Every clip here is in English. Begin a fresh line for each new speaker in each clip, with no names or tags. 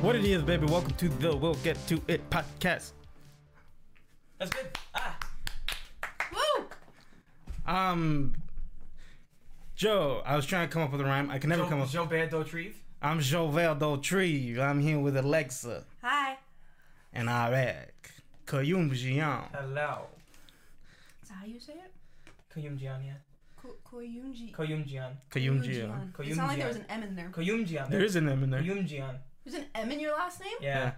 What it is, baby. Welcome to the We'll Get To It podcast. That's good.
Ah.
Woo!
Um, Joe, I was trying to come up with a rhyme. I can never come up.
Joe Bad Dotrieve.
I'm Jovel Dotrieve. I'm here with Alexa
Hi.
and Iraq. Kayum Jian.
Hello.
Is that how you say it?
Koyum Jian, yeah.
Ko- Koyunji.
Koyum Jian.
Kayum Jian.
It sounded like there was an M in there.
Koyum Jian.
There is an M in there.
Koyum Jian.
There's an M in your last name?
Yeah.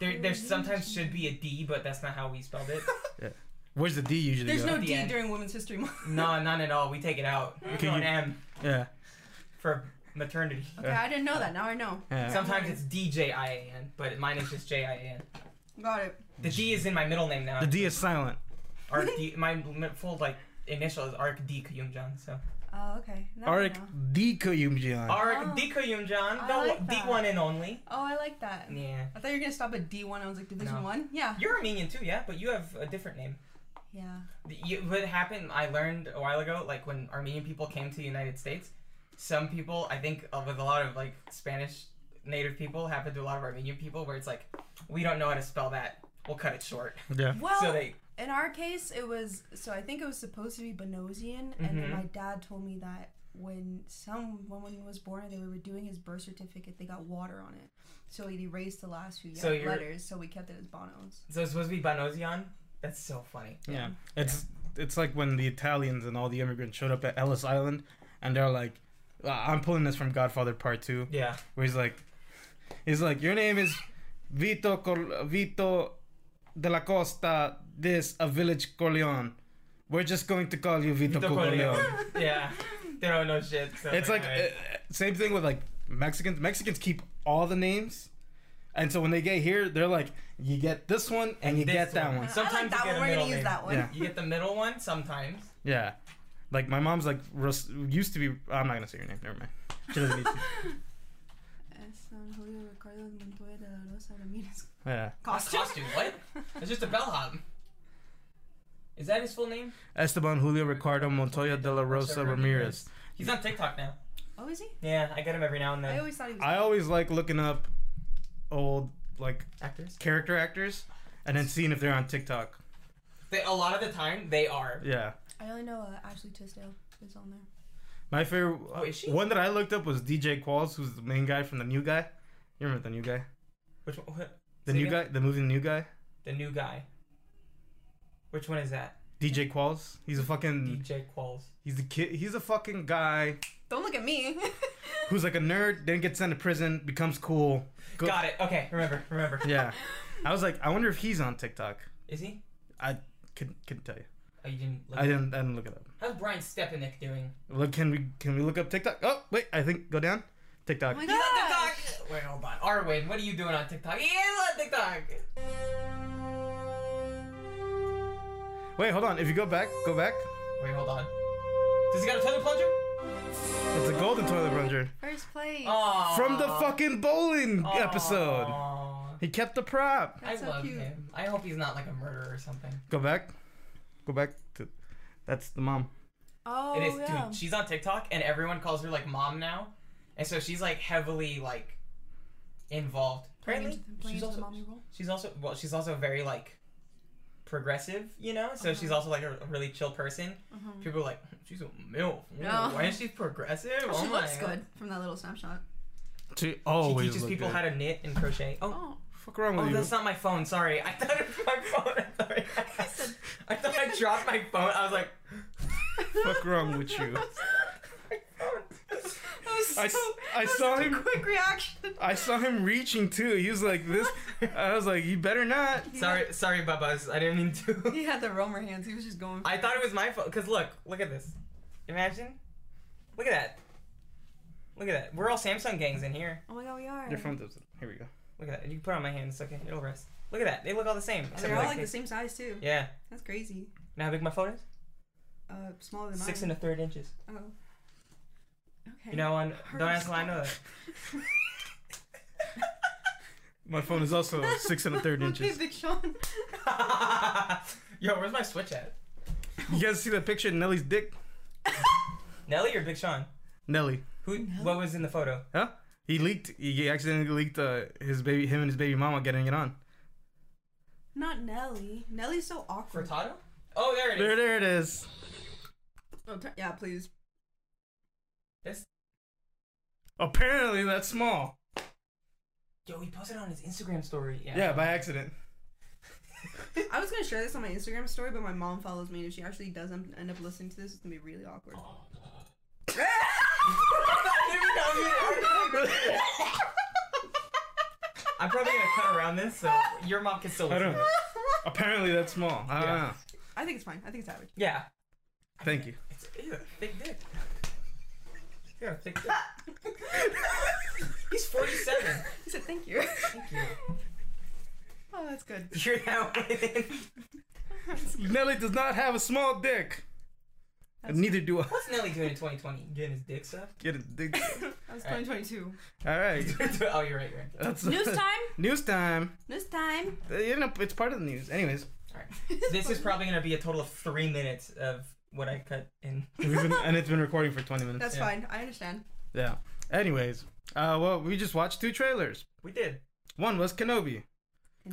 There, there sometimes should be a D, but that's not how we spelled it.
Where's the D usually?
There's
go?
no D
Yeah.
during Women's History Month.
no, none at all. We take it out. We throw an M
Yeah.
for maternity.
Okay, I didn't know that. Now I know.
yeah.
Sometimes it's D J I A N, but mine is just J I A N.
Got it.
The D is in my middle name now.
the D is silent.
Arc D. My m- full like initial is Arc D Koyum Jian. So
Oh, okay. Now I
Arik
know.
D Kayum Jian.
Arc D Koyum Jian.
Ah. I
No,
like
D
that.
one and only.
Oh, I like that.
Yeah.
I thought you were going to stop at D1. I was like, Division
No.
1? Yeah.
You're Armenian too, yeah, but you have a different name.
Yeah.
You, what happened? I learned a while ago, like when Armenian people came to the United States, some people, I think, uh, with a lot of like Spanish native people, happened to a lot of Armenian people, where it's like, we don't know how to spell that. We'll cut it short.
Yeah.
Well,
So they,
in our case, it was, so I think it was supposed to be Benosian, and then
Mhm.
my dad told me that when someone was born and they were doing his birth certificate, they got water on it. So he erased the last few
So you're-
letters, so we kept it as Bonos.
so it's supposed to be Banosian. That's so funny.
Yeah. It's it's like when the Italians and all the immigrants showed up at Ellis Island and they're like uh, I'm pulling this from Godfather Part 2
Yeah.
where he's like he's like your name is Vito Cor- Vito de la Costa this a village Corleone. We're just going to call you Vito,
Vito
Corleone.
Corleone. yeah. They don't know shit. So
It's like
alright.
uh, same thing with like Mexicans. Mexicans keep all the names. And so when they get here, they're like, you get this one and,
And
you
this
get that
one.
one.
Sometimes you
I like that
get
one.
a
We're gonna
middle
use
name.
that one.
Yeah.
you get the middle one sometimes.
Yeah. Like my mom's like Ros- used to be. I'm not gonna say your name. Never mind. She doesn't need to.
Es Don Julio Ricardo Montoya de la Rosa Ramirez.
Yeah.
Costume?
Costume. What? It's just a bellhop. Is that his full name?
Esteban Julio Ricardo Montoya de la Rosa Ramirez.
He's on TikTok now.
Oh, is he?
Yeah, I get him every now and
I
then.
always thought he was.
I always like looking up old like
Actors.
character actors and then seeing if they're on TikTok.
They, a lot of the time, they are.
Yeah.
I only know uh, Ashley Tisdale is on there.
My favorite uh,
Oh, is she?
one that I looked up was DJ Qualls, who's the main guy from the New Guy. You remember the New Guy?
Which one? What?
The
Say
New
again?
Guy, the movie The New Guy.
The new guy. Which one is that?
DJ Qualls. He's a fucking.
DJ Qualls.
He's a kid. He's a fucking guy
Don't look at me.
who's like a nerd, then gets sent to prison, becomes cool. Go-
Got it. Okay, remember, remember.
Yeah. I was like, I wonder if he's on TikTok.
Is he?
I couldn't couldn't tell you.
Oh, you didn't. Look
I didn't I didn't look it up.
How's Brian Stepanek doing?
Look, can we can we look up TikTok? Oh wait, I think go down. TikTok.
oh my
He's on
god.
TikTok. Wait, hold on. Arwin, what are you doing on TikTok? He's on TikTok.
wait, hold on. If you go back, go back.
Wait, hold on. Does he got a toilet plunger?
It's a golden toilet plunger
First place.
Oh.
from the fucking bowling episode. He kept the prop.
I
That's so
love
cute.
him. I hope he's not like a murderer or something.
Go back. Go back to. That's the mom.
Oh,
It is,
yeah.
dude. She's on TikTok, and everyone calls her like mom now, and so she's like heavily like involved.
Playing
Apparently,
into the- playing
she's
into the
also
mommy role.
she's also well, she's also very like progressive, you know. So
Uh-huh.
she's also like a, a really chill person. People are like, she's a milf. Ooh,
No.
Why is she progressive?
Oh. She
Oh my
looks
God."
good from that little snapshot.
She
She
always
teaches people how to knit and crochet. Oh.
Oh.
Fuck wrong with
Oh,
you?
that's not my phone. Sorry, I thought it was my phone. I'm sorry.
said-
I thought I dropped my phone. I was like,
Fuck wrong with you?
my phone.
I, s- I saw him.
Quick reaction.
I saw him reaching too. He was like this. I was like, you better not.
Sorry, sorry, Babas. I didn't mean to.
He had the Romer hands. He was just going.
I thought it was my fault. Cause look, look at this. Imagine. Look at that. Look at that. We're all Samsung gangs in here.
oh my god, we are.
Your phone doesn't. Here we go.
Look at that. You can put it on my hand. It's okay. It'll rest. Look at that. They look all the same.
And
except
they're
for
all
that
like the
case.
same size too.
Yeah.
That's crazy.
Now how big my phone is?
Uh, smaller than mine.
Six and a third inches.
Oh. Okay.
You know, on don't ask why I know that.
My phone is also Oh, six and a third
Okay,
inches.
Big Sean.
Yo, where's my switch at?
You guys see that picture of Nelly's dick?
Nelly or Big Sean?
Nelly.
Who? What was in the photo?
Huh? He leaked. He accidentally leaked uh, his baby, him and his baby mama getting it on.
Not Nelly. Nelly's so awkward.
Furtado? Oh, there it
There,
is.
there it is.
Oh, t- yeah, please.
That's-
Apparently, that's small.
Yo, he posted on his Instagram story. Yeah.
Yeah, by accident.
I was gonna share this on my Instagram story, but my mom follows me, and if she actually does end end up listening to this, it's gonna be really awkward.
Oh. I'm probably gonna cut around this, so your mom can still
I
listen.
don't. Apparently, that's small. I don't
Yeah.
know.
I think it's fine. I think it's average.
Yeah.
Thank you.
It's you're a thick dick. You're a thick dick. He's 47.
He said, "Thank you."
Thank you.
Oh, that's good.
You're now within.
Nelly does not have a small dick. And neither do I.
What's Nelly doing in 2020? Getting his dick sucked?
Get a dick.
That was 2022.
All right.
oh, you're right. You're right.
That's
News time.
News time.
News time.
Uh, You know, it's part of the news. Anyways,
All right. This is probably gonna be a total of three minutes of what I cut in.
We've been- and it's been recording for 20 minutes.
That's
Yeah.
fine. I understand.
Yeah. Anyways, uh, well, we just watched two trailers.
We did.
One was Kenobi.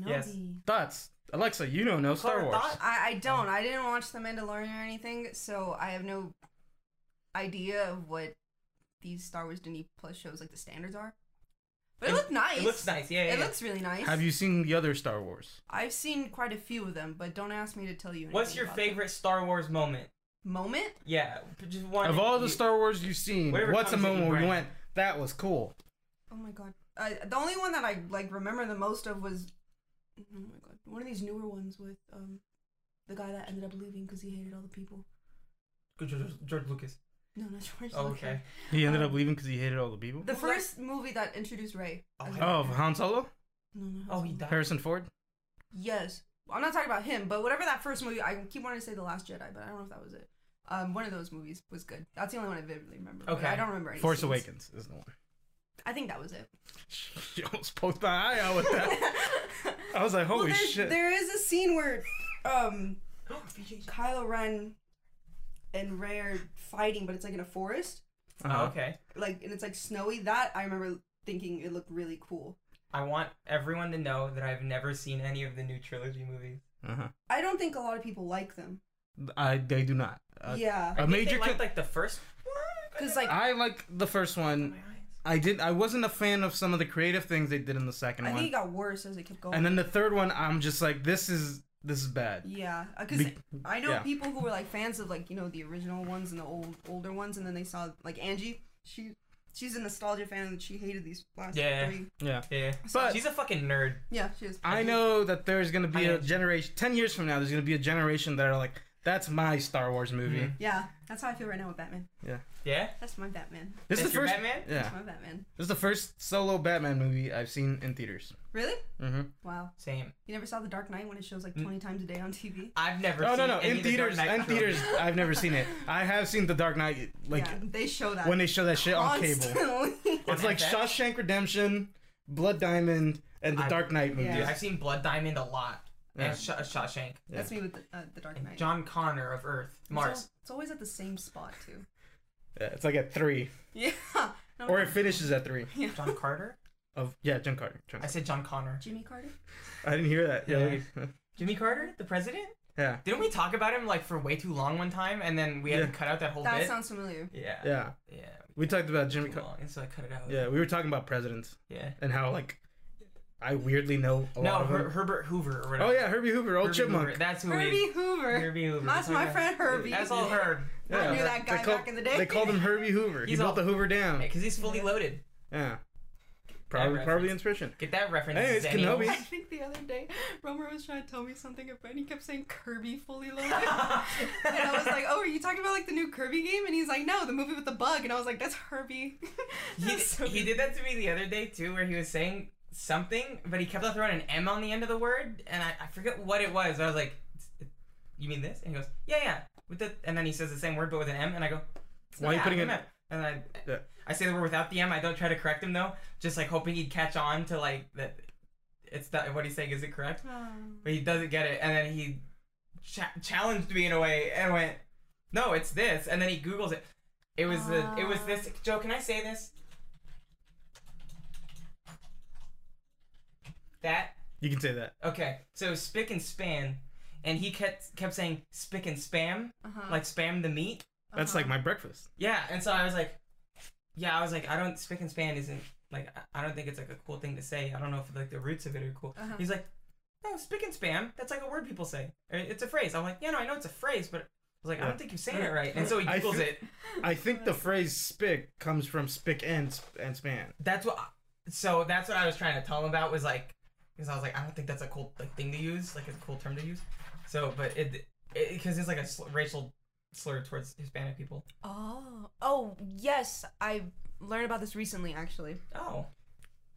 Yes.
Kenobi.
Thoughts? Alexa, you know no Star
Clara,
Wars.
thought-
I, I don't. I didn't watch The Mandalorian or anything, so I have no idea of what these Star Wars Disney Plus shows like the standards are. But it, looked nice.
It looks nice. Yeah. yeah,
It
yeah.
looks really nice.
Have you seen the other Star Wars?
I've seen quite a few of them, but don't ask me to tell you.
What's
anything
your
about them.
favorite Star Wars moment?
moment?
Yeah. Just one.
Of all
you-
the Star Wars you've seen,
Whatever
what's a
comes to
moment
your
where you
brain.
went, that was cool?
Oh my god. Uh, the only one that I like remember the most of was oh my god, one of these newer ones with um the guy that ended up leaving because he hated all the people.
George, George Lucas.
No, not George.
Oh,
Lucas.
okay.
He ended
Um,
up leaving because he hated all the people?
The
Well,
first movie that introduced Ray.
Oh,
as a-
Oh, Han Solo?
no, no.
Oh, he
sorry.
died.
Harrison Ford?
Yes. I'm not talking about him, but whatever that first movie, I keep wanting to say The Last Jedi, but I don't know if that was it. Um, one of those movies was good. That's the only one I vividly remember. but
Okay.
I don't remember any.
Force
scenes.
Awakens is the one.
I think that was it.
You almost poked my eye out with that. I was like,
well,
holy
there's-
shit.
there is a scene where um
oh,
Kylo Ren and Rey are fighting, but it's like in a forest,
Uh-huh.
okay.
like and it's like snowy. That I remember thinking it looked really cool.
I want everyone to know that I've never seen any of the new trilogy movies.
Uh-huh.
I don't think a lot of people like them.
I, they do not. Uh,
yeah,
A
I think
major
they liked,
con-
like the first.
because like I,
I like the first
My
one.
eyes.
I did. I wasn't a fan of some of the creative things they did in the second one.
think it got worse as it kept going.
And then the third one, I'm just like, this is this is bad.
yeah, Uh, because
Be-
I know
yeah.
people who were like fans of like you know the original ones and the old older ones, and then they saw like Angie. She she's a nostalgia fan and she hated these last
Yeah.
three.
Yeah.
Yeah.
But-
she's a fucking nerd.
Yeah, she is.
I know that there's gonna be a
I know.
generation. Ten years from now, there's gonna be a generation that are like, that's my Star Wars movie.
Mhm.
Yeah, that's how I feel right now with Batman.
Yeah.
That's my Batman.
This is the
That's your
first.
Batman?
Yeah.
That's my Batman.
This is the first solo Batman movie I've seen in theaters.
Really?
Mm-hmm.
Wow.
Same.
You never saw The Dark Knight when it shows like
Mm.
20 times a day on TV?
I've never.
Oh
seen
no no!
any
In
of the Dark
theaters,
Knight
in
trilogy.
theaters, I've never seen it. I have seen The Dark Knight, like
yeah, they show that.
when they show that shit on cable.
Constantly.
It's like
FX?
Shawshank Redemption, Blood Diamond, and the
I-
Dark Knight movies.
Yeah.
Dude, I've seen Blood Diamond a lot.
Yeah.
And Sh- Shawshank.
That's me with the, uh, the Dark
And
Knight.
John Connor of Earth.
It's
Mars.
al- It's always at the same spot too.
Yeah, it's like at three,
Yeah. No,
or
no.
it finishes at three.
John Carter?
Of yeah, John Carter. John
I said John Connor.
Jimmy Carter.
I didn't hear that. Yeah.
Jimmy Carter? The president?
Yeah.
Didn't we talk about him like for way too long one time and then we had
Yeah.
to cut out that whole
That
bit?
sounds familiar.
yeah. Yeah.
Yeah. We talked about Jimmy
Too
Car-
long, and so I cut it out.
Yeah, we were talking about presidents
Yeah.
and how like I weirdly know a lot
No,
of
Her-
them.
Herbert Hoover or
Oh
whatever.
yeah, Herbie Hoover, old
Herbie
chipmunk.
Hoover. That's who we.
Herbie Hoover.
Herbie Hoover.
That's
That's
my
what I-
friend Herbie.
That's all Herb.
Yeah.
I knew that guy
they call-
back in the day.
They called him Herbie Hoover. he
He's
built
all-
the Hoover Dam.
Because he's fully loaded.
Yeah. Probably probably
reference.
inspiration.
Get that reference.
Hey, it's
Zennial.
I
Kenobi.
think the other day, Romer was trying to tell me something about, and he kept saying Kirby fully loaded. and I was like, "Oh, are you talking about like the new Kirby game?" And he's like, "No, the movie with the bug." And I was like, "That's Herbie." That
He,
was so
he
good.
did that to me the other day too, where he was saying something, but he kept on throwing an M on the end of the word, and I, I forget what it was. I was like, "You mean this?" And he goes, "Yeah, yeah." With the and then he says the same word but with an M, and I go,
Why are you
"Yeah,
putting
I'm
it-
M." And I,
Yeah.
I say the word without the M. I don't try to correct him though, just like hoping he'd catch on to like that. It's not what he's saying isn't correct,
Um,
but he doesn't get it, and then he cha- challenged me in a way and went, "No, it's this," and then he googles it. It was the it was this. Joe, can I say this? That
You can say that.
okay. So spick and span, and he kept kept saying spick and spam,
Uh-huh.
like spam the meat.
That's like my breakfast.
Yeah, and so I was like, yeah, I was like, I don't spick and span isn't like I- I don't think it's like a cool thing to say. I don't know if like the roots of it are cool.
Uh-huh.
He's like, no, spick and spam. That's like a word people say. Or It's a phrase. I'm like, yeah, no, I know it's a phrase, but I was like, I
Yeah.
don't think you're saying it right. And so he
I
googles
feel-
it.
I think the phrase spick comes from spick and sp- and span.
That's what. I- so that's what I was trying to tell him about was like, because I was like, I don't think that's a cool like thing to use. Like it's a cool term to use. So, but it because it's like a sl- racial slur towards Hispanic people.
Oh, oh yes, I learned about this recently actually.
Oh,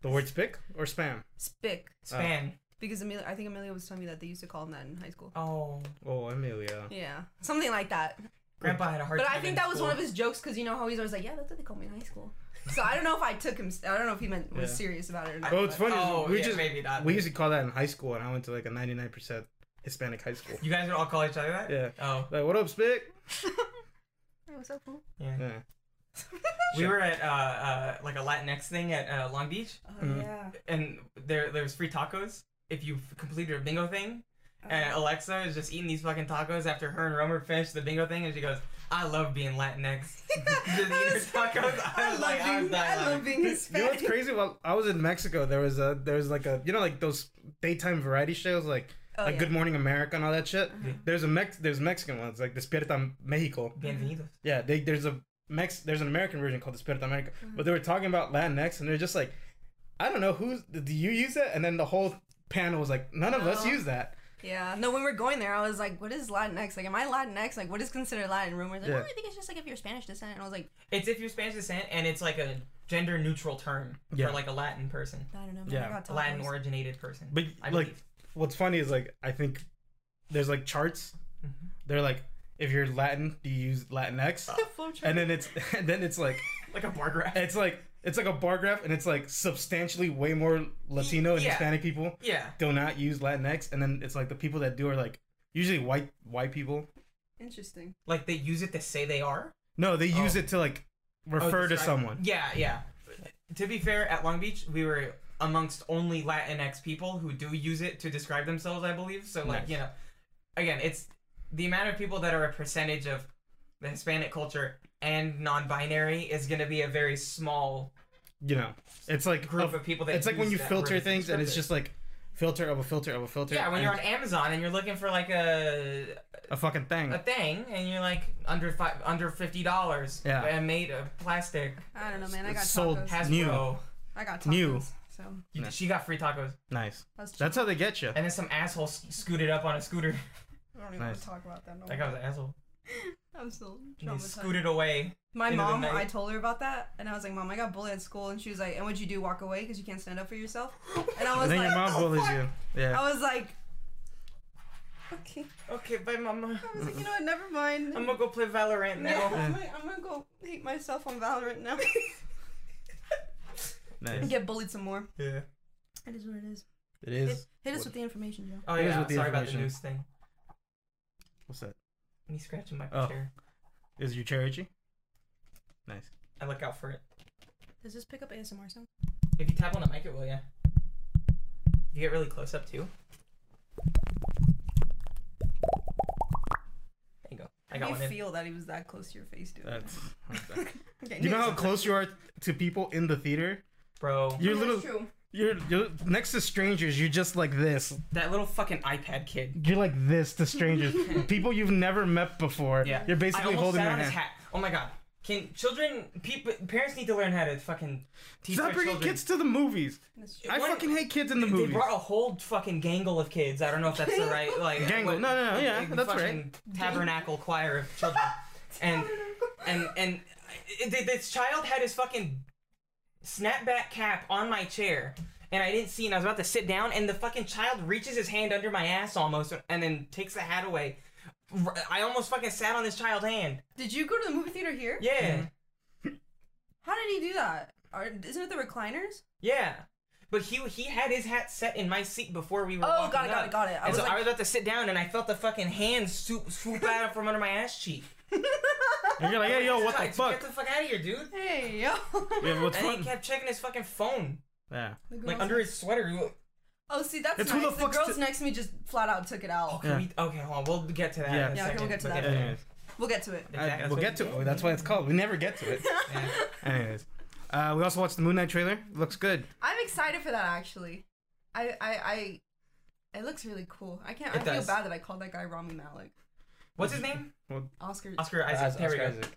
The word spick or spam?
Spick,
span.
because Amelia, I think Amelia was telling me that they used to call him that in high school.
Oh,
Oh, Amelia.
Yeah, something like that.
Grandpa had a hard.
But
time
I think
in
that was
school.
one of his jokes because you know how he's always like, yeah, that's what they called me in high school. So I don't know if I took him. s- I don't know if he meant was
Yeah.
serious about it. or not.
Oh, it's
but-
funny. is
Oh,
we
yeah,
just
maybe not.
we used to call that in high school, and I went to like a 99% Hispanic high school.
You guys would all call each other that.
Yeah.
Oh,
Like, what up, spick?
Hey, what's up, fool?
yeah.
Yeah.
We were at uh, uh, like a Latinx thing at uh, Long Beach,
Oh
Mm.
yeah.
and there there was free tacos if you completed a bingo thing.
Oh.
And Alexa is just eating these fucking tacos after her and Romer finished the bingo thing, and she goes, "I love being Latinx." Just eating her tacos. I
I
was like, I
love
was
being, I
dying.
love being
You know what's
Hispanic.
crazy? Well, I was in Mexico. There was a there was like a you know like those daytime variety shows like
Oh,
like
yeah.
Good Morning America and all that shit.
Uh-huh.
There's a Mex there's Mexican ones like Despierta Mexico.
Bienvenidos.
Yeah, they, there's a Mex there's an American version called Despierta America.
Mm-hmm.
But they were talking about Latinx and they're just like, I don't know who's do you use that? And then the whole panel was like, none of us
No.
use that.
Yeah. No, when we were going there, I was like, "What is Latinx? Like, am I Latinx? Like, what is considered Latin?" Rumors like,
Yeah.
"Oh, I think it's just like if you're Spanish descent." And I was like,
It's if you're Spanish descent, and it's like a gender neutral term
Yeah.
for like a Latin person,
"I don't know." Man,
Yeah.
I got
a Latin
tacos."
originated person.
But
I
like,
believe.
what's funny is like I think there's like charts.
Mm-hmm.
They're like, if you're Latin, do you use Latinx?
Oh.
and then it's and then it's like
like a bar graph.
it's like it's like a bar graph and it's like substantially way more Latino and
Yeah.
Hispanic people
Yeah.
do not use Latinx, and then it's like the people that do are like usually white white people.
Interesting.
Like they use it to say they are.
No, they use
Oh.
it to like refer to
describe-
someone.
Oh, Yeah, yeah. To be fair, at Long Beach, we were amongst only Latinx people who do use it to describe themselves, I believe. So, like,
Nice.
you know, again, it's the amount of people that are a percentage of the Hispanic culture and non binary is going to be a very small
You know, it's like
group
a-
of people that
it's like when
use
you
that
filter
word to
things, and it's
describe
just like filter of a filter of a filter.
it. Yeah, when you're on
and
Amazon and you're looking for like a
a fucking thing.
a thing and you're like under five under fifty dollars
Yeah.
and made of plastic
I don't know, man. I got
Sold
tacos.
has-
Hasbro.
New.
I got tacos.
new.
So
You-
No.
She got free tacos.
nice.
that's.
That's how they get you.
And then some asshole s- scooted up on a scooter.
I don't even
Nice.
want to talk about that. No
That
more.
guy was an asshole.
I'm still
And He
traumatized.
scooted away.
My
into the
mom,
night.
I told her about that, and I was like, "Mom, I got bullied at school," and she was like, "And what'd you do? Walk away because you can't stand up for yourself?" And I was
And then
like,
your mom
"Oh,
bullies
fuck."
you. Yeah.
I was like, "Okay."
Okay, bye, mama.
I was like, "You know what? Never mind."
I'm gonna go play Valorant
Yeah,
now.
I'm, gonna, I'm gonna go hate myself on Valorant now.
Nice.
and get bullied some more.
yeah.
It is what it is.
It is.
Hit us with the information, Joe.
Oh
Here's
yeah.
with the
Sorry about the
information.
news thing.
What's that?
Me scratching my
Oh.
chair.
Is your cherry tree? Nice.
I look out for it.
Does this pick up ASMR sound?
If you tap on the mic, it will. Yeah. If you get really close up too. There you go. I got
you
one in.
feel that he was that close to your face, dude.
That's.
okay,
Do you know
next.
how close you are to people in the theater?
Bro,
You're
Yeah,
little.
that's true.
You're, you're next to strangers. You're just like this.
that little fucking iPad kid.
You're like this to strangers, people you've never met before.
Yeah.
You're
I
basically
almost
holding
sat
their
on his
hand.
hat. Oh my god. Can children, people, parents need to learn how to fucking teach
Stop
their
bringing
children.
kids to the movies.
That's true.
I
What-
fucking hate kids in the
They
movies.
brought a whole fucking gangle of kids. I don't know if that's the right like
Gangle.
what-
No, no, no,
a-
yeah,
a
that's
fucking Tabernacle choir of children, and and and it, it- this child had his fucking snapback cap on my chair, and I didn't see, and I was about to sit down, and the fucking child reaches his hand under my ass almost, and then takes the hat away. R- I almost fucking sat on this child's hand.
Did you go to the movie theater here?
Yeah,
Mm-hmm.
How did he do that? Are, isn't it the recliners?
yeah. But he he had his hat set in my seat before we were.
Oh,
walking
got it, got
up.
it, got it.
and
I was
so
like,
I was about to sit down, and I felt the fucking hand swoop, swoop out from under my ass cheek.
and you're like, hey, yo, what the
Guys, Get
fuck?
the fuck out of here, dude!
hey, yo.
Yeah, what's
And he
fun?
kept checking his fucking phone,
Yeah.
The
like
girls-
under his sweater. You-
Oh, see, that's
It's who
nice.
the
The,
fuck's
girls
t-
next to me just flat out took it out.
Okay,
Yeah.
"Oh, we, okay, hold on. We'll get to that.
Yeah.
in a
Yeah, okay,
second.
we'll get to that.
there.
Anyways,
We'll get to it.
I-
Exactly, that's
we'll
what-
get to it. Oh, That's why it's called. We never get to it.
Yeah.
Anyways, uh, we also watched the Moon Knight trailer. Looks good.
I'm excited for that actually. I I, I it looks really cool. I can't.
It
I feel
does.
bad that I called that guy Rami Malek.
What's his name?
Oscar.
Oscar Isaac. there we go.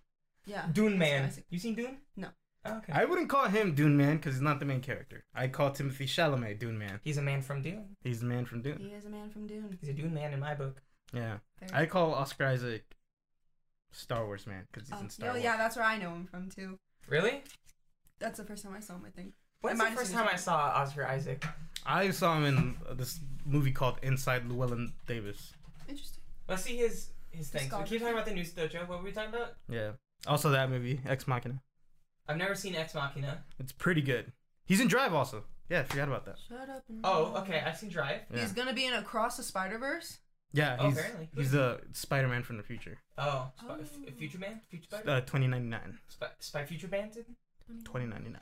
Yeah.
Dune Man.
Isaac.
You seen Dune?
No.
Oh, okay.
I wouldn't call him Dune Man because he's not the main character. I call Timothy Chalamet Dune Man.
He's a man from Dune.
He's the man from Dune.
He is a man from Dune.
He's a Dune man in my book.
Yeah.
There.
I call Oscar Isaac Star Wars Man because he's
Oh,
in Star
oh,
Wars.
yeah, that's where I know him from too.
Really?
That's the first time I saw him. I think.
When's
Mine
the
is
first
in-
time I saw Oscar Isaac?
I saw him in uh, this movie called Inside Llewellyn Davis.
Interesting.
Let's see his his things. We keep
Discography.
talking about the news dojo. What were we talking about?
Yeah. Also that movie Ex Machina.
I've never seen Ex Machina.
It's pretty good. He's in Drive also. Yeah, I forgot about that.
Shut up. And
Oh, okay. I've seen Drive.
Yeah.
He's gonna be in Across the Spider Verse.
yeah,
Oh,
he's
apparently.
he's the Spider Man from the future.
Oh, Spy,
Oh.
F- Future Man, Future Spider,
Uh, 2099.
Spy, Spy Future Band's in.
2099.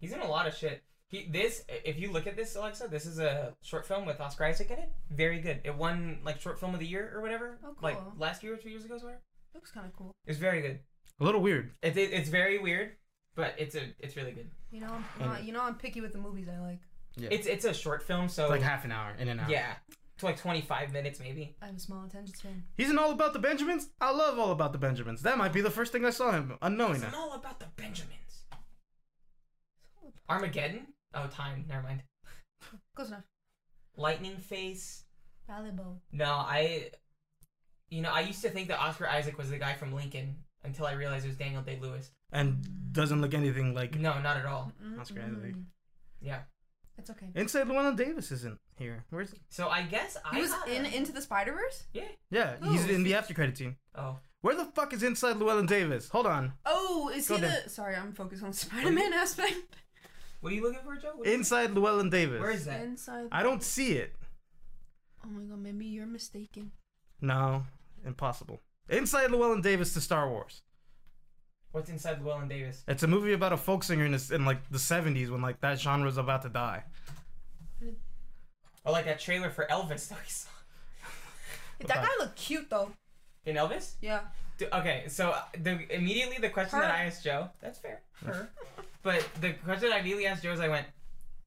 He's in a lot of shit. He this if you look at this Alexa, this is a short film with Oscar Isaac in it. Very good. It won like short film of the year or whatever.
Oh, cool.
Like last year or two years ago, somewhere.
Looks kind of cool.
It's very good.
A little weird.
It, it, it's very weird, but it's a it's really good.
You know, I'm,
And-
not- you know, I'm picky with the movies I like.
Yeah.
It's it's a short film, so
It's like half an hour in and out.
yeah, to like twenty five minutes maybe.
I have a small attention span.
He's in All About the Benjamins. I love All About the Benjamins. That might be the first thing I saw him unknowing.
It's all about the Benjamins. Armageddon. Oh, time. Never mind.
Close enough.
Lightning Face.
Ballybo.
No, I, you know, I used to think that Oscar Isaac was the guy from Lincoln until I realized it was Daniel Day Lewis.
And doesn't look anything like
No, not at all.
Oscar Isaac.
Yeah.
It's okay.
Inside Llewellyn Davis isn't here. Where's he?
So I guess I
He was
got-
in Into the Spider Verse.
Yeah.
Yeah, he's in the after credit scene.
Oh,
Where the fuck is Inside Llewellyn Davis? Hold on.
Oh, is
Go
he
then.
the? Sorry, I'm focused on Spider Man aspect.
what are you looking for, Joe? What-
Inside Llewellyn Davis.
Where is that?
Inside.
I don't see it.
Oh my god, maybe you're mistaken.
No, impossible. Inside Llewellyn Davis to Star Wars.
What's inside Llewellyn Davis?
It's a movie about a folk singer in, this, in like the 70s when like that genre's about to die.
Oh, like that trailer for Elvis that we saw.
that
Okay.
guy looked cute though.
In Elvis?
Yeah.
D- Okay, so uh, the immediately the question that
Her.
I asked Joe. That's fair. Her. but the question I immediately asked Joe is, I went,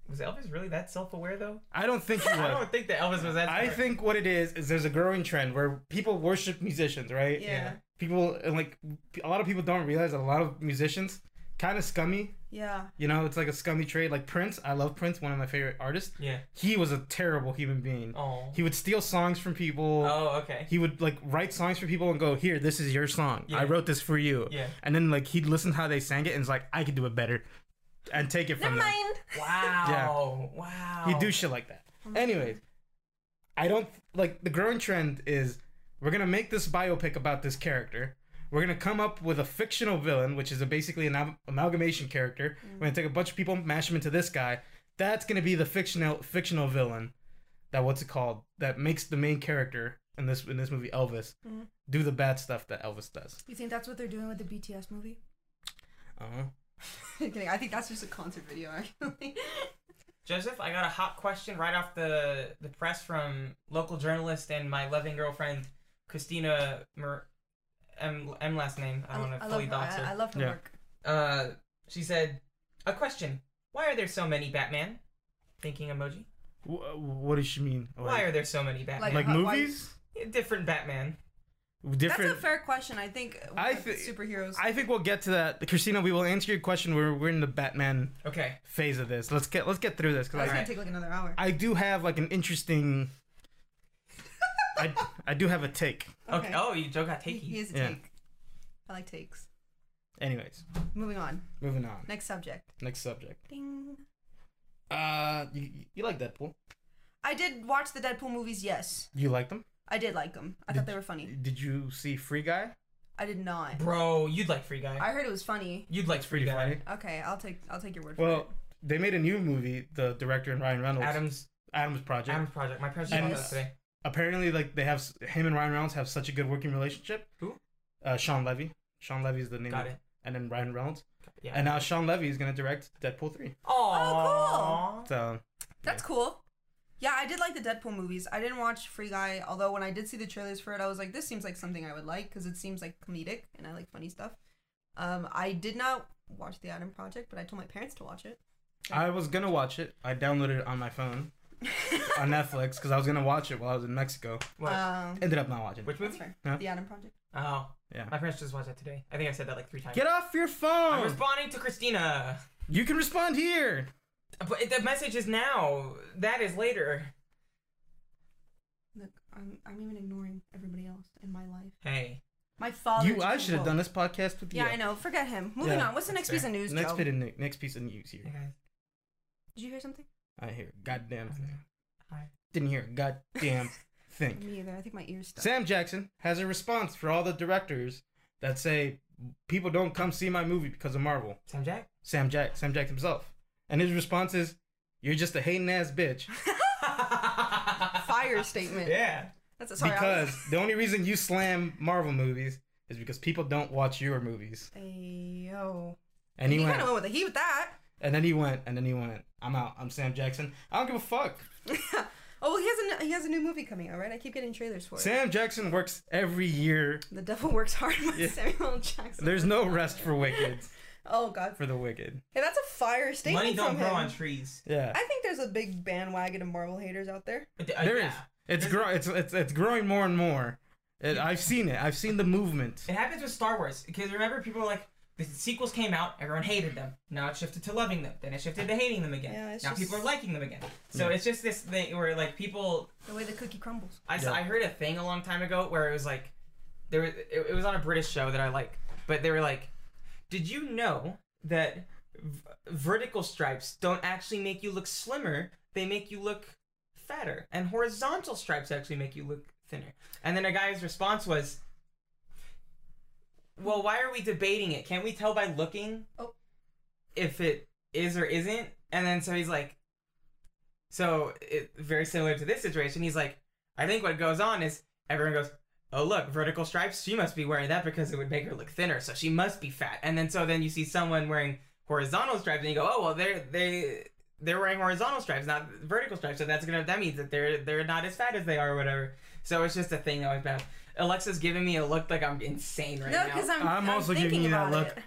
was Elvis really that self-aware though?
I don't think he
I
was.
don't think that Elvis was that.
I
self-aware.
think what it is is there's a growing trend where people worship musicians, right?
Yeah.
People and like a lot of people don't realize that a lot of musicians kind of scummy.
Yeah.
You know, it's like a scummy trade. Like Prince, I love Prince, one of my favorite artists.
Yeah.
He was a terrible human being.
Oh.
He would steal songs from people.
Oh, okay.
He would like write songs for people and go, "Here, this is your song.
Yeah.
I wrote this for you."
Yeah.
And then like he'd listen how they sang it and it's like, "I could do it better," and take it
Never
from them.
mind.
Wow. Wow.
He do shit like that.
Oh
Anyways, I don't like the growing trend is we're gonna make this biopic about this character. We're gonna come up with a fictional villain, which is a, basically an am- amalgamation character.
Mm.
We're gonna take a bunch of people, mash them into this guy. That's gonna be the fictional fictional villain. That what's it called? That makes the main character in this in this movie Elvis
Mm-hmm.
do the bad stuff that Elvis does.
You think that's what they're doing with the BTS movie?
Uh-huh.
Kidding. I think that's just a concert video actually.
Joseph, I got a hot question right off the, the press from local journalist and my loving girlfriend, Christina Mer- M, M last name. I don't want to
love
fully
her.
dox
I, I
her.
love her
Yeah.
work.
Uh, she said, a question. Why are there so many Batman? Thinking emoji.
Wh- what does she mean?
Why are there so many Batman?
like
Why-
movies?
Different Batman.
Different.
That's a fair question. I think.
I
I
thi-
superheroes.
I think we'll get to that, Christina. We will answer your question. We're we're in the Batman
Okay.
phase of this. Let's get let's get through this
That's
because
gonna
Alright.
take like another hour.
I, I do have like an interesting. I I do have a take.
Okay. Oh, you Joe got
He,
takey.
he is a
Yeah.
take. I like takes.
Anyways,
Moving on.
moving on.
Next subject.
Next subject.
Ding.
Uh, you, you like Deadpool?
I did watch the Deadpool movies. Yes,
You like them?
I did like them. I
Did
thought they were funny.
Did you see Free Guy?
I did not.
Bro, you'd like Free Guy.
I heard it was funny.
You'd like Free
Pretty
Guy.
funny.
Okay, I'll take I'll take your word for
Well,
it.
they made a new movie. The director and Ryan Reynolds.
Adam's
Adam's Project.
Adam's project. My parents
And-
watched that today.
Apparently, like they have s- him and Ryan Reynolds have such a good working relationship.
Who?
Uh, Sean Levy. Sean Levy is the name.
Got
of-
it.
And then Ryan Reynolds.
Yeah.
And now Sean Levy is gonna direct Deadpool three.
Aww.
Oh,
So
That's cool. Yeah, I did like the Deadpool movies. I didn't watch Free Guy, although when I did see the trailers for it, I was like, this seems like something I would like because it seems like comedic and I like funny stuff. Um, I did not watch The Adam Project, but I told my parents to watch it.
I was gonna watch it. I downloaded it on my phone on Netflix because I was gonna watch it while I was in Mexico.
What?
Um,
Ended up not watching. it.
Which
that's
movie?
fair.
Huh?
The Adam Project.
Oh,
Yeah.
my parents just watched that today. I think I said that like three times.
Get off your
I'm
phone.
responding to Christina.
You can respond here.
But it- the message is now. That is later.
Look, I'm, I'm even ignoring everybody else in my life.
Hey.
My father.
You, I should have done this podcast with you.
Yeah, I know. Forget him. Moving
Yeah,
on. What's the next
fair.
piece of news,
Next
Joe?
bit of nu- next piece of news here.
Hey guys.
Did you hear something?
I hear a goddamn thing.
Hi.
Didn't hear a goddamn thing.
Me either. I think my ears stuck.
Sam Jackson has a response for all the directors that say people don't come see my movie because of Marvel.
Sam Jack?
Sam Jack Sam Jackson himself. And his response is, You're just a hating ass bitch.
Fire statement.
Yeah.
That's a, sorry. I
because
was-
the only reason you slam Marvel movies is because people don't watch your movies.
Ayo.
And he
you
went
kind of went with the heat with that.
and then he went and then he went, I'm out. I'm Sam Jackson. I don't give a fuck.
oh, well, he has a he has a new movie coming out, right? I keep getting trailers for it.
Sam Jackson works every year.
the devil works hard with
Yeah.
Samuel L. Jackson.
There's no rest for wicked
Oh God.
for the wicked.
Hey, that's a fire statement
Money don't
from
grow
him.
on trees.
Yeah.
I think there's a big bandwagon of Marvel haters out there.
There is.
There is. It's grow it's it's it's growing more and more. It, I've seen it. I've seen the movement.
It happens with Star Wars because remember people were like the sequels came out, everyone hated them. Now it shifted to loving them. Then it shifted to hating them again.
Yeah, it's
now
just-
people are liking them again. So it's just this thing where like people.
The way the cookie crumbles.
I, s-
Yeah.
I heard a thing a long time ago where it was like there was it, it was on a British show that I like, but they were like, did you know that v- vertical stripes don't actually make you look slimmer? They make you look fatter, and horizontal stripes actually make you look thinner. And then a guy's response was. Well, why are we debating it? Can't we tell by looking
Oh.
if it is or isn't? And then so he's like, so it, very similar to this situation. He's like, I think what goes on is everyone goes, oh look, vertical stripes. She must be wearing that because it would make her look thinner, so she must be fat. And then so then you see someone wearing horizontal stripes, and you go, oh well, they're they they're wearing horizontal stripes, not vertical stripes. So that's gonna that means that they're they're not as fat as they are or whatever. So it's just a thing that was bad. Alexa's giving me a look like I'm insane right
no,
now.
because I'm,
I'm also giving
thinking
you that
about
look.
it.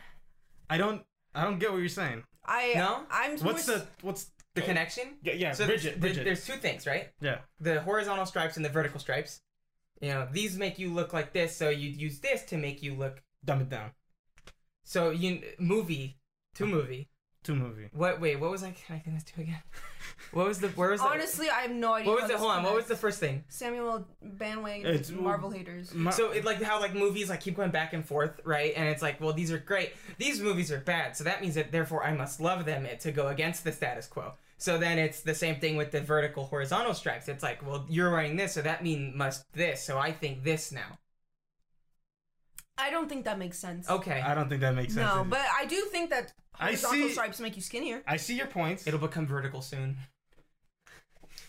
I don't I don't get what you're saying.
I
No?
I'm
What's
more
the what's
the connection.
yeah, yeah
So there's,
Bridget
there-
Bridget
there's two things, right?
yeah
the horizontal stripes and the vertical stripes. You know, these make you look like this, so you'd use this to make you look.
dumb it down
So you movie to movie.
two movie
What? Wait, what was I connecting this to again? What was the? Where was the?
honestly I have no idea.
what
how
was the?
this
Hold on. What was the
connects.
first thing?
Samuel bandwagon
It's-
Marvel haters?
My-
So it like how like movies like keep going back and forth, right? And it's like, well, these are great. These movies are bad, so that means that therefore I must love them eh, to go against the status quo. So then it's the same thing with the vertical horizontal stripes. It's like, well, you're wearing this, so that mean must this, so I think this now.
I don't think that makes sense.
Okay.
I don't think that makes sense.
No,
either.
but I do think that
I
horizontal
see-
stripes make you skinnier.
I see your points.
It'll become vertical soon.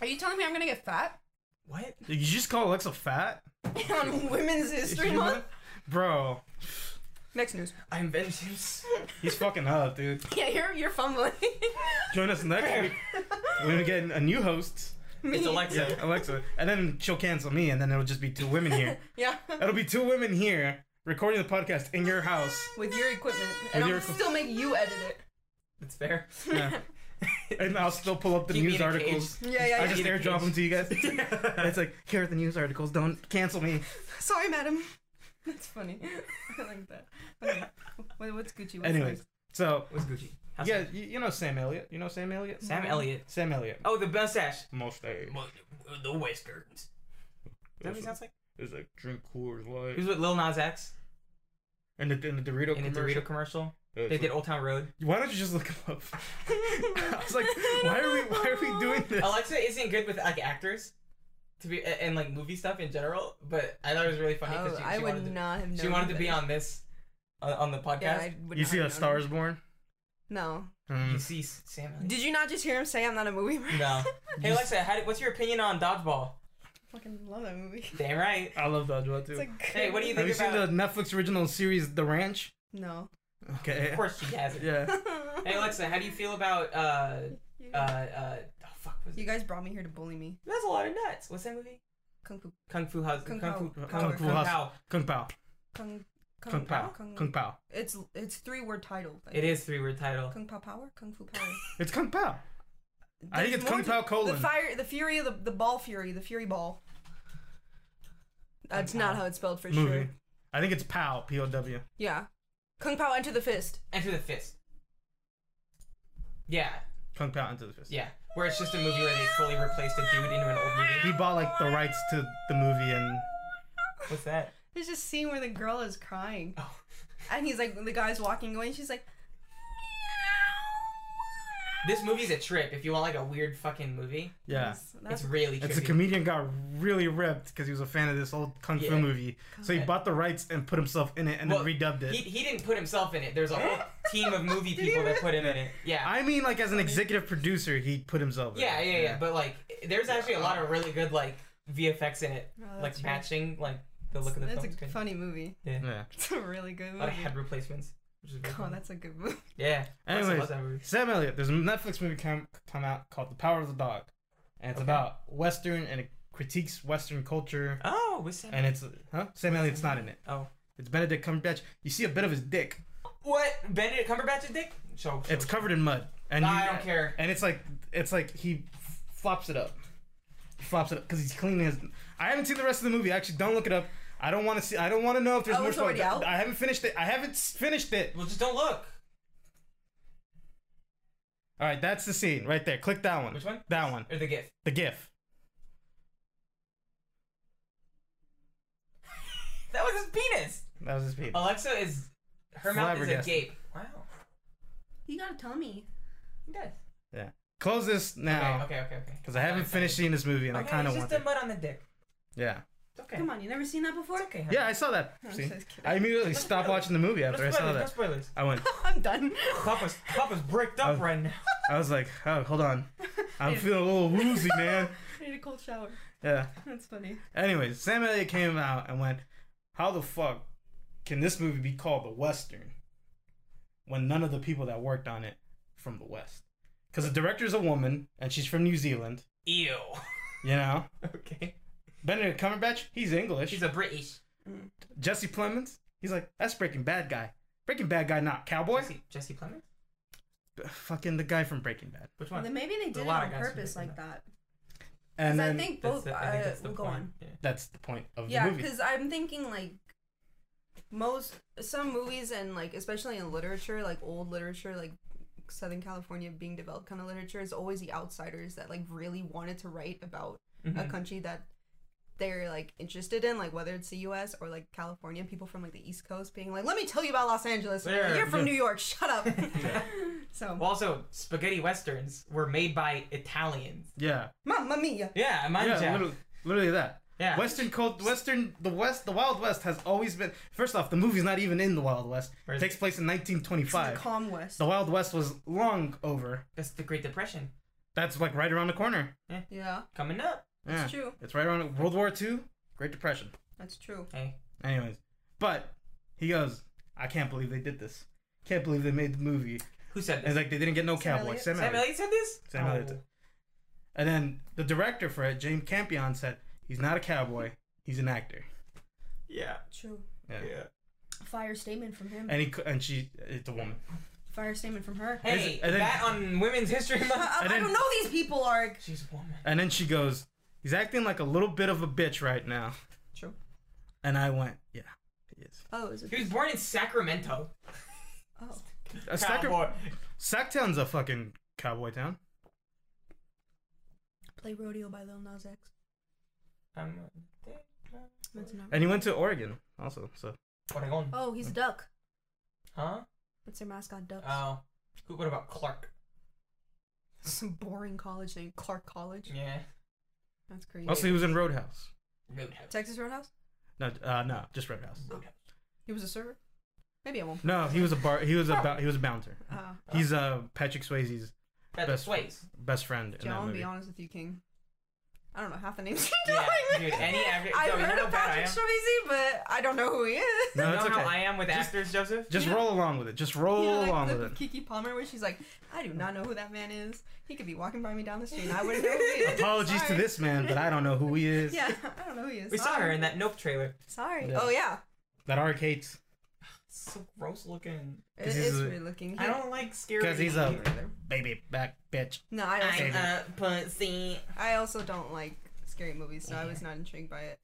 Are you telling me I'm gonna get fat
What?
Did you just call Alexa fat,
on Women's History
You
Month?
bro?
Next news.
I'm vengeance.
He's fucking up, dude.
Yeah, you're you're fumbling.
Join us next week. We're gonna get a new host,
Me.
It's Alexa.
Alexa, and then she'll cancel me, and then it'll just be two women here.
Yeah.
It'll be two women here recording the podcast in your house.
With your equipment,
With
and I'll
your equi-
still make you edit it.
That's fair.
Yeah. and I'll still pull up the
Keep me
news
in a
articles.
Yeah, yeah,
I
yeah.
just
Keep me in
air
a
drop
cage.
them to you guys. it's like here are the news articles. Don't cancel me.
Sorry, madam. That's funny. I like that. Okay. Wait, what's Gucci? What's
Anyways, so
What's Gucci? How's
yeah,
Sam?
you, you know Sam Elliott. You know Sam Elliott.
Sam Elliott.
Sam Elliott.
Oh, the mustache.
Mustache.
The westerns. Is that what he sounds like?
It's like drink Coors
He
Light.
was with Lil Nas X
And the, and the Dorito
in the
commercial.
Dorito commercial.
Yeah,
They
it's
did
like-
Old Town Road.
Why don't you just look him up? I was like, why are we why are we doing this?
Alexa isn't good with like actors, to be a- and like movie stuff in general. But I thought it was really funny
Oh,
because she,
I
she
would
wanted
not have known.
to, she wanted to be
that-
on this on, on the podcast.
Yeah, I would
You
not
see
have
a
known.
Star is Born?
No.
You
Mm.
see S- Sam. Elliott.
Did you not just hear him say I'm not a movie? person?
Mm-hmm. No. Hey Alexa, how do, what's your opinion on dodgeball?
Fucking love that movie.
Damn right.
I love Dodgeball too.
It's like.
Hey, what do you
Have
think
you seen the
about-
Netflix original series The Ranch?
No.
Okay.
Of course she has it.
Yeah.
Hey Alexa, how do you feel about uh uh uh fuck was
You guys brought me here to bully me.
That's a lot of nuts. What's that movie?
Kung Fu.
Kung Fu House.
Kung
Kung, Fu.
Pao.
Kung Fu House.
Pao.
Kung Pao.
Kung. Kung,
Kung Pao.
Kung,
Kung Pao.
It's it's three word title.
It is three word title.
Kung Pao Power. Kung Fu Power.
It's Kung Pao. I think
There's
it's Kung
more to-
Pao colon.
The fire, the fury of the, the ball fury, the fury ball. That's
Kung
not
Pao.
how it's spelled for
movie.
sure.
I think it's Pow. P O W.
Yeah. Kung Pao enter the fist.
Enter the Fist. Yeah,
Kung Pao into the fist.
yeah. Where it's just a movie where they fully replaced a dude into an old movie.
He bought like the rights to the movie and
What's that?
There's this scene where the girl is crying.
Oh.
And he's like, the guy's walking away, and she's like,
This movie's a trip. If you want like a weird fucking movie,
yeah.
"That's- that's
it's really trippy.
It's a comedian got really ripped because he was a fan of this old kung fu
Yeah.
movie. So he bought the rights and put himself in it and
Well,
then redubbed it.
He, he didn't put himself in it. There's a whole team of movie people that put him in it. Yeah.
I mean, like as an executive producer, he put himself. in
Yeah,
it. uh,
yeah, yeah. But like, there's actually a lot of really good like VFX in it,
Oh,
like
that's
matching like the look of the
that's
film
a
screen.
funny movie.
yeah.
Yeah.
It's a really good
A lot of
movie.
head replacements. Which is really
God,
funny.
that's a good movie.
yeah. I also
Anyways.
love that movie.
Sam Elliott. There's a Netflix movie come come out called The Power of the Dog, and it's
Okay.
about Western and it critiques Western culture.
Oh, with Sam.
And it's huh? Sam Elliott's not in it.
oh,
It's Benedict Cumberbatch. You see a bit of his dick.
what Benedict Cumberbatch's dick? Show. show,
It's
show.
covered in mud. And
Nah,
you-
I don't care.
And it's like it's like he f- flops it up, He flops it up because he's cleaning his. I haven't seen the rest of the movie. Actually, don't look it up. I don't want to see. I don't want to know if there's
Oh,
more.
it's already
spoilers.
out?
I haven't finished it. I haven't s- finished it.
Well, just don't look.
All right, that's the scene right there. Click that one.
Which one?
That one.
Or the GIF.
The GIF.
That was his penis.
That was his penis.
Alexa is her mouth is
Flabbergasted.
agape. Wow.
You got a tummy.
He does.
Yeah. Close this now
Okay. Okay. Okay. Okay.
because I haven't finished seeing this movie and I
Okay,
kind of
it's
want.
just
to.
the mud on the dick.
Yeah.
It's okay.
on, you never seen that before?
It's okay.
Yeah, I saw that.
I'm
See?
just kidding.
I immediately stopped watching the movie
No
after I
spoilers.
saw
No
that.
spoilers.
I went.
I'm done.
Papa's Papa's bricked up
Oh.
right now.
I was like, oh, hold on. I'm feeling a little woozy, man.
I need a cold shower.
Yeah.
That's funny.
Anyways, Sam Elliott came out and went, How the fuck can this movie be called the Western when none of the people that worked on it from the West? Because the director's a woman and she's from New Zealand,
Ew.
you know?
Okay.
Benedict Cumberbatch, he's English.
She's a British.
Mm.
Jesse Plemons, he's like, That's Breaking Bad Guy. Breaking Bad Guy, not cowboy.
Jesse, Jesse Plemons?
B- Fucking the guy from Breaking Bad.
Which one?
maybe they
did it lot on of guys who purpose did like
that.
And then
think uh,
That's the- I think that's the point. Yeah.
that's the point of the
Yeah,
movie.
because I'm thinking like most some movies and like especially in literature, like old literature, like Southern California being developed kind of literature is always the outsiders that like really wanted to write about
Mm-hmm.
a
Mhm.
country that they're like interested in, like whether it's the U.S. or like California, people from like the East Coast being like, "Let me tell you about Los Angeles. And they're like,
Yeah,
You're from
yeah.
New York. Shut up." so,
Well, also, spaghetti westerns were made by Italians.
Yeah.
Mamma Mia.
Yeah,
Yeah,
mangia.
literally, literally that.
yeah.
Western cult, Western, the West, the Wild West has always been. First off, the movie's not even in the Wild West.
Where
It
is
takes place in
The
1925.
Calm West.
The Wild West was long over.
That's the Great Depression
That's like right around the corner.
Yeah,
coming up.
Yeah.
that's true.
It's right around World War II, Great Depression.
That's true.
Hey,
Anyways, but he goes, I can't believe they did this. Can't believe they made the movie.
who said
And it's
this?
like they didn't get no
Sam
cowboy.
Elliott?
Sam
Sam
Elliott.
Elliott said this? Oh.
Sam Elliott did. And then the director for it, James Campion, said, "He's not a cowboy. He's an actor."
Yeah.
True.
Yeah.
Fire statement from him.
And he cou- and she, it's a woman.
Fire statement from her.
Hey,
And then-
that on Women's History Month.
I,
And then-
don't know these people, Arg.
She's a woman.
And then she goes, "He's acting like a little bit of a bitch right now."
True.
And I went, "Yeah, he is."
Oh, is it?
He was born in Sacramento.
Oh,
Uh, Sac-
Cowboy.
Sacktown's a fucking cowboy town.
play rodeo by Lil Nas X.
Um,
That's not.
And he went to Oregon also. So
Oregon.
Oh, he's a duck.
Huh?
That's their mascot, ducks.
Oh. Who, what about Clark?
Some boring college name, Clark College.
Yeah.
That's crazy.
also he was in Roadhouse.
Roadhouse.
Texas Roadhouse.
No, uh, no, just Roadhouse.
Roadhouse.
He was a server. Maybe I won't.
No, he was a bar. He was a bou- he was a bouncer.
Mm-hmm.
Uh,
He's uh Patrick Swayze's
That's
Best-
Swayze.
best friend in
John,
that
I'll
movie.
be honest with you, King. I don't know half the names you're
Yeah,
telling me.
dude, any actor-
I've
yo, you
heard
know
of
how bad I am?
Patrick Swayze, but I don't know who he is.
No,
you know
it's okay.
how I am with actors, Joseph?
Just
Yeah.
roll along with it. Just roll
You know,
along
like the
with it.
Kiki Palmer, where she's like, I do not know who that man is. He could be walking by me down the street, and I wouldn't know who he is.
Apologies
Sorry.
to this man, but I don't know who he is.
Yeah, I don't know who he is.
We saw
Sorry.
her in that Nope trailer.
Sorry.
Yeah.
Oh yeah,
That arcade's
It's so gross looking.
it
'Cause he's
is
a- Oh,
weird looking.
I don't like scary.
because he's a
either.
baby back bitch.
No, I also,
Same.
I'm a pussy.
I also don't like scary movies, so I was not intrigued by it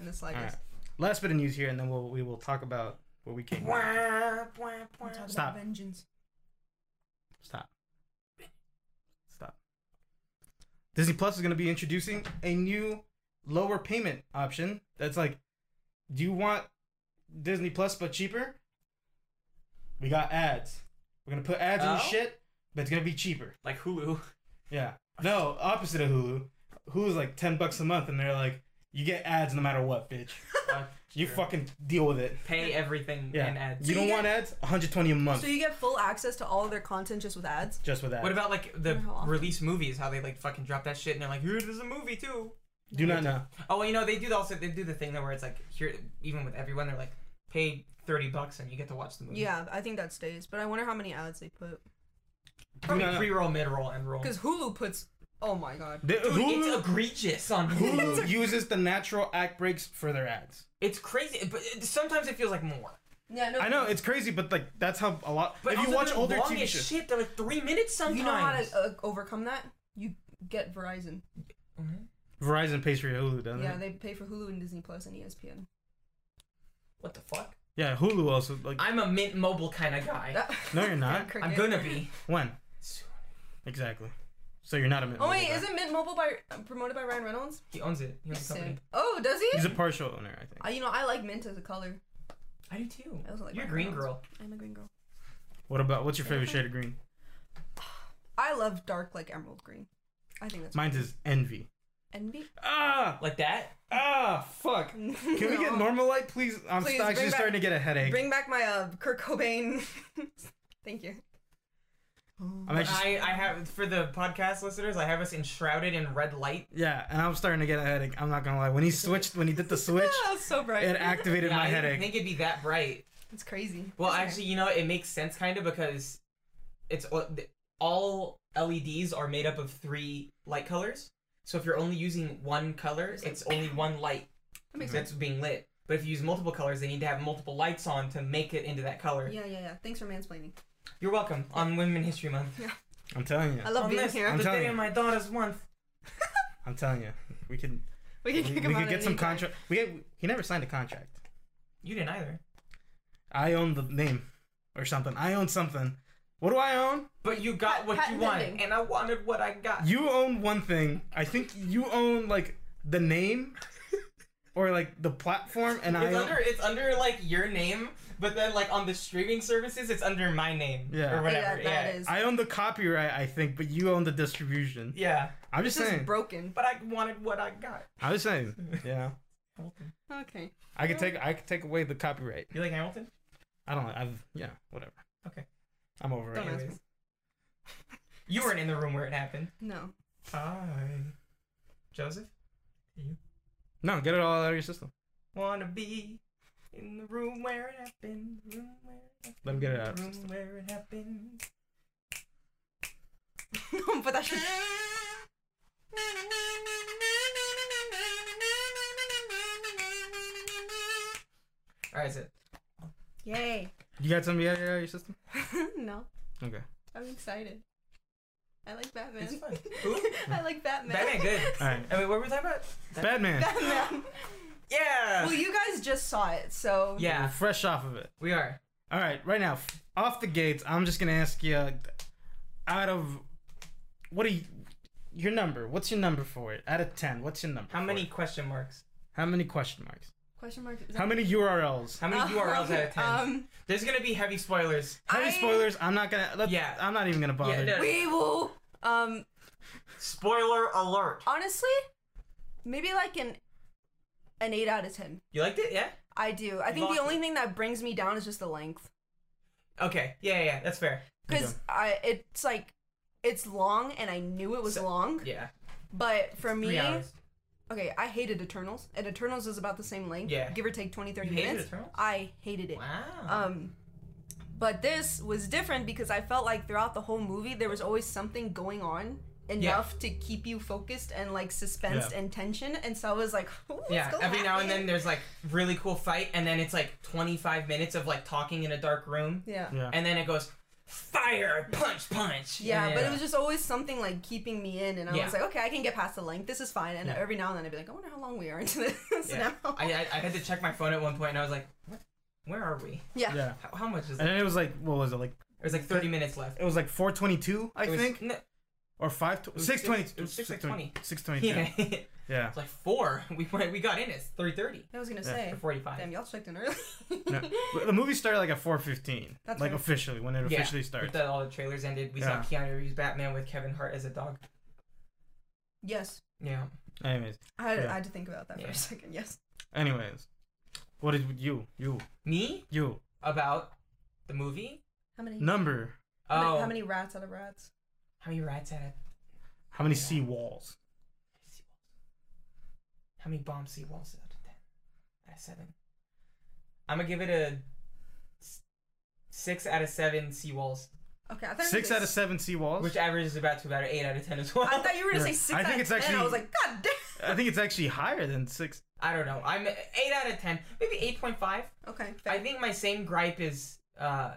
in
All
the
right.
slightest.
Last bit of news here, and then we'll we will talk about where we came. from.
Wah, wah, wah.
Talk about
Stop.
Vengeance.
Stop. Stop. Disney Plus is going to be introducing a new lower payment option. That's like, do you want Disney Plus but cheaper? We got ads. We're going to put ads in in
Oh?
shit, but it's going to be cheaper.
Like Hulu.
Yeah. No, opposite of Hulu. Hulu's like 10 bucks a month, and they're like, you get ads no matter what, bitch.
Uh,
You
true.
fucking deal with it.
pay everything
Yeah.
and ads.
You
So
don't
you
want ads? 120 a month.
So you get full access to all of their content just with ads.
just with ads.
What about like the
Wonder how often.
release movies? How they like fucking drop that shit and they're like, here, there's a movie too.
do not know.
Oh, well, you know they do also they do the thing though where it's like here even with everyone they're like pay thirty bucks and you get to watch the
Mm-hmm.
movie.
Yeah, I think that stays, but I wonder how many ads they put.
Probably
No, no.
pre-roll, mid-roll, and roll. Dude,
Because Hulu puts. Oh my god.
The- Hulu-
it's egregious on Hulu.
Hulu uses the natural act breaks for their ads.
it's crazy, but it, sometimes it feels like more.
Yeah, no.
I know it's crazy, but like that's how a lot.
But
if you
also
watch
they're
older
long
TV
as
shows,
shit, they're like three minutes sometimes.
You know how to uh, overcome that? You get Verizon.
Mhm.
Verizon pays for your Hulu, doesn't
Yeah,
it?
they pay for Hulu and Disney Plus and E ESPN.
What the fuck?
Yeah, Hulu also like.
I'm a Mint Mobile kind of guy.
No, you're not.
Cricket.
I'm gonna be.
when exactly? So you're not a Mint
Oh
Mobile
wait,
guy.
isn't Mint Mobile by promoted by Ryan Reynolds?
He owns it. He owns the company.
Sick. Oh, does he?
He's a partial owner, I think.
I, you know, I like mint as a color.
I do too.
I also like
You're a
Ryan
green
Reynolds.
girl.
I'm a green girl.
What about what's your favorite shade of green?
I love dark, like emerald green. I think that's
Mine's is envy.
envy.
Ah,
Like that?
ah, fuck.
Can
Can we get normal light, please? I'm
Please,
st- actually
bring back-
starting to get a headache.
Bring back my uh, Kurt Cobain. Thank you.
I'm actually,
I, I have for the podcast listeners, I have us enshrouded in red light.
yeah, and I'm starting to get a headache. I'm not gonna lie. When he switched, when he did the switch,
Ah, it's so bright.
it activated
Yeah,
my
I didn't
headache.
think it'd be that bright.
It's crazy.
Well,
Okay.
actually, you know, it makes sense kind of because it's all- all LEDs are made up of three light colors. So if you're only using one color, it's only one light
that makes sense.
that's being lit. But if you use multiple colors, they need to have multiple lights on to make it into that color.
Yeah, yeah, yeah. Thanks for mansplaining.
You're welcome on Women History Month.
I'm telling you.
I love
on
being
this,
here.
I'm
the
telling
day
you.
of my daughter's month.
I'm telling you, we can
we
we, we
can kick him out
could
at
get some
any time.
contract. We get, he never signed a contract.
You didn't either.
I own the name or something. I own something. What do I own?
But you got
Pat-
what you
patent
wanted,
pending.
and I wanted what I got.
You own one thing. I think you own like the name or like the platform, and I
It's
own,
under it's under like your name, but then like on the streaming services, it's under my name.
Yeah.
Or whatever.
Yeah,
Yeah.
that is.
I own the copyright. I think, but you own the distribution.
Yeah.
I'm
This
just
is
saying.
broken.
But I wanted what I got.
I'm just saying. Yeah,
Okay.
I could take I could take away the copyright.
You like Hamilton?
I don't. know. I've yeah, whatever.
Okay.
I'm over
Don't
it.
ask me.
Anyways. You weren't in the room where it happened.
No.
I Joseph?
No, get it all out of your system.
Wanna be in the room where it happened. Room where it happened.
Let him get it out of his
Room where it happened.
Don't put that shit.
Alright, so
Yay.
You got something to get out of your system?
no.
Okay.
I'm excited. I like Batman.
it's fun. Ooh.
I like Batman.
Batman good.
All right.
I mean what were we talking about?
Batman.
Batman.
Yeah.
well, you guys just saw it, so
We're
yeah,
fresh off of it.
we are.
All right, right now, f- off the gates, I'm just gonna ask you, uh, out of what are you, your number? What's your number for it? Out of ten, what's your number?
How
for
many
it?
question marks?
How many question marks?
Question mark.
How many URLs?
How many URLs out of ten?
Um,
There's gonna be heavy spoilers.
How many
I-
spoilers? I'm not gonna. Let,
Yeah.
I'm not even gonna bother.
no.
We will. Um,
Spoiler alert.
honestly, maybe like an an eight out of ten.
You liked it? Yeah.
I do. I think
Lock
the only
it.
thing that brings me down is just the length,
Okay. Yeah, yeah, yeah. That's fair.
because
Okay.
I it's like it's long, and I knew it was
So-
long,
Yeah.
but for
Three
me,
hours.
Okay, I hated Eternals, and Eternals is about the same length,
Yeah.
give or take 20, 30
You hated
minutes.
Eternals?
I hated it.
Wow.
Um, but this was different because I felt like throughout the whole movie there was always something going on enough to keep you focused and like suspensed
Yeah.
and tension, and so I was like, "What's
yeah,
gonna
every now and then
happen?"
there's like really cool fight, and then it's like 25 minutes of like talking in a dark room,
yeah."
Yeah.
and then it goes fire, punch, punch.
Yeah,
and
but
then-
it was just always something like keeping me in, and I
Yeah.
was like, okay, I can get past the length. This is fine. And
Yeah.
every now and then I'd be like, I wonder how long we are into this
Yeah.
now.
I, I I had to check my phone at one point, and I was like, what? Where are we?
yeah.
yeah.
How, how much is it?
And then it was like, what was it like?
There's like 30 minutes left.
It was like 422, I
It was-
think,
No,
or 5
was-
622.
it was 6:20.
622.
yeah. it's
Yeah.
like four. We went- we got in. It's 3:30
I was gonna
Yeah.
say,
or 45.
damn, y'all checked in early.
No. But The movie started like at 4:15.
That's
like
right.
officially when it
Yeah,
officially starts.
With that, all the trailers ended. We saw Keanu Reeves Batman with Kevin Hart as a dog.
yes,
Yeah.
Anyways,
I had,
Yeah.
I had to think about that for
Yeah.
a second. Yes.
anyways, what is with you? You?
Me
You?
about the movie.
How many?
Number?
How,
Oh,
many, how many rats out of rats?
How many rats had it?
How many sea walls?
How many bomb sea walls out of ten? Out of seven. I'm gonna give it a s- six out of seven sea walls,
Okay, I thought you were
Six
gonna
out of
say-
seven sea walls.
which averages about to about an eight out of ten as well.
I thought you were gonna say
Yeah.
six.
I think
out
it's
of ten. I
actually-
was like, God damn.
I think it's actually higher than six.
I don't know. I'm eight out of ten, maybe eight point five.
Okay. fair.
I think my same gripe is uh,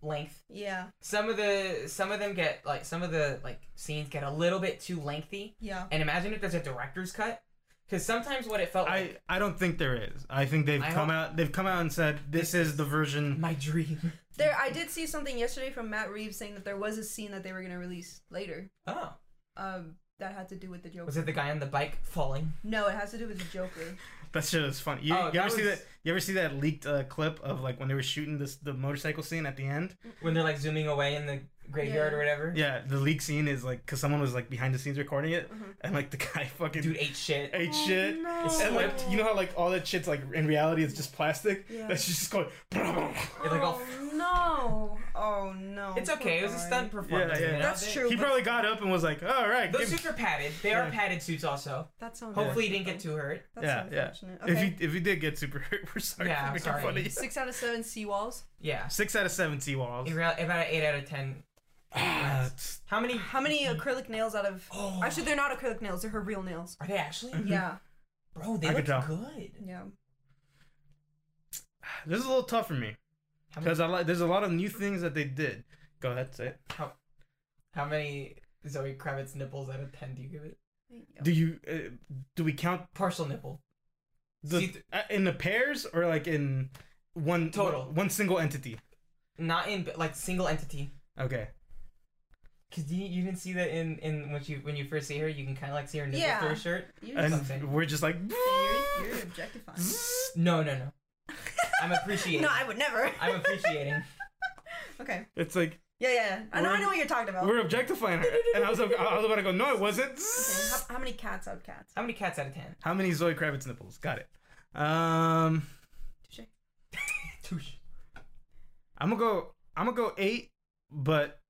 length.
yeah.
Some of the some of them get like some of the like scenes get a little bit too lengthy.
Yeah.
And imagine if there's a director's cut, because sometimes what it felt
I
like
I don't think there is. I think they've
Oh. I
come
hope-
out. They've come out and said this is the version.
my dream.
There, I did see something yesterday from Matt Reeves saying that there was a scene that they were gonna release later.
Oh,
Um, that had to do with the Joker.
was it the guy on the bike falling?
No, it has to do with the Joker.
That shit is funny. You,
Oh,
you ever
that
see
was-
that? You ever see that leaked uh, clip of like when they were shooting this the motorcycle scene at the end?
when they're like zooming away in the graveyard
Yeah.
or whatever.
Yeah, the leak scene is like because someone was like behind the scenes recording it,
Mhm.
and like the guy fucking
Mm-hmm. Dude Oh, ate shit.
ate shit.
Oh, no.
It's
And like
slipped.
you know how like all that shit's like in reality it's just plastic.
Yeah.
That's just going.
It, like, all-
oh no! Oh no!
It's okay. It was a stunt performance.
Yeah,
you
yeah.
know?
That's
They-
true.
He
but
probably got up and was like, "All right,
Those
give-
suits are padded. They are
Yeah.
padded suits also.
That's so.
Hopefully, you
unfortunate,
didn't get
though.
too hurt.
That's
Yeah, yeah.
unfortunate.
If
Okay.
you if you did get super hurt, we're sorry
Yeah,
for
I'm
making
sorry.
fun of you.
Six out of seven seawalls.
Yeah.
Six out of seven sea walls.
In real, about an eight out of ten.
Ah, it's-
How many?
How many uh, acrylic nails out of?
Oh,
Actually, they're not acrylic nails. They're her real nails.
are they actually?
Yeah.
Bro, they
I
look
could tell.
good.
Yeah.
this is a little tough for me
How many,
because I like there's a lot of new things that they did. Go ahead, say it.
how many Zoe Kravitz nipples out of ten do you give it?
Do you uh, do we count
Partial nipple. See,
the
th-
uh, in the pairs or like in one
Total.
one single entity?
Not in like single entity.
Okay.
Cause you, you didn't see that in in when you when you first see her, you can kind of like see her nipple
Yeah.
through her shirt.
You're,
And
something.
we're just like
you're, you're objectifying.
No, no, no. I'm appreciating.
no, I would never.
I'm appreciating.
okay.
it's like
Yeah, yeah. yeah. I know. I
We're-
know what you're talking
Oh.
about.
we're objectifying her, and I was I was about to go, no, it wasn't.
Okay, how, how many cats out of cats?
How many cats out of ten?
How many Zoe Kravitz nipples? Got it. Um,
Touche.
Touche.
I'm gonna go. I'm gonna go eight, but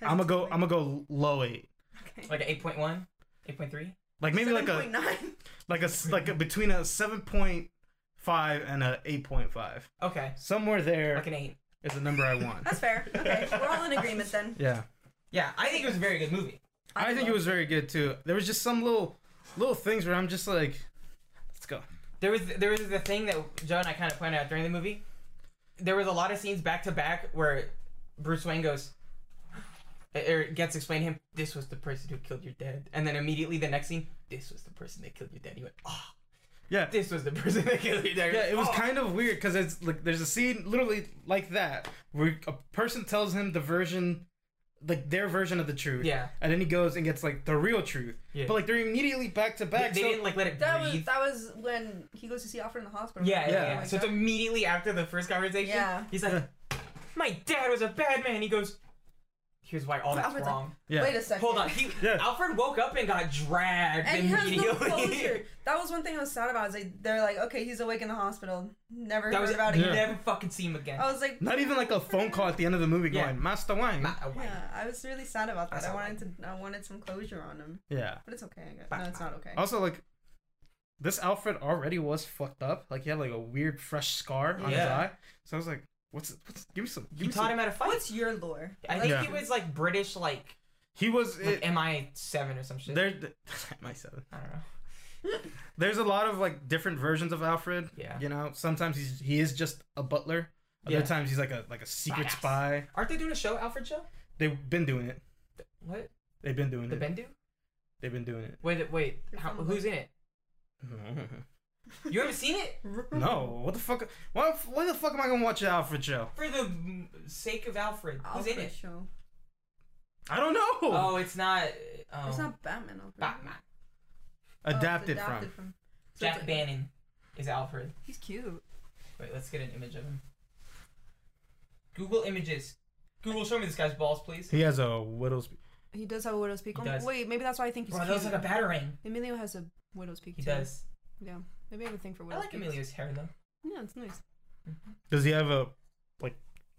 I'm gonna go. I'm gonna go low eight.
Okay.
Like an 8.1, 8.3?
Like maybe like a
7.9.
like a s- like a between a seven point five and a eight point five.
Okay.
Somewhere there is
Like an 8.
the number I want.
That's fair. Okay, we're all in agreement then.
yeah,
Yeah, I think it was a very good movie.
I think it was very good too. There was just some little little things where I'm just like, let's go.
There was there was the thing that Joe and I kind of pointed out during the movie. There was a lot of scenes back to back where Bruce Wayne goes or gets explained to him, this was the person who killed your dad. And then immediately the next scene, this was the person that killed your dad. He went, oh,
Yeah,
this was the person that killed your dad.
Yeah, it was
Oh.
kind of weird because it's like there's a scene literally like that where a person tells him the version, like their version of the truth.
Yeah.
And then he goes and gets like the real truth.
Yeah.
But like they're immediately back to
They,
back.
they
so-
didn't like let it
That
breathe.
was that was when he goes to see Alfred in the hospital. Oh
Yeah, yeah,
Yeah.
yeah.
Like
So it's
that.
immediately after the first conversation.
Yeah.
He's like, "My dad was a bad man." He goes, "Here's why all that's
Alfred's like-
wrong."
yeah.
Wait a second.
Hold on. He,
Yeah.
Alfred woke up and got dragged
And he has
immediately.
no closure. That was one thing I was sad about. Is like they're like, okay, he's awake in the hospital. Never
that
heard
was
about it. Oh,
You
Yeah.
never fucking see him again.
I was like,
Not even like a phone call at the end of the movie
Yeah.
going, Master Wayne.
Ma- oh, wait.
Yeah, I was really sad about that.
That's
I
all
wanted to, I wanted some closure on him,
yeah. Oh.
but it's okay. I guess. No, it's not okay.
Also, like, this outfit already was fucked up. Like he had like a weird fresh scar on his
Yeah.
eye. So I was like, what's what's give me some give
He
me
taught
some.
him how to fight.
What's your lore?
I think
Yeah.
he was like British, like,
He was
like
it,
MI seven or some shit.
there my seven.
I don't know.
There's a lot of like different versions of Alfred.
Yeah.
You know, sometimes he's he is just a butler. Other
Yeah.
times he's like a like a secret
Badass.
spy.
Aren't they doing a show, Alfred show?
They've been doing it.
What?
They've been doing
The
it.
Bendu?
They've been doing it.
Wait, wait.
They're
How,
from-
who's in it? You haven't seen it?
No, what the fuck? Why, why the fuck am I gonna watch the Alfred show?
For the mm, sake of Alfred.
Alfred
Who's in it?
show.
I don't know.
Oh, it's not. Oh,
It's not Batman. Alfred.
Batman.
Oh, it's
adapted, from.
So it's
Jack
a-
Bannon is Alfred.
He's cute.
Wait, let's get an image of him. Google images. Google, show me this guy's balls, please.
He has a widow's.
He does have a widow's peak.
He
Oh,
does.
Wait, maybe that's why I think he's
Bro, that
cute.
looks like a batarang.
Emilio has a widow's peak
He
too.
does.
Yeah. Maybe I have a thing for
I
widow's
like
peaks.
Emilio's hair though.
Yeah, it's nice.
Does he have a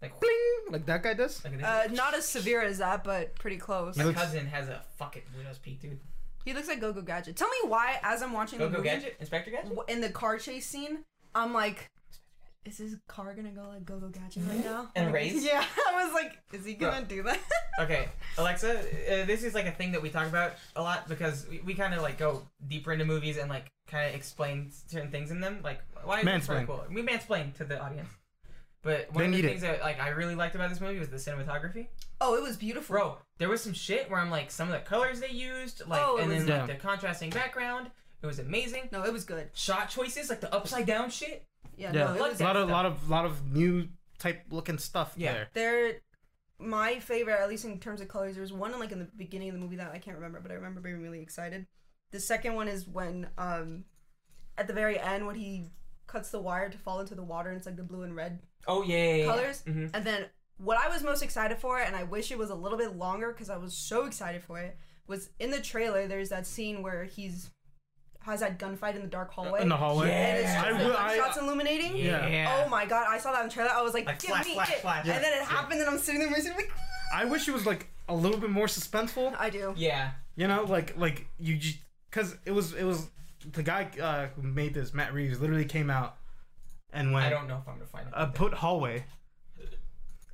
Like,
bling like that guy does?
look at this.
Uh, not as severe as that, but pretty close.
He
My
looks-
cousin has a fucking widow's peak, dude.
He looks like Go-Go Gadget. Tell me why, as I'm watching
Go
the
go
movie,
gadget, Inspector Gadget.
w- in the car chase scene, I'm like, is his car gonna go like Go-Go Gadget right now?
And
Like,
race?
Yeah, I was like, is he gonna do that?
Okay, Alexa, uh, this is like a thing that we talk about a lot because we, we kind of like go deeper into movies and like kind of explain certain things in them. Like why is this
Mansplain.
pretty cool? We mansplain to the audience. But one
They
of the
need it.
things that like I really liked about this movie was the cinematography.
Oh, it was beautiful.
Bro, there was some shit where I'm like some of the colors they used, like
Oh, it
and
was-
then like
Yeah.
the contrasting background. It was amazing.
No, it was good.
Shot choices, like the upside down shit.
Yeah,
Yeah.
no, it
Like
was
A lot
that
of lot of lot of new type looking stuff
Yeah.
there.
They're my favorite, at least in terms of colors. There was one like in the beginning of the movie that I can't remember, but I remember being really excited. The second one is when, um, at the very end, when he cuts the wire to fall into the water, and it's like the blue and red
Oh yeah.
colors.
hmm
Mm-hmm.
And then what I was most excited for, and I wish it was a little bit longer because I was so excited for it, was in the trailer. There's that scene where he's has that gunfight in the dark hallway.
In the hallway.
Yeah.
And it's just
I
the
will-
gunshots
I-
illuminating.
Yeah.
Oh my god! I saw that in the trailer. I was like,
Like,
give
flash,
me
flash,
it.
flash.
And then it
Yeah.
happened, and I'm sitting there, and I'm like,
I wish it was like a little bit more suspenseful.
I do.
Yeah.
You know, like like you just because it was it was the guy uh, who made this Matt Reeves literally came out and went
I don't know if I'm gonna find it.
uh, put hallway.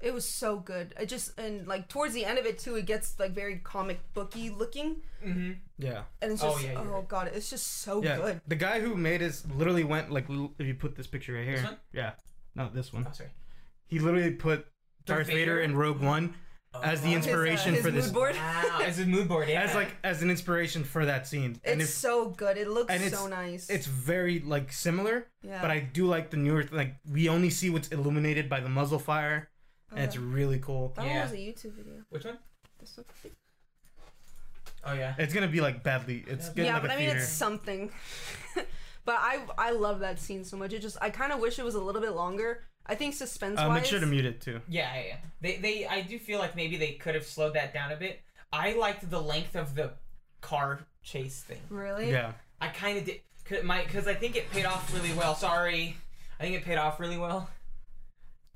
It was so good. It just and like towards the end of it too, it gets like very comic booky looking,
mm-hmm.
Yeah.
and it's
Oh,
just oh,
yeah, you're right.
god, it's just so
Yeah.
Oh, good.
The guy who made this literally went like l- if you put this picture right here.
This one?
Yeah. Not this one.
Oh sorry.
He literally put Darth Vader in Rogue One as the
Oh.
inspiration
his
for this
mood board.
Wow, as a mood board, yeah.
as like as an inspiration for that scene.
It's
and it's
so good. It looks
and it's-
so nice.
it's very like similar,
yeah.
but I do like the newer like we only see what's illuminated by the muzzle fire, and it's
Okay.
really cool.
that
Yeah.
one was a YouTube video.
which one?
This one.
Oh yeah.
It's gonna be like badly. It's
Yeah,
gonna
yeah,
like
but
a
I mean
theater.
it's something. but I I love that scene so much. It just I kind of wish it was a little bit longer. I think suspense
Uh,
wise.
make sure to mute it too.
Yeah, yeah, yeah. They, they, I do feel like maybe they could have slowed that down a bit. I liked the length of the car chase thing.
Really?
Yeah,
I kind of did, cause my, cause I think it paid off really well. Sorry, I think it paid off really well.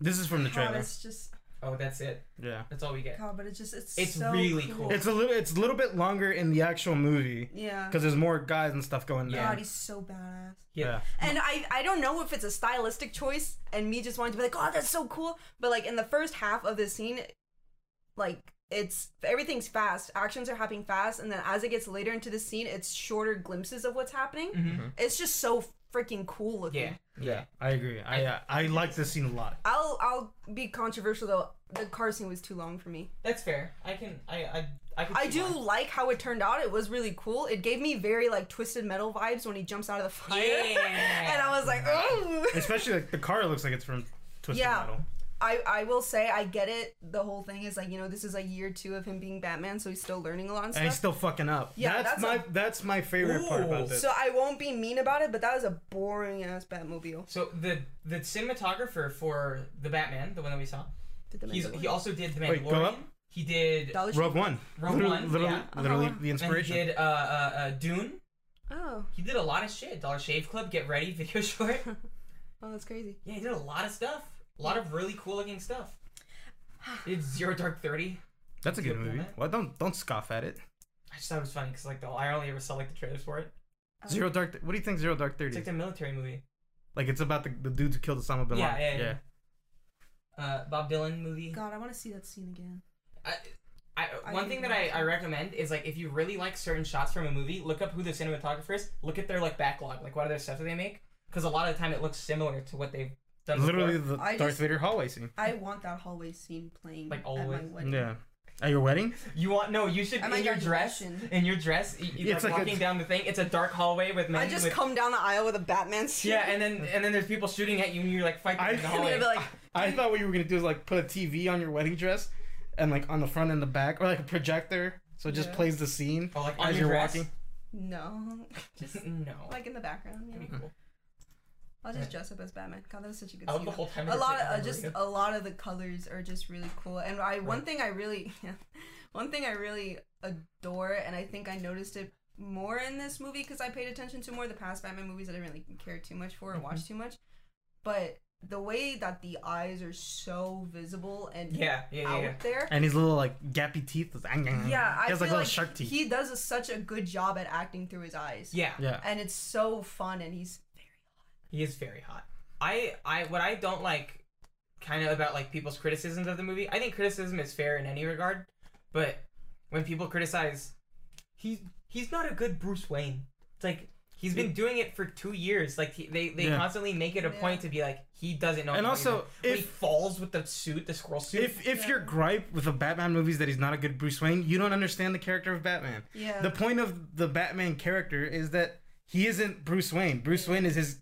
this is from the
God,
trailer.
it's just
Oh, that's it.
Yeah,
That's all we get.
God, but it just it's
It's
so
really cool.
it's a little it's a little bit longer in the actual movie
Yeah.
because there's more guys and stuff going
Yeah.
down.
God, he's so badass.
Yeah,
And I, I don't know if it's a stylistic choice and me just wanting to be like, oh, that's so cool. But like in the first half of this scene, like it's everything's fast. Actions are happening fast, and then as it gets later into the scene, it's shorter glimpses of what's happening.
Mhm.
It's just so freaking cool looking.
Yeah.
yeah, I agree. I uh, I like this scene a lot.
I'll I'll be controversial though. The car scene was too long for me.
That's fair. I can, I, I, I, can
I
see
do
why.
like how it turned out. It was really cool. It gave me very like twisted metal vibes when he jumps out of the fire.
Yeah.
and I was like, oh.
Especially like the car looks like it's from Twisted
Yeah.
Metal.
I, I will say I get it. The whole thing is like you know this is like year two of him being Batman, so he's still learning a lot and
and he's
stuff.
still fucking up.
Yeah,
that's,
that's
my
a-
that's my favorite part about
Ooh.
this.
So I won't be mean about it, but that was a boring ass Batmobile.
So the the cinematographer for the Batman, the one that we saw,
Did the
he's
Mandalorian-
he also did the
Wait,
Mandalorian.
go up.
He did
Dollar Shave-
Rogue One,
Rogue
literally,
One,
literally,
yeah.
literally
Uh-huh.
the
and he
inspiration.
did uh, uh uh Dune.
Oh,
He did a lot of shit. Dollar Shave Club, Get Ready, Video Short.
oh, that's crazy.
Yeah, he did a lot of stuff. A lot of really cool looking stuff. He did Zero Dark Thirty.
That's a good
Yeah.
movie. Well, don't don't scoff at it.
I just thought it was funny because like the, I only ever saw like the trailers for it.
Uh,
Zero Dark. Th- what do you think Zero Dark Thirty?
It's
is?
like a military movie.
Like it's about the, the dudes who killed Osama bin
Yeah,
Laden.
yeah, yeah. Uh, Bob Dylan movie.
God, I want to see that scene again.
I,
I
one
didn't
thing that
watch
I,
it.
I recommend is like if you really like certain shots from a movie, look up who the cinematographer is. Look at their like backlog, like what other stuff do they make? Because a lot of the time it looks similar to what they've done.
Literally
before.
the
I
Darth
just-
Vader hallway scene.
I want that hallway scene playing
Like
at my
always?
wedding.
Yeah. At your wedding?
you want no, you should
At my
in your dress.
graduation.
In your dress, y- you,
It's
like,
like a-
walking down the thing. It's a dark hallway with men.
I just
with-
come down the aisle with a Batman suit.
yeah, and then and then there's people shooting at you, and you're like fighting
I-
in the
I'm
hallway.
gonna be like,
I thought what you were gonna do is like put a TV on your wedding dress, and like on the front and the back, or like a projector, so it just
Yeah.
plays the scene
oh, like on
as
your
you're
dress.
walking.
no, just
no.
like in the background. You
That'd
know?
be cool.
I'll just dress up as Batman. God, that was such a good
I love
scene.
the whole time.
a
they were
lot of
saying
uh, just
Maria.
a lot of the colors are just really cool and i one
Right.
thing i really one thing i really adore and i think i noticed it more in this movie because i paid attention to more of the past batman movies that i didn't really care too much for or
Mm-hmm.
watch too much but the way that the eyes are so visible and
yeah, yeah, yeah.
out
yeah.
there
And his little like gappy teeth. is-
yeah i
Mm-hmm. he has
feel
like little
like
shark teeth.
he does a, such a good job at acting through his eyes
Yeah,
yeah.
and it's so fun and he's
he is very hot. I, I, what I don't like, kind of about like people's criticisms of the movie. I think criticism is fair in any regard, but when people criticize, he, he's not a good Bruce Wayne. It's like he's been doing it for two years. Like he, they, they
Yeah.
constantly make it a
Yeah.
point to be like he doesn't know.
And
how he's
also,
doing. When he
if-
falls with the suit, the squirrel suit.
If if your gripe with the Batman movies that he's not a good Bruce Wayne, you don't understand the character of Batman.
yeah
The point of the Batman character is that he isn't Bruce Wayne. Bruce Wayne is his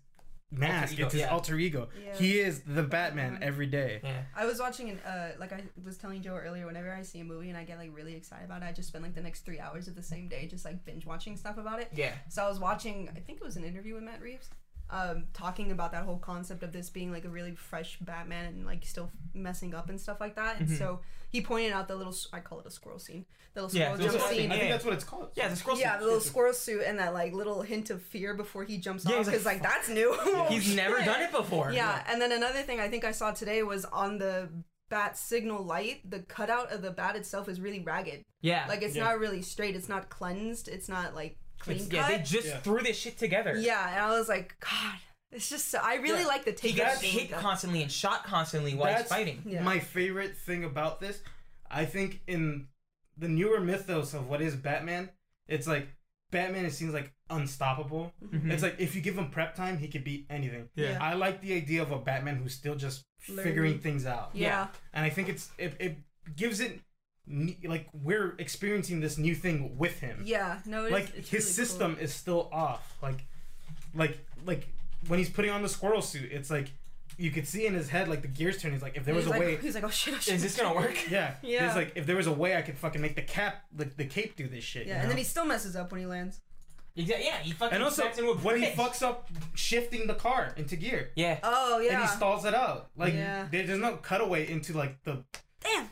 mask.
ego,
it's his
yeah.
alter ego.
Yeah.
He is the Batman every day.
yeah,
I was watching an uh like I was telling Joe earlier, whenever I see a movie and I get like really excited about it, I just spend like the next three hours of the same day just like binge watching stuff about it.
yeah,
So I was watching I think it was an interview with Matt Reeves, um, talking about that whole concept of this being like a really fresh Batman and like still messing up and stuff like that.
Mm-hmm.
And so he pointed out the little s- I call it a squirrel scene. The little
Yeah,
squirrel
the
jump
little
scene.
thing, yeah.
what it's called.
yeah. The squirrel
Yeah, the
suit.
little squirrel suit and that like little hint of fear before he jumps
Yeah,
off
he's like,
because like, that's new.
He's never
Shit.
done it before.
Yeah, and then another thing I think I saw today was on the bat signal light, the cutout of the bat itself is really ragged.
yeah.
Like it's
Yeah.
not really straight. It's not cleansed. It's not like clean
It's-
cut.
yeah, they just
Yeah.
threw this shit together.
yeah, and I was like, God, it's just. So, I really
Yeah.
like the
He
take.
gets hit constantly and shot constantly while he's
That's-
fighting.
Yeah.
My favorite thing about this, I think, in the newer mythos of what is Batman, it's like Batman. It seems like unstoppable.
Mm-hmm.
Mm-hmm.
It's like if you give him prep time, he could beat anything.
Hmm. Yeah.
I like the idea of a Batman who's still just figuring
Learning.
things out.
Yeah.
and I think it's it, it gives it ne- like we're experiencing this new thing with
yeah,
him.
No, it is-
like his
it's really cool.
system is still off. Like, like, like when he's putting on the squirrel suit, it's like you could see in his head like the gears turn. He's like, if there was
he's
a
like,
way,
He's like, oh shit, oh shit.
Is this gonna work?
yeah,
Yeah.
There's like if there was a way I could fucking make the cap, the, the cape do this shit. you
Yeah, and
know?
then he still messes up when he lands.
Exactly. Yeah, he fucking
and also
smacks into a
when he
bridge.
fucks up shifting the car into gear.
Yeah.
Oh yeah.
And he stalls it out. Like
Yeah.
there, there's no cutaway into like the
Damn,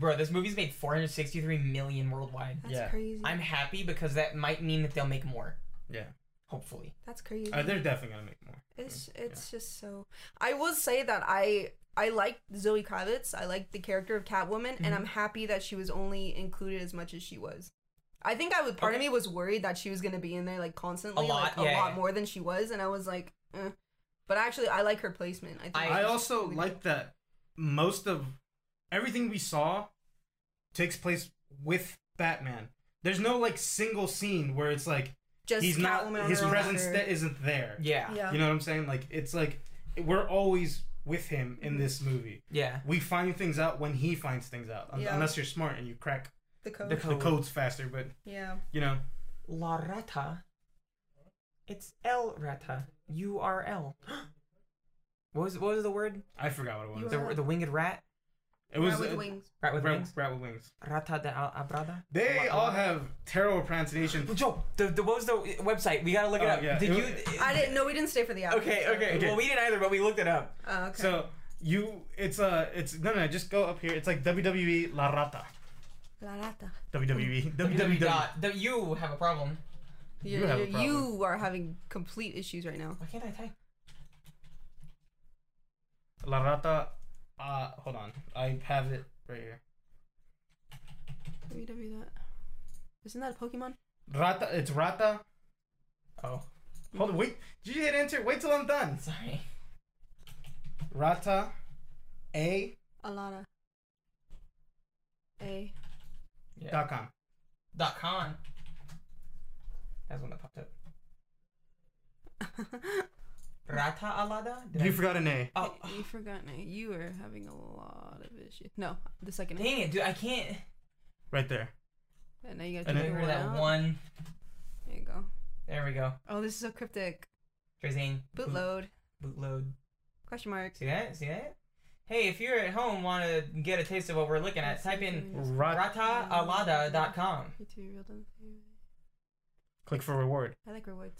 Bro, this movie's made 463 million worldwide.
that's
Yeah.
crazy.
I'm happy because that might mean that they'll make more.
yeah.
Hopefully.
that's crazy.
Uh, they're definitely gonna make more.
Mm-hmm. It's it's just so. I will say that I I like Zoe Kravitz. I like the character of Catwoman, and I'm happy that she was only included as much as she was. I think I would. Part
Okay.
of me was worried that she was going to be in there like constantly,
lot,
like, a
yeah,
lot
yeah.
more than she was, and I was like, eh. but actually, I like her placement. I think
I-
I
she's
also
really
like that most of everything we saw takes place with Batman. There's no like single scene where it's like
just
he's
Catwoman
not
on
his
her own
presence
or-
that isn't there.
Yeah.
yeah.
You know what I'm saying? Like it's like we're always with him in this
Mm-hmm.
movie.
Yeah.
We find things out when he finds things out. Un-
Yeah.
Unless you're smart and you crack
the code.
The
the
code.
codes faster, but
yeah.
you know.
La Rata. It's El Rata. U R L. What was what was the word?
I forgot what it was.
You
The, the winged rat?
It was
Rat with
uh,
wings.
Rat with
rat-
wings?
rat with wings.
Rata de Al- Abrada?
They
Al-
all
Abrada?
have terrible pronunciation.
Well, Joe, the, the what was the website? We gotta look it
Oh,
up.
yeah.
Did
It
you?
was-
I didn't. No, we didn't stay for the hour.
Okay,
so-
okay.
Okay.
Well, we didn't either, but we looked it up.
Uh, okay.
So you, it's uh, it's no, no, just go up here. It's like WWE La Rata. E.
La rata.
Mm.
WWE. WWE.
E dot. The- You have a problem.
You,
have a
you- you are having complete issues right now.
Why can't I type?
La Rata. Uh, hold on. I have it right here.
Let me W that. Isn't that a Pokemon?
Rata. It's Rata.
Oh,
Hold on, wait. Did you hit enter? Wait till I'm done.
sorry.
Rata, a
Alana. A.
Yeah.
dot com.
Dot con. That's when that popped up. Rata Alada? Did
You
I-
forgot an A.
Oh,
You, you forgot now. You are having a lot of issues. No, the second.
dang it, dude! I can't
Right there.
And now you gotta
And
take
then-
the one
remember that
out.
one.
There you go.
There we go.
Oh, this is so cryptic.
Drizane.
Bootload.
Bootload.
Question mark.
See that? See that? Hey, if you're at home, want to get a taste of what we're looking at, type in
Rat.
rataalada.com.
You two real done.
Click for reward.
I like rewards.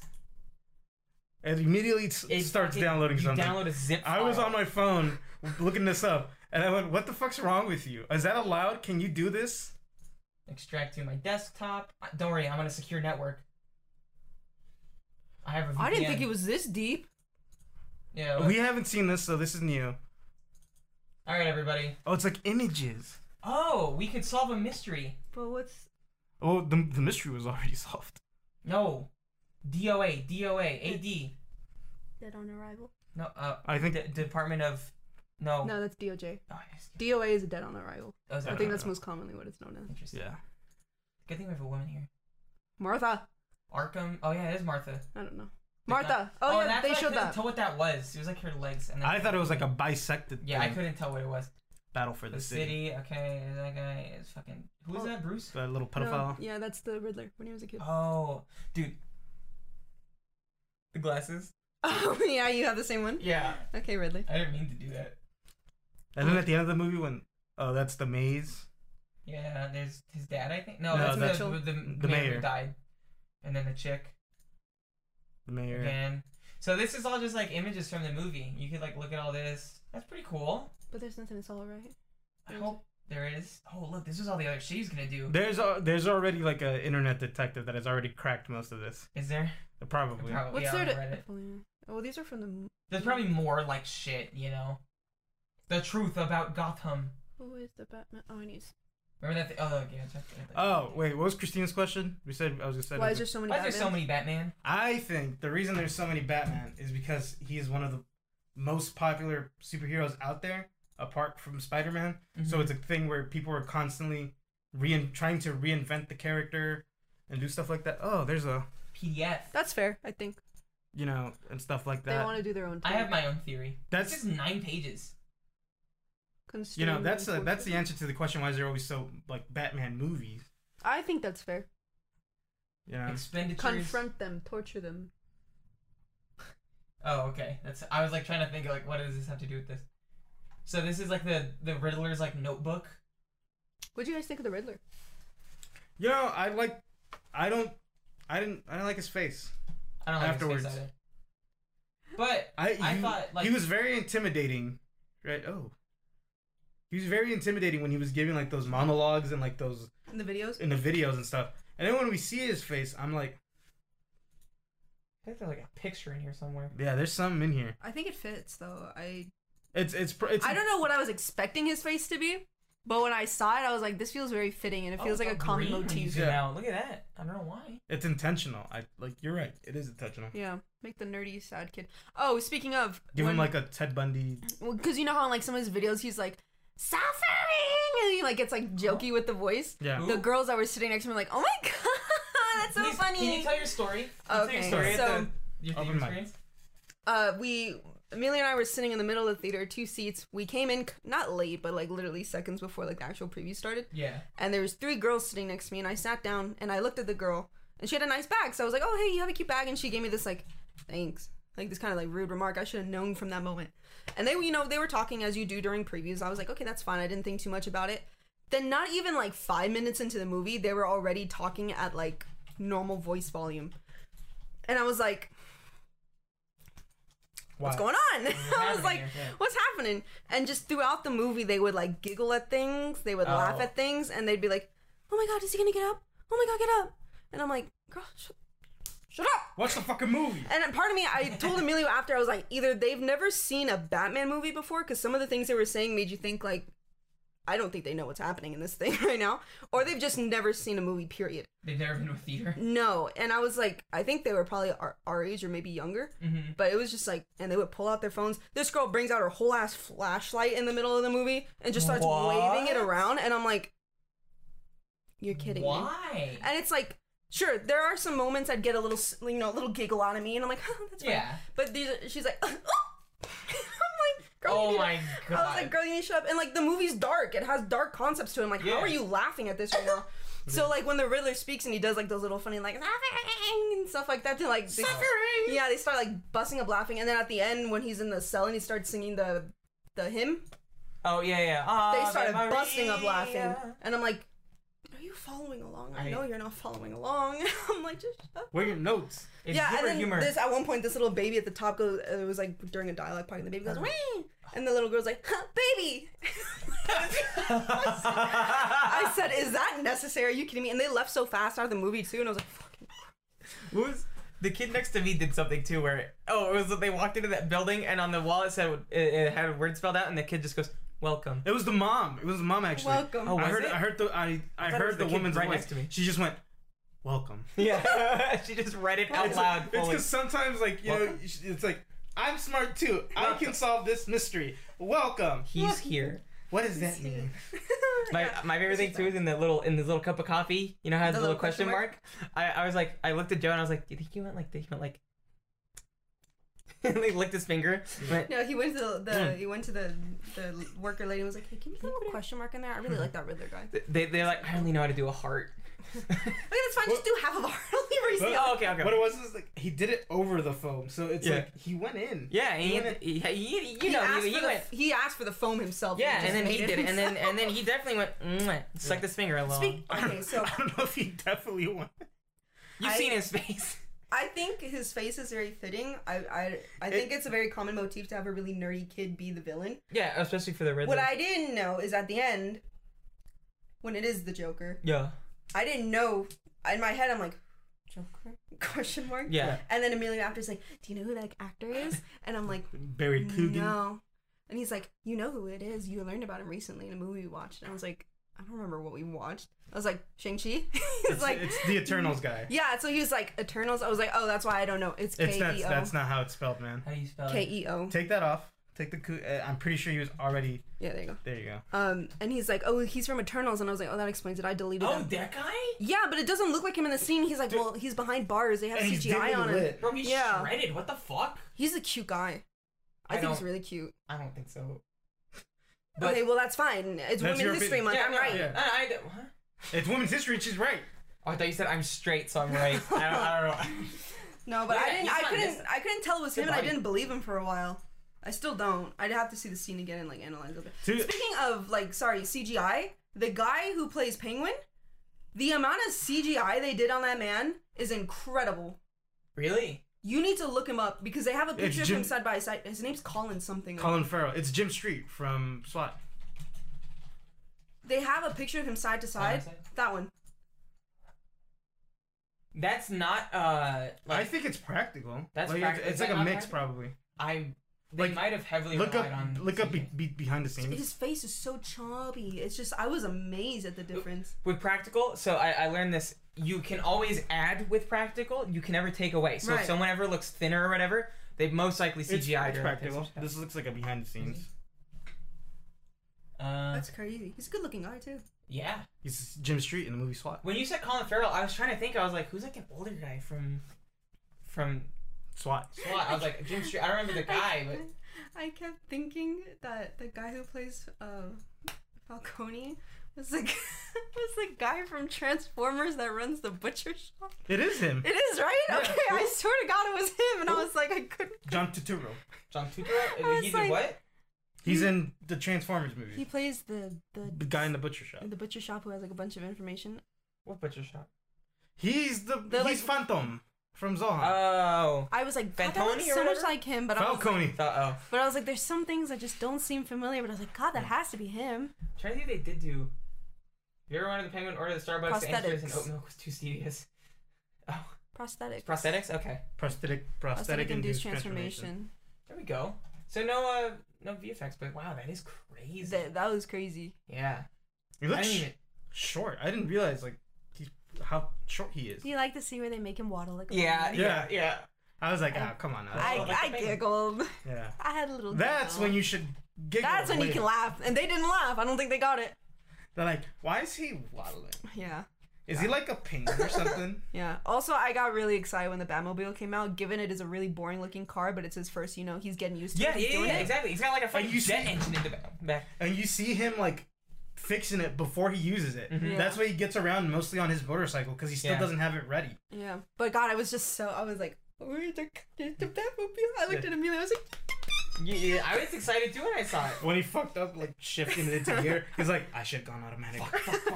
It immediately s-
It-
starts
it-
downloading
you
something.
Download a zip.
I was
file.
on my phone looking this up, and I went, "What the fuck's wrong with you? Is that allowed? Can you do this?"
extract to my desktop. Uh, Don't worry, I'm on a secure network. I have a VPN.
I didn't think it was this deep.
Yeah.
We haven't seen this, so this is new.
All right, everybody.
Oh, it's like images.
Oh, we could solve a mystery.
But what's
Oh, the, the mystery was already solved.
No. DOA, DOA, AD.
dead on arrival?
No, uh,
I think-
D- Department of. No.
No, that's DOJ.
Oh, yes.
DOA is a dead on arrival.
Oh, is
I
I think
that
don't
that's
know.
most commonly what it's known as.
interesting?
Yeah.
Good thing we have a woman here.
Martha.
Arkham. Oh yeah, it is Martha.
I don't know.
Did not-
Martha. Oh,
and
yeah,
that's
they
why I
showed
couldn't
that.
Tell what that was. It was like her legs. And then-
I thought it was like a bisected.
Yeah, I
thing.
couldn't tell what it was.
Battle for
The city. Okay, that guy is fucking. Who is
Oh.
that? Bruce.
That little
No,
pedophile.
yeah, that's the Riddler when he was a kid.
Oh, dude. The glasses.
Oh yeah, you have the same one.
Yeah.
Okay, Ridley.
I didn't mean to do that.
And then at the end of the movie, when oh, that's the maze.
Yeah, there's his dad. I think. No,
No,
that's,
that's
the,
Mitchell.
the, the
The
man who
mayor.
died, and then the chick
The mayor.
again. So this is all just like images from the movie. You could like look at all this. That's pretty cool.
But there's nothing. It's all right.
I
There's-
hope there is. Oh look, this is all the other shit he's gonna do.
There's a, there's already like an internet detective that has already cracked most of this.
Is there?
Probably.
Probably.
What's
Oh,
there
yeah, on
to?
Reddit.
if only- Oh, these are from the. m-
There's probably more like shit, you know. The truth about Gotham.
Who is the Batman? Oh, I need.
Remember that? Th- oh yeah. Check it.
Oh wait, what was Christina's question? We said I was gonna say.
Why is there so many?
Why is there so
Batmans?
many Batman?
I think the reason there's so many Batman is because he is one of the most popular superheroes out there, apart from Spider-Man. So it's a thing where people are constantly rein- trying to reinvent the character and do stuff like that. Oh, there's a
PDF.
That's fair. I think
you know and stuff like
they
that.
want to do their own.
I
Thing.
have my own theory.
that's
This is nine pages.
you know
Constrained
that's
and
a, that's the
forceful.
answer to the question why is there always so like Batman movies?
I think that's fair.
You know.
Expenditures.
Confront them, torture them.
Oh, okay. That's. I was like trying to think like, what does this have to do with this? So this is like the the Riddler's like notebook.
What do you guys think of the Riddler?
You know, I like. I don't. I didn't. I didn't like his face.
I don't like
Afterwards.
His face either. But
I.
I
you-
thought, like-
he was very intimidating. Right. Oh. He was very intimidating when he was giving like those monologues and like those
In the videos.
in the videos and stuff. And then when we see his face, I'm like,
I think there's like a picture in here somewhere.
yeah, there's something in here.
I think it fits though. I
It's it's pr- it's.
I don't know what I was expecting his face to be, but when I saw it, I was like, this feels very fitting, and it feels
Oh,
like a
it's
common
green when you
motif.
zoom
Yeah.
out. Look at that. I don't know why.
It's intentional. I like. You're right. It is intentional.
Yeah, make the nerdy sad kid. Oh, speaking of,
Give him
when-
like a Ted Bundy.
Well, because you know how in like some of his videos he's like suffering, and he like gets like jokey with the voice.
Yeah.
Ooh.
The girls that were sitting next to me were like, oh my god, that's so
Please,
funny.
Can you tell your story? Can you tell your
Okay,
story at
so-
the, your theater
Open mic.
experience?
uh, we Amelia and I were sitting in the middle of the theater, two seats. We came in c- not late, but like literally seconds before like the actual preview started.
Yeah.
and there was three girls sitting next to me and i sat down and i looked at the girl and she had a nice bag so i was like oh hey you have a cute bag and she gave me this like thanks like this kind of like rude remark i should have known from that moment and they you know they were talking as you do during previews i was like okay that's fine i didn't think too much about it then not even like five minutes into the movie they were already talking at like normal voice volume and i was like what's going on i was
happening
like
here? Yeah.
what's happening and just throughout the movie they would like giggle at things they would laugh
Oh.
at things and they'd be like oh my god is he gonna get up oh my god get up and i'm like girl sh- shut up
Watch the fucking movie.
and then part of me i told emilio after i was like either they've never seen a batman movie before because some of the things they were saying made you think like I don't think they know what's happening in this thing right now, or they've just never seen a movie. Period.
They've never been to a theater.
No, and I was like, I think they were probably our, our age or maybe younger,
Mhm.
but it was just like, and they would pull out their phones. This girl brings out her whole ass flashlight in the middle of the movie and just starts waving it
What?
around, and I'm like, you're kidding me.
Why?
And it's like, sure, there are some moments I'd get a little, s- you know, a little giggle out of me, and I'm like, oh, that's funny.
Yeah.
But these, she's like, oh! I'm like, girl, you
Oh
need to-
my god.
I was like, girl, you need to shut up. And like, the movie's dark. It has dark concepts to it. I'm like, how
Yeah.
are you laughing at this right now? So like when the Riddler speaks and he does like those little funny like "Suffering," and stuff like that to like they,
Suffering!
yeah they start like busting up laughing and then at the end when he's in the cell and he starts singing the the hymn
Oh yeah, yeah.
they
Ave
started busting up laughing
Maria.
and I'm like are you following along I,
I-
know you're not following along I'm like just shut up
Where are your notes?
It's
yeah,
zipper
and then
humor.
this at one point, this little baby at the top goes. It was like during a dialogue part, and the baby goes,
Uh-huh.
"Wee!" and the little girl's like, huh, "Baby." I said, "Is that necessary? Are you kidding me?" And they left so fast out of the movie too, and I was like, "Fucking."
What was the kid next to me did something too where oh it was that they walked into that building and on the wall it said it, it had a word spelled out and the kid just goes welcome.
It was the mom. It was the mom actually.
Welcome.
Oh,
I
was
heard.
it?
I heard the. I I,
thought it was
heard
the
the,
kid
woman's
right
voice.
next to me.
She just went, "Welcome."
Yeah, she just read it out
It's-
loud.
It's
fully.
because sometimes, like you know,
Welcome.
it's like I'm smart too. I
Welcome.
can solve this mystery. Welcome.
He's here.
What does that mean?
My,
Yeah.
my favorite
This
thing
is
too is in the little in this little cup of coffee. You know how
The
the little
little question
question mark? I, I was like I looked at Joe and I was like, Do you think he went like this? He went like and he licked his finger. Went,
No, he went to the, the
Mm.
he went to the the worker lady and was like, "Hey, can you put a little question mark in there? I really
Mm-hmm.
like that Riddler guy."
they they're like, I only know how to do a heart.
Okay, that's fine. Just do half of our.
oh, okay, okay.
What it was is like he did it over the phone, so it's
Yeah.
like he went in.
yeah,
He
he,
went
he, he- you
He,
know,
asked
he,
for
he
the,
went.
he asked for the foam himself.
Yeah,
just
and then he
made
did it, and then
himself.
and then he definitely went "Mwah," sucked his finger along.
Speak-
I don't-
okay, so
I don't know if he definitely went.
You've
I-
seen his face.
I think his face is very fitting. I I, I think it's a very common motif to have a really nerdy kid be the villain.
yeah, especially for the Riddler.
What I didn't know is at the end, when it is the Joker,
yeah,
I didn't know. In my head, I'm like, Joker? Question mark.
yeah.
And then immediately after, he's like, "Do you know who that actor is?" And I'm like,
Barry Coogan.
"No." And he's like, "You know who it is? You learned about him recently in a movie we watched." And I was like, "I don't remember what we watched." I was like, "Shang Chi."
It's,
He's like,
it's the Eternals guy.
"Yeah." So he was like, "Eternals." I was like, "Oh, that's why I don't know." It's
It's
K
that's
E O.
that's not how it's spelled, man.
How do you spell
K E O.
Take that off. Take the. Coo- uh, I'm pretty sure he was already.
Yeah, there you go.
There you go.
Um, and he's like, "Oh, he's from Eternals," and I was like, "Oh, that explains it. I deleted
Oh,
him."
that guy,
Yeah, but it doesn't look like him in the scene. He's like, "Well, he's behind bars. They have
And he's
CGI on
dimly
him."
lit.
bro, he's
Yeah.
shredded. What the fuck?
He's a cute guy. I,
I
think he's
don't-
really cute.
I don't think so. But-
okay, well that's fine.
That's
It's
your
Women's History
opinion.
Month.
yeah,
I'm
no,
right.
yeah.
I, I, don't- huh?
It's women's history. and She's right.
Oh, I thought you said I'm straight, so I'm right. I don't, I don't know.
No, but
Yeah,
I didn't.
he's
I
not
couldn't.
this-
I couldn't tell it was him, and I
body.
didn't believe him for a while. I still don't. I'd have to see the scene again and like analyze it.
Dude.
Speaking of like, sorry, CGI. The guy who plays Penguin, the amount of CGI they did on that man is incredible.
Really?
You need to look him up because they have a picture of
Jim-
him side by side. His name's Colin something.
Colin Farrell. It's Jim Street from SWAT.
They have a picture of him side to side.
Side to side?
That one.
That's not. uh like,
I think it's practical.
That's
like,
practi-
It's,
is
it's like
that
a
not
mix,
practical?
probably.
I. They
Like,
might have heavily
Look
relied
up,
on.
look up be,
CGI.
be, behind the scenes.
His face is so chubby. It's just I was amazed at the difference.
with practical. So I, I learned this. You can always add with practical. You can never take away. So
Right.
if someone ever looks thinner or whatever, they've most likely
It's,
CGI.
it's practical.
This,
This looks like a behind the scenes.
uh,
That's crazy. He's a good looking guy too.
yeah.
It's Jim Street in the movie SWAT.
When you said Colin Farrell, I was trying to think. I was like, who's like an older guy from, from
SWAT.
SWAT? I was like Jim Street. I don't remember the guy, but
I kept thinking that the guy who plays uh, Falcone was the, g- was the guy from Transformers that runs the butcher shop.
It is him.
It is, right?
Yeah. Oh.
Okay, I swear to God it was him, and I was like, I couldn't.
John Turturro.
John Turturro.
I was
he did
like-
what?
He's in the Transformers movie.
He plays the
the
the,
guy in the butcher shop.
the butcher shop who has like a bunch of information.
What butcher shop?
He's the
They're
he's Phantom from Zohan.
Oh.
I was like, God, that
Fantoni
looks
or
so much
whatever?
like him, but I was like,
Falcone.
Uh oh.
but I was like, there's some things that just don't seem familiar. But I was like, God, that has to be him.
Trying to think, if they did do. Have you ever wanted the penguin order the Starbucks to introduce an
Prosthetics.
oat milk with two stevias? Oh,
Prosthetic.
prosthetics. Okay,
prosthetic prosthetic,
Prosthetic
induced
induced
transformation.
transformation.
there we go. So no, uh, no VFX, but wow, that is crazy.
That, that was crazy.
yeah.
He
I
looks
didn't
sh-
even,
short. I didn't realize like he's, how short he is.
Do you like to see where they make him waddle like? a
yeah,
baby?
yeah,
Yeah.
yeah.
I was like, ah, come on. Now.
I,
Oh, like a
I
baby.
giggled.
yeah.
I had a little.
That's
giggle.
when you should giggle.
That's when you
later.
can laugh, and they didn't laugh. I don't think they got it.
They're like, why is he waddling?
Yeah,
Is he like a penguin or something?
yeah. Also, I got really excited when the Batmobile came out. Given it is a really boring looking car, but it's his first. You know, he's getting used to
Yeah,
it.
yeah,
He's
yeah,
doing
yeah,
it.
exactly. He's got like a fucking
you
jet
see-
engine in the ba- back.
and you see him like fixing it before he uses it.
Yeah.
That's why he gets around mostly on his motorcycle because he still
Yeah.
doesn't have it ready.
Yeah, but God, I was just so I was like, oh, the, the Batmobile. I looked
Yeah.
at Amelia. I was like,
Yeah, yeah, I was excited too when I saw it.
When he fucked up, like shifting it into gear, he's like, I should have gone automatic.
it's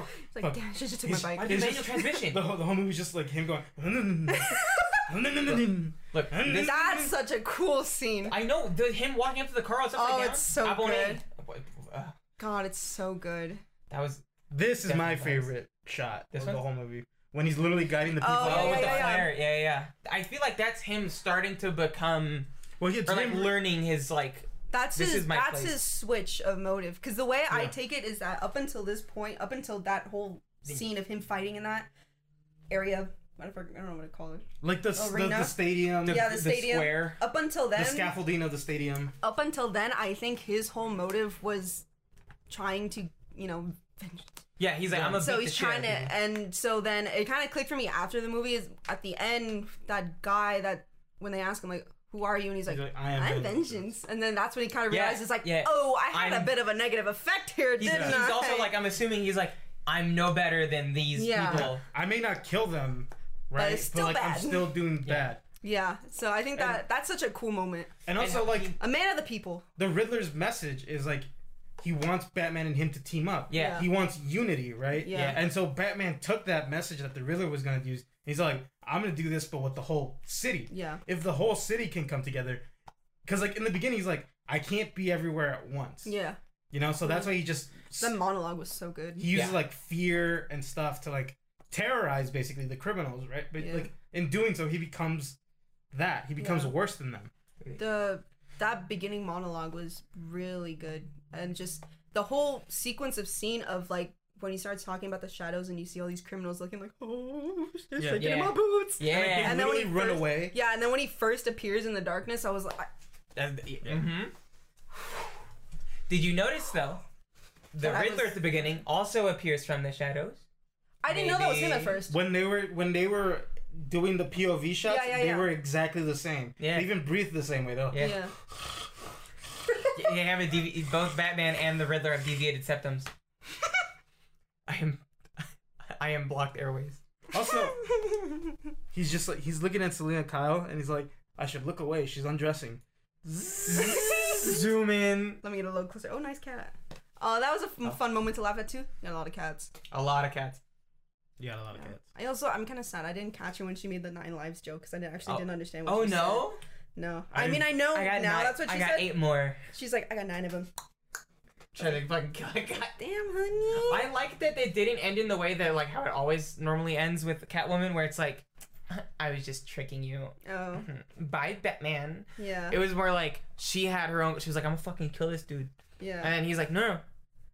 like
Fuck.
damn, she just took my
He's-
bike.
Why did
It's
manual
just-
transmission?
The whole, the whole movie's just like him going. That's
Look, this,
That's such a cool scene.
I know the him walking up to the car. It's upside
Oh,
down.
it's so
Abone- Uh,
God, it's so good.
that was
This is my
Definitely does.
favorite shot
This
of the
one?
whole movie when he's literally guiding the people.
Oh,
oh,
yeah,
out.
with
yeah,
the
yeah.
flare. Yeah. yeah, I feel like that's him starting to become
Well, it's
or like
him-
learning his like.
That's
This
his.
is my
That's
place.
his switch of motive. Because the way I
Yeah.
take it is that up until this point, up until that whole scene of him fighting in that area, I don't I don't know what to call it.
like the, s- the
Arena?
the stadium, the,
yeah, the,
the
stadium.
square.
Up until then,
scaffolding of the stadium.
up until then, I think his whole motive was trying to, you know,
Yeah, he's like I'm a.
so he's trying to, and so then it kind of clicked for me after the movie is at the end that guy that when they ask him like, "Who are you?" and he's like.
He's like, I am
I'm
vengeance."
vengeance, and then that's when he kind of
Yeah,
realizes, like,
yeah.
oh, I had
I'm-
a bit of a negative effect here,
He's,
didn't I?
he's also like I'm assuming he's like I'm no better than these
Yeah.
people.
I may not kill them, right?
it's still
like I'm
bad.
still doing bad.
yeah. So I think that that's such a cool moment.
And also
And
like
he-
A man of the people.
the Riddler's message is like he wants Batman and him to team up.
Yeah.
He wants unity, right?
Yeah. Yeah.
And so Batman took that message that the Riddler was gonna use. He's like, I'm gonna do this, but with the whole city.
Yeah.
If the whole city can come together, because like in the beginning, he's like, I can't be everywhere at once.
Yeah,
You know, so that's why he just
the monologue was so good.
he uses
Yeah.
like fear and stuff to like terrorize basically the criminals, right? But
Yeah.
like in doing so, he becomes that. He becomes
Yeah.
worse than them.
the that beginning monologue was really good and just the whole sequence of scene of like when he starts talking about the shadows and you see all these criminals looking like oh shit,
Yeah.
shaking in
Yeah.
my boots
Yeah.
Like, they
And then when
literally
he
run
first-
away.
yeah and then when he first appears in the darkness i was like I-
hmm Did you notice though? The
That was-
Riddler at the beginning also appears from the shadows.
i didn't know that was him at
Maybe.
first
when they were when they were doing the POV shots,
Yeah, yeah,
they
yeah.
were exactly the same.
Yeah.
They even breathed the same way though.
Yeah.
yeah
Y- they have a devi- both Batman and the Riddler have deviated septums. I am, I am blocked airways.
Also, he's just like he's looking at Selena Kyle and he's like, I should look away. She's undressing.
Zoom in.
let me get a little closer oh nice cat oh that was a f- fun moment to laugh at too got a lot of cats
A lot of cats.
You got a lot of
Yeah.
cats.
i also i'm kind of sad i didn't catch her when she made the nine lives joke because i didn't, actually
Oh.
didn't understand what
Oh
she
no!
said. no
I
i, mean i know
I got
now
nine-
that's what she
I got
said
eight more.
she's like i got nine of them
Trying to fucking kill a cat.
Damn, honey.
I like that they didn't end in the way that like how it always normally ends with Catwoman, where it's like, I was just tricking you.
Oh,
Bye, Mm-hmm. Batman.
yeah.
It was more like she had her own. She was like, I'm gonna fucking kill this dude, and
Yeah.
then he's like, No, no,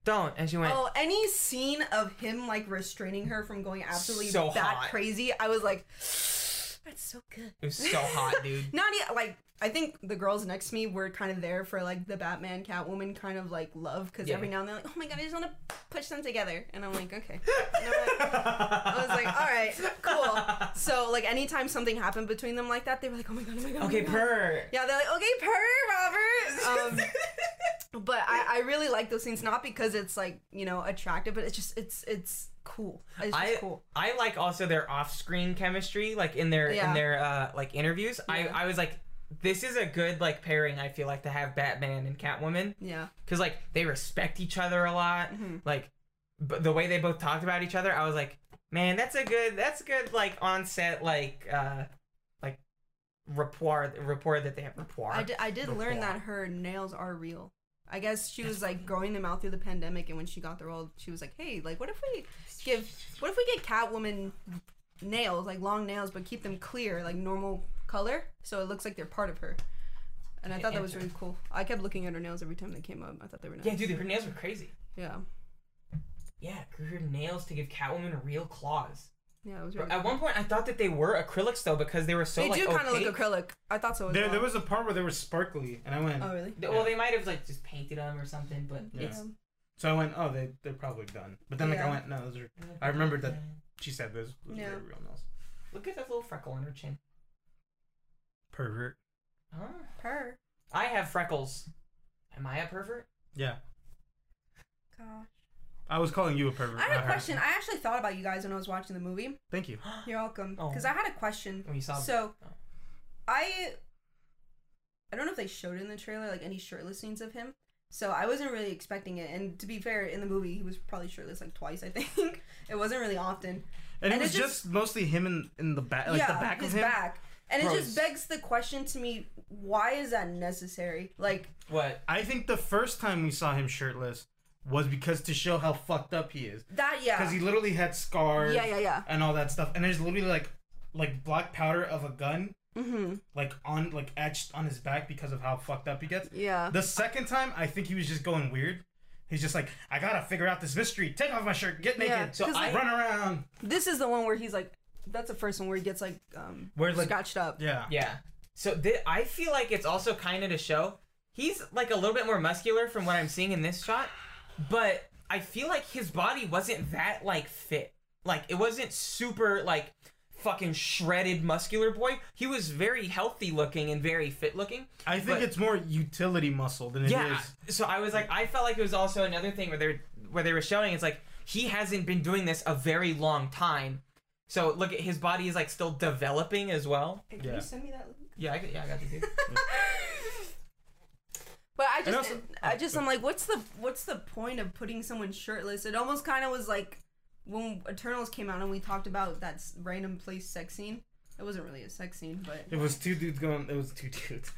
don't. And she went,
Oh, any scene of him like restraining her from going absolutely
So
that
hot.
crazy, I was like, that's so good.
It was so hot, dude.
Not yet, like I think the girls next to me were kind of there for like the Batman Catwoman kind of like love because
Yeah.
every now and then like, oh my god, I just want to push them together, and I'm like, okay. You know what? I was like, all right, cool. So like anytime something happened between them like that, they were like, oh my god, oh my god. oh my
Okay,
God.
purr.
Yeah, they're like, okay, purr, Robert. Um, but I, I really like those scenes, not because it's like you know attractive, but it's just it's it's cool. It's just
I
cool.
I like also their off-screen chemistry, like in their in
Yeah.
their uh like interviews.
Yeah.
I I was like, this is a good like pairing. I feel like to have Batman and Catwoman
Yeah, Mm-hmm.
because like they respect each other a lot. Like, but the way they both talked about each other, I was like, man, that's a good that's a good like on-set like uh like rapport rapport that they have rapport.
I did, I did learn
Rapport.
that her nails are real. I guess she was like growing them out through the pandemic, and when she got the role, she was like, hey, like what if we give what if we get Catwoman nails, like long nails, but keep them clear, like normal color, so it looks like they're part of her. And I thought that was
Enter.
really cool. I kept looking at her nails every time they came up. I thought they were nice.
Yeah, dude, her nails were crazy.
Yeah.
Yeah, grew her nails to give Catwoman real claws.
Yeah, it was
Bro,
really
At one point, I thought that they were acrylics though because they were so
They
like
do kind of
opaque.
look acrylic. I thought so as
There,
well.
there was a part where they were sparkly, and I went.
Oh, really? Um,
Th- Well, they might have like just painted them or something, but
Yeah.
it's.
So I went, oh, they they're probably done. But then like I
Yeah.
went, no, those are. I remembered that- She said those, those
Yeah.
are real nails.
Look at that little freckle on her chin.
Pervert.
Huh?
Per.
I have freckles. Am I a pervert?
Yeah,
Gosh.
I was calling you a pervert.
I had
not
a
her.
question. I actually thought about you guys when I was watching the movie.
Thank you.
You're welcome.
Oh.
Because I had a question.
When you saw.
So,
Oh.
I I don't know if they showed in the trailer like any shirtless scenes of him. So I wasn't really expecting it. And to be fair, in the movie he was probably shirtless like twice, I think. it wasn't really often.
And,
And
it
it
was just, mostly him in in the back, Uh, like
yeah,
the back of
his
him.
back. And it
Gross.
just begs the question to me, why is that necessary? Like
what?
I think the first time we saw him shirtless was because to show how fucked up he is,
that yeah.
because he literally had scars
yeah, yeah, yeah.
and all that stuff, and there's literally like like black powder of a gun
Mm-hmm.
like on like etched on his back because of how fucked up he gets.
Yeah.
The second time, I think he was just going weird. He's just like, I gotta figure out this mystery. Take off my shirt, get naked,
Yeah,
so
'cause,
I
like-
run around.
This is the one where he's like, that's the first one where he gets like, um,
Where, like-
scotched up.
Yeah.
Yeah. So thi- I feel like it's also kind of to show he's like a little bit more muscular from what I'm seeing in this shot, but I feel like his body wasn't that like fit. Like it wasn't super like fucking shredded muscular boy. He was very healthy looking and very fit looking.
I think
But-
it's more utility muscle than it is.
yeah. So I was like, I felt like it was also another thing where they where they were showing it's like he hasn't been doing this a very long time. So look at his body is like still developing as well.
Hey,
Yeah.
send me that link?
Yeah, I, got- yeah, I got the dude.
But I just,
also- oh,
I just, I'm like, what's the, what's the point of putting someone shirtless? It almost kind of was like when Eternals came out and we talked about that s- random place sex scene. It wasn't really a sex scene, but
It was two dudes going. It was two dudes.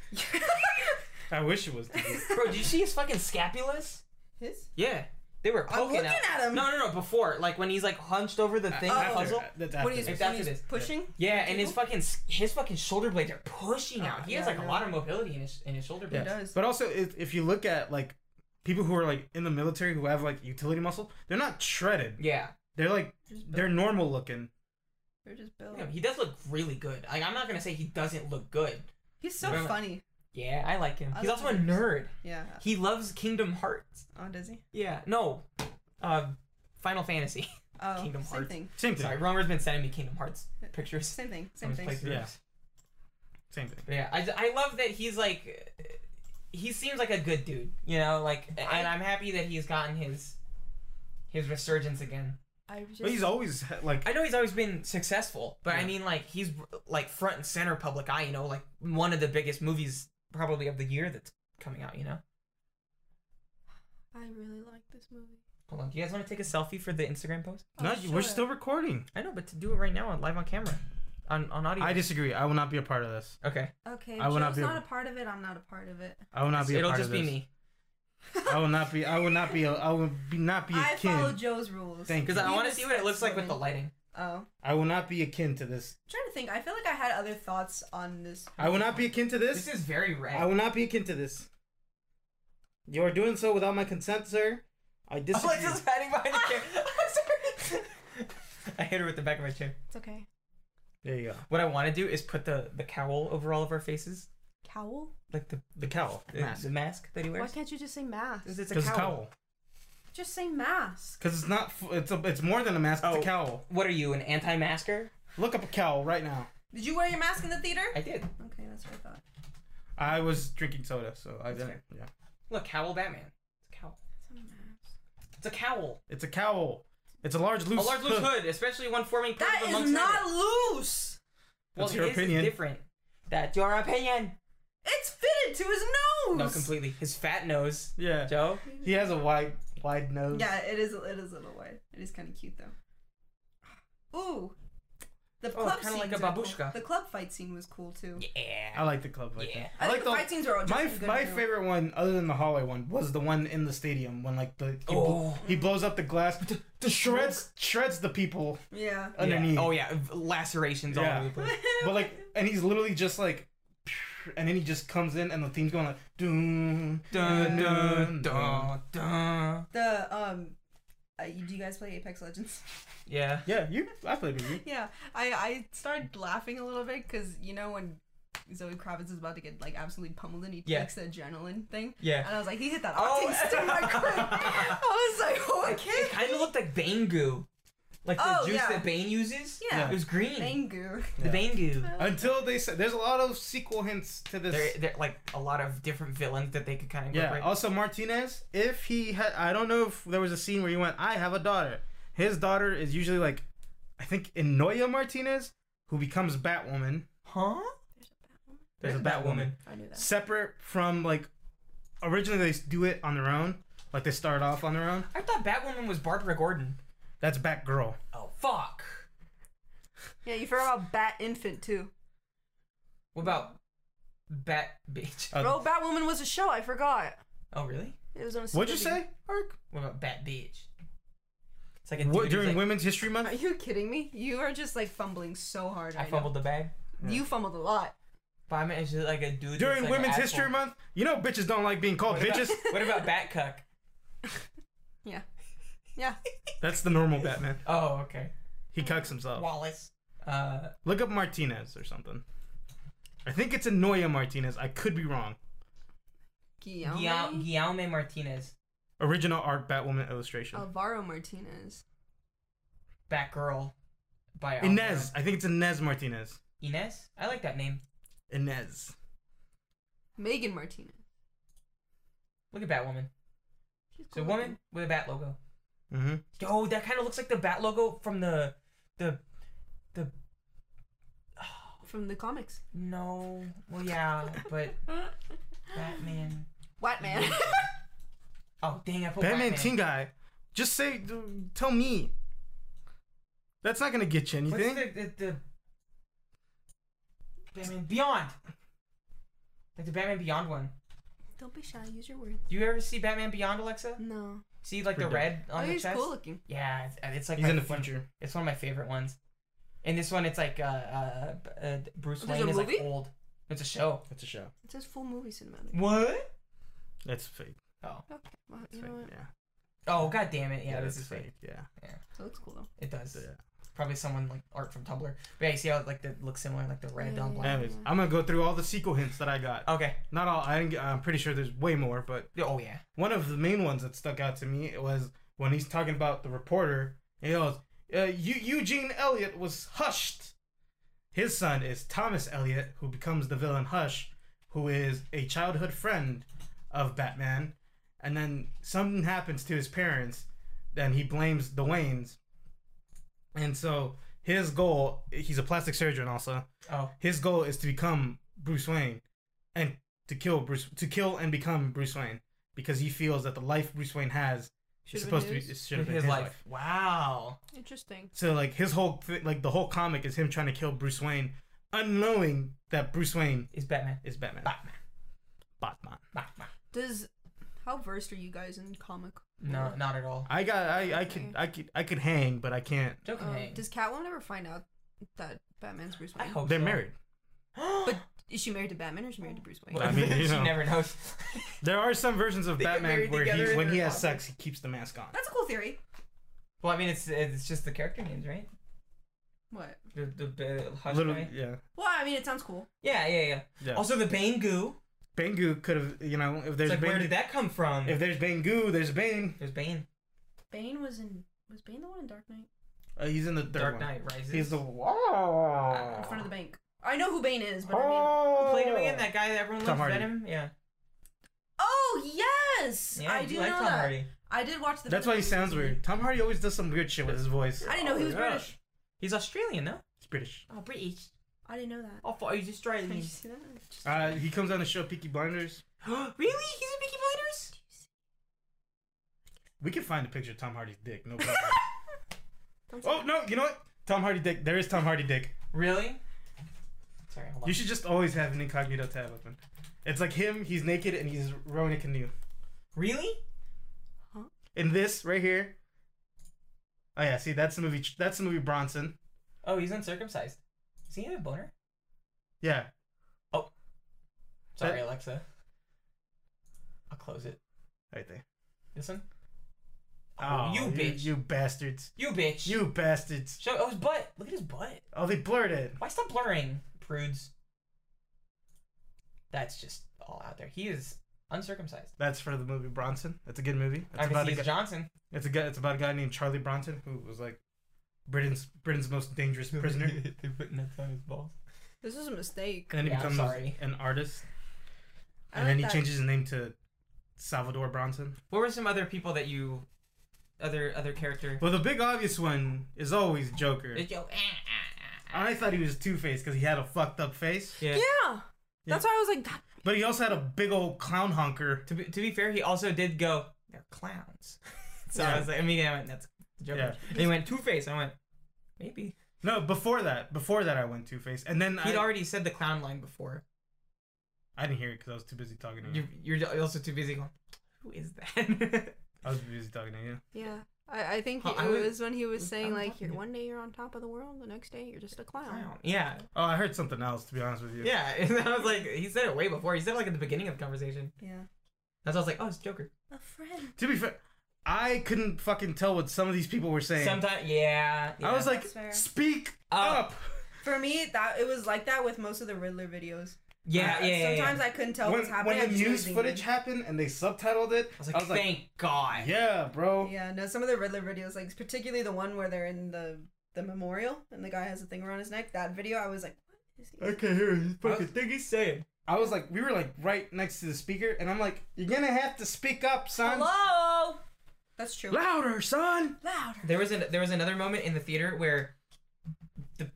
I wish it was two dudes.
Bro, did you see his fucking scapulas?
his.
Yeah. They were
I'm
poking
looking
at
at him.
No, no, no, before. Like when he's like hunched over the thing, that
after.
puzzle.
That's
When
Uh, after
he's,
this.
If that's
when he's
Oh. what it is.
pushing.
Yeah, and his fucking his fucking shoulder blades are pushing out. He has
Oh, yeah,
like a
no.
lot of mobility in his in his shoulder blades.
does.
But also, if, if you look at like people who are like in the military who have like utility muscle, they're not shredded.
Yeah.
They're like
They're just built.
they're normal looking.
They're just built.
Yeah, he does look really good. Like I'm not gonna say he doesn't look good.
He's so
Remember-
funny.
Yeah, I like him.
I
He's
love
also a
him.
nerd.
Yeah.
He loves Kingdom Hearts.
Oh, does he?
Yeah. No. Uh, Final Fantasy.
Oh,
Kingdom
same
Hearts.
thing.
Same thing.
Sorry, Romer's been sending me Kingdom Hearts pictures.
Same thing. Same
from his
thing.
playthroughs.
Yeah. Same thing.
But yeah, I, I love that he's like, uh, he seems like a good dude, you know, like, and I'm happy that he's gotten his his resurgence again.
I just.
But he's always ha- like
I know he's always been successful, but I
Yeah.
mean, like, he's like front and center public eye, you know, like one of the biggest movies probably of the year that's coming out, you know.
I really like this movie.
Hold on, do you guys want to take a selfie for the Instagram post?
no.
Oh,
We're
sure.
still recording.
I know, but to do it right now on live on camera, on on audio.
I disagree. I will not be a part of this.
okay,
Okay,
I will not
Joe's
be
not
able-
a part of it. I'm not a part of it.
I will not be. A
it'll
part
just
of
be
this.
me
I will not be. I will not be. A, I will be not be
I
akin.
follow Joe's rules.
Thank you.
because I
You
want to see what it looks like with the
respect
lighting.
Oh, I'm
I will not be akin to this.
trying to think. I feel like I had other thoughts on this.
I will not be akin to this.
This is very rad.
I will not be akin to this. You are doing so without my consent, sir. I disagree.
Alexa's hiding behind the chair. I'm sorry. I hit her with the back of my chair.
It's okay.
there you go.
What I want to do is put the, the cowl over all of our faces,
Cowl?
like the
The cowl
the mask, the mask that he
Why
wears.
can't you just say mask?
Because it's a
Because
cowl.
cowl.
Just say mask.
Because it's not. f- It's a, It's more than a mask. It's
Oh.
a cowl.
What are you, an anti-masker?
Look up a cowl right now.
Did you wear your mask in the theater?
I did.
Okay, that's what I thought.
I was drinking soda, so I
That's
didn't. Yeah.
Look, cowl Batman. It's a cowl.
It's a mask.
It's a cowl.
It's a cowl. It's a large loose.
a large loose hood, especially one forming part
That
of a
is
monk's
not
habit.
loose.
Well,
That's your
his is
opinion.
different. That's your opinion.
It's fitted to his nose.
No, completely. His fat nose.
Yeah.
Joe.
He has a wide, wide nose.
Yeah, it is. It is a little wide. It is kind of cute though. Ooh, the
Oh,
club
kinda like
scenes
a
are cool.
babushka.
The club fight scene was cool too.
I
Yeah.
like the club like
Yeah.
that.
I,
like
think the fight scenes are all just
My
as good
my
in real-
favorite one, other than the hallway one, was the one in the stadium when like the he, bl-
Oh.
he blows up the glass, shreds shreds the people
Yeah.
Oh,
underneath.
Yeah. Oh yeah, v- lacerations all
Yeah.
over the place.
But like, and he's literally just like, cr- and then he just comes in and the theme's going like dun
Dun dun dun dun.
The um, uh, you- do you guys play Apex Legends?
Yeah.
Yeah, you. I played with you.
yeah, I I started laughing a little bit because you know when Zoe Kravitz is about to get like absolutely pummeled and he
Yeah.
takes the adrenaline thing,
Yeah.
and I was like, he hit that
Oh.
octane stick right quick. I was like, oh, I
It
can't.
kind of looked like Bane goo, like the
Oh,
juice
yeah.
that Bane uses.
Yeah.
It was green.
Bangu.
The Bane goo.
Until they said there's a lot of sequel hints to this.
There, there, like a lot of different villains that they could kind of
yeah.
incorporate.
Also Martinez, if he had, I don't know if there was a scene where he went, I have a daughter. His daughter is usually like, I think Inoya Martinez, who becomes Batwoman.
Huh? There's a Batwoman.
I knew that.
Separate from like, originally they s- do it on their own. Like they start off on their own.
I thought Batwoman was Barbara Gordon.
That's Batgirl.
Oh fuck.
Yeah, you forgot about Bat Infant too.
What about Bat Bitch?
Uh,
Bro, Batwoman was a show. I forgot.
Oh really?
It was on. A
What'd you
CW.
say, Ark?
What about Bat Bitch? It's like a
What,
dude who's
during
like,
Women's History Month?
Are you kidding me? You are just like fumbling so hard.
I
Right
fumbled the bag.
Now. You fumbled a lot.
But I meant it's just like a
During
dude. that's like an
Women's
asshole.
History Month, you know bitches don't like being called
What about-
bitches.
What about Batcuck?
Yeah. Yeah.
That's the normal Batman.
Oh okay.
He cucks himself.
Wallace. Uh,
Look up Martinez or something. I think it's Anoya Martinez. I could be wrong.
Guillaume.
Guillaume, Guillaume Martinez,
Original art Batwoman
Oh,
illustration.
Alvaro Martinez.
Batgirl, by Alvaro.
Inez. I think it's Inez Martinez.
Inez. I like that name.
Inez.
Megan Martinez.
Look at Batwoman.
She's
It's a
cool
woman
looking.
with a bat logo.
Mm-hmm.
Yo, that kind of looks like the bat logo from the the the
from the comics.
no. Well, yeah, but Batman.
White man.
Oh dang! I put
Batman
Batman.
Teen Guy. Just say, d- tell me. That's not gonna get you
What's
anything.
the, the the Batman Beyond? Like the Batman Beyond one.
Don't be shy. Use your words.
Do you ever see Batman Beyond, Alexa?
No.
See like the
Pretty
red
oh,
on the
he's
chest.
cool looking.
Yeah, it's, and it's like
He's
my-
in the
one-
future.
It's one of my favorite ones. And this one, it's like uh, uh, b- uh Bruce
There's a
Wayne is like
movie?
old. It's a show.
That's a show.
It says full movie cinematic.
What?
That's fake.
Oh,
Okay. Well,
That's
you
fake.
know what?
Yeah.
oh, god damn it! Yeah, this
that's
is fake.
Yeah.
It looks cool though.
It does.
So, yeah.
It's probably someone like art from Tumblr. But yeah, you see how like that looks similar, like the red
Yeah,
on
yeah,
black.
Anyways, I'm gonna go through all the sequel hints that I got.
Okay.
Not all. I didn't get, I'm pretty sure there's way more, but
Oh yeah.
one of the main ones that stuck out to me was when he's talking about the reporter. He goes, uh, Eu- Eugene Elliott was hushed. His son is Thomas Elliott, who becomes the villain Hush, who is a childhood friend of Batman. And then something happens to his parents, then he blames the Waynes. And so his goal, he's a plastic surgeon also,
Oh.
his goal is to become Bruce Wayne and to kill Bruce to kill and become Bruce Wayne because he feels that the life Bruce Wayne has is
Should've been
supposed to be
his.
it should have been
his, life. Wow.
Interesting.
So like his whole thi- like the whole comic is him trying to kill Bruce Wayne, unknowing that Bruce Wayne
Is Batman.
is Batman.
Batman.
Batman.
Batman.
Does how versed are you guys in comic?
No, not at all.
I got I I
Mm.
could I could I could hang, but I can't.
Joking.
Um, does Catwoman ever find out that Batman's Bruce
I
Wayne?
hope
They're
Oh, so.
married.
But is she married to Batman or is she married to Bruce Wayne?
Well,
I mean, you
she
know.
never knows.
There are some versions of
They get
Batman
married
where
together
he
in
when he
their
has
office.
sex he keeps the mask on.
That's a cool theory.
well, I mean, it's it's just the character names, right?
What?
The the, the Hush
Little
guy.
yeah.
Well, I mean, it sounds cool.
Yeah, yeah, yeah.
Yeah. Also,
Also, the Bane goo.
Bengu could have you know if
It's
there's
like, where
Bane,
did that come from?
if there's Bengu there's Bane.
There's Bane.
Bane was in. Was Bane the one in Dark Knight?
Uh, he's in the third
Dark
one.
Knight Rises.
He's the wow.
In front of
Uh-huh.
the bank. I know who Bane is, but I mean.
oh.
Who played him again? That guy that everyone
Tom
loves.
Hardy.
Venom. Yeah.
Oh yes,
Yeah.
I
you
do
like
know
Tom
that.
Hardy.
I did watch the.
That's why he sounds weird. Tom Hardy always does some weird shit with his voice.
I didn't know he was
Yeah.
British.
He's Australian, no?
He's British.
Oh, British.
I didn't know that.
Oh, thought he's Australian.
Did you
really?
see that? Just-
Uh, he comes on the show Peaky Blinders.
He's in Peaky Blinders?
We can find a picture of Tom Hardy's dick. No problem.
Don't say
Uh, oh
that.
no, you know what? Tom Hardy dick. There is Tom Hardy dick.
Really? Sorry, hold on.
You should just always have an incognito tab open. It's like him. He's naked and he's rowing a canoe.
Really?
In this right here. Oh yeah, see that's the movie. That's the movie Bronson.
Oh, he's uncircumcised. Does he have a boner?
Yeah.
Oh. Sorry, Alexa. I'll close it.
Right there.
This one? Oh, you bitch.
You bastards.
You bitch.
You bastards.
Show oh his butt. Look at his butt.
Oh, they blurred it.
Why stop blurring, prudes? That's just all out there. He is uncircumcised.
That's for the movie Bronson. That's a good movie. It's
I can
about
see
a
it's
guy,
Johnson.
it's a guy. It's about a guy named Charlie Bronson who was like Britain's Britain's most dangerous prisoner. and
They're putting nuts on his balls.
This is a mistake.
then he
Yeah, I'm
becomes
sorry.
an artist.
I
And then
like
he
that.
changes his name to Salvador Bronson.
What were some other people that you, other other character?
Well, the big obvious one is always Joker.
Did you- ah, ah, ah, ah.
I thought he was Two Face because he had a fucked up face,
Yeah.
Yeah. That's why I was like, God.
but he also had a big old clown honker.
To be, to be fair, he also did go. They're clowns. so I
Yeah.
was like, I mean, I went that's the joke.
Yeah.
And he went Two Face. I went maybe
No, before that, before that, I went Two Face, and then I,
he'd already said the clown line before.
I didn't hear it because I was too busy talking to you.
You, you're also too busy going. Who is that?
I was busy talking to you.
Yeah. I, I think
Huh,
it
I would-
was when he was saying
I'm
like,
talking
"You're
to-
one day you're on top of the world, the next day you're just a clown."
clown. Yeah.
Oh, I heard something else. To be honest with you.
Yeah, and I was like, he said it way before. He said it like at the beginning of the conversation.
Yeah.
That's why I was like, oh, it's Joker.
A friend.
To be fair, I couldn't fucking tell what some of these people were saying.
Sometimes, yeah, yeah. Oh, Uh,
I was like,
That's fair.
speak
Up.
up.
For me, that it was like that with most of the Riddler videos.
yeah, yeah,
Uh,
yeah, yeah.
Sometimes I couldn't tell
When,
what's happening.
when the
I just was
news
reading
footage
it.
happened and they subtitled it,
I was like,
I was like,
thank God.
yeah, bro.
Yeah, no, some of the Riddler videos, like particularly the one where they're in the the memorial and the guy has a thing around his neck. That video, I was like, what is he?
can't hear his
I was- think he's saying.
I was like, we were like right next to the speaker, and I'm like, you're gonna have to speak up, son.
Hello. That's true.
Louder, son.
Louder.
There was an, there was another moment in the theater where the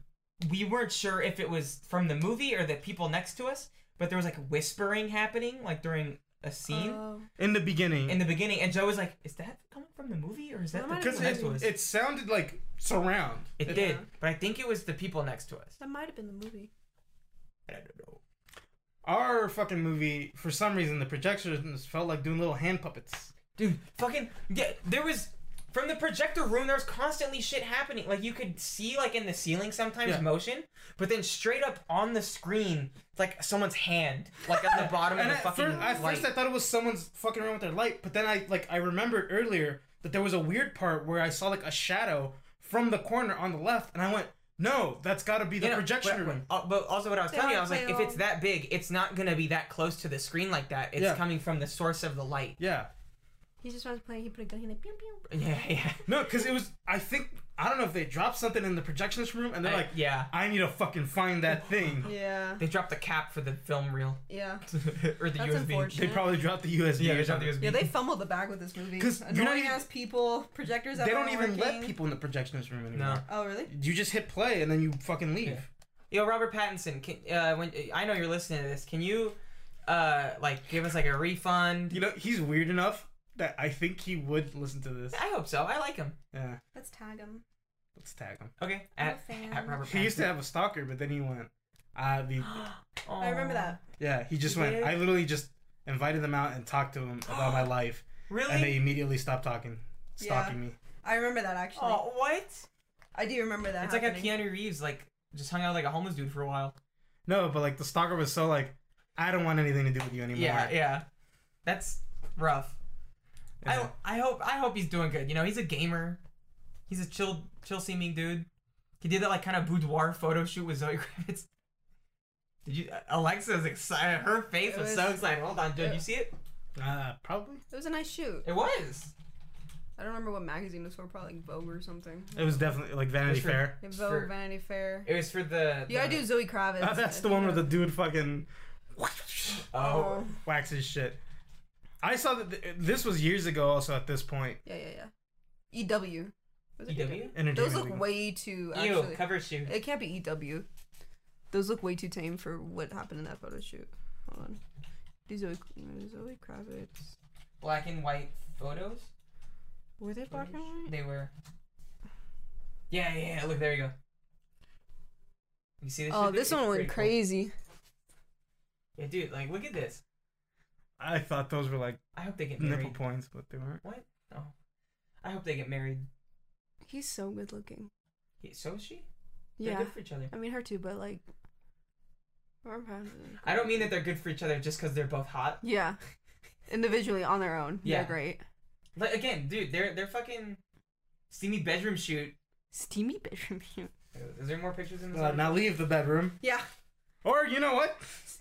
we weren't sure if it was from the movie or the people next to us, but there was like whispering happening like during a scene
Oh.
In the beginning,
in the beginning, and Joe was like, "Is that coming from the movie or is that the
That might
because
people
have
next
it,
to us?"
it sounded like surround.
It did, but I think it was the people next to us.
that might have been the movie.
I don't know.
Our fucking movie, for some reason, the projections felt like doing little hand puppets.
Dude, fucking yeah, there was from the projector room there was constantly shit happening. Like you could see like in the ceiling sometimes
Yeah.
motion, but then straight up on the screen it's like someone's hand like on the bottom of
And
the
at,
fucking
fir- at
light.
first, I thought it was someone's fucking around with their light, but then I like I remembered earlier that there was a weird part where I saw like a shadow from the corner on the left, and I went, "No, that's got to be the
Yeah,
projection
but,
room."
uh, but also what I was
They
telling you, I
wanna
was like,
play
if it's
along.
that big, it's not gonna be that close to the screen like that. It's
Yeah.
coming from the source of the light.
Yeah,
He just was playing. He put a gun. He like pew pew.
Yeah, yeah.
no, because it was. I think I don't know if they dropped something in the projections room, and they're
I-
like,
yeah.
"I need to fucking find that thing."
Yeah.
They dropped the cap for the film reel.
Yeah.
or the
That's
USB.
unfortunate.
They probably dropped the USB.
Yeah,
or
they dropped the
something.
USB.
Yeah, they fumbled the bag with this movie.
'Cause you're not
Annoying
even-
ass people, projectors. that
They don't
weren't
even let
working.
people in the projections room anymore.
no.
Oh really?
You just hit play and then you fucking leave.
Yeah. Yo, Robert Pattinson, can, uh, when I know you're listening to this, can you, uh, like, give us like a refund?
You know, he's weird enough that I think he would listen to this.
I hope so. I like him.
Yeah,
Let's tag him.
let's tag him.
Okay,
I'm a
at,
fan.
at Robert Pattinson.
He used to have a stalker, but then he went. Uh, the
Aw.
I remember that.
yeah, he just
He
went.
did?
I literally just invited them out and talked to him about my life,
Really?
and they immediately stopped talking, stalking me.
I remember that actually.
oh, what?
I do remember that.
It's like
happening.
how Keanu Reeves like just hung out with, like a homeless dude for a while.
No, but like the stalker was so like, I don't want anything to do with you anymore.
Yeah, yeah. That's rough.
Yeah.
I I hope I hope he's doing good. You know, he's a gamer. He's a chill chill seeming dude. He did that like kind of boudoir photo shoot with Zoe Kravitz. Did you? Alexa's excited. Her face
It
was,
was-
so excited. Hold on, did
Yeah.
you see it?
Uh, probably.
It was a nice shoot.
It was.
I don't remember what magazine it was for. Probably like Vogue or something.
It was definitely like Vanity
Which one?
Fair.
Yeah,
It's
Vogue,
for-
Vanity Fair.
It was for the.
You gotta
the-
do Zoe Kravitz.
Oh, that's the one where the dude fucking
Oh,
waxes shit. I saw that th- this was years ago. Also, at this point,
Yeah, yeah, yeah. EW. Was
E
it
EW.
entertainment.
Those look
Weekly.
way too.
Ew,
Actually,
cover shoot.
it can't be EW. Those look way too tame for what happened in that photo shoot. Hold on. Do Zoe, Zoe Kravitz.
Black and white photos.
Were they black and white?
They were. Yeah, yeah, yeah. Look, there you go. You see this?
Oh,
shit?
this
It's
one
pretty
went
cool.
crazy.
Yeah, dude. Like, look at this.
I thought those were like
I hope they get married.
nipple points, but they weren't.
I hope they get married.
He's so good looking.
Yeah, So is she? They're
Yeah.
good for each other.
I mean, her too, but like,
Warm Pound's-
I don't mean that they're good for each other just because they're both hot.
Yeah. Individually on their own,
Yeah.
they're great.
Like again, dude, they're they're fucking steamy bedroom shoot.
Steamy bedroom. shoot.
Is there more pictures in this?
Uh,
article?
now leave the bedroom,
Yeah.
or you know what?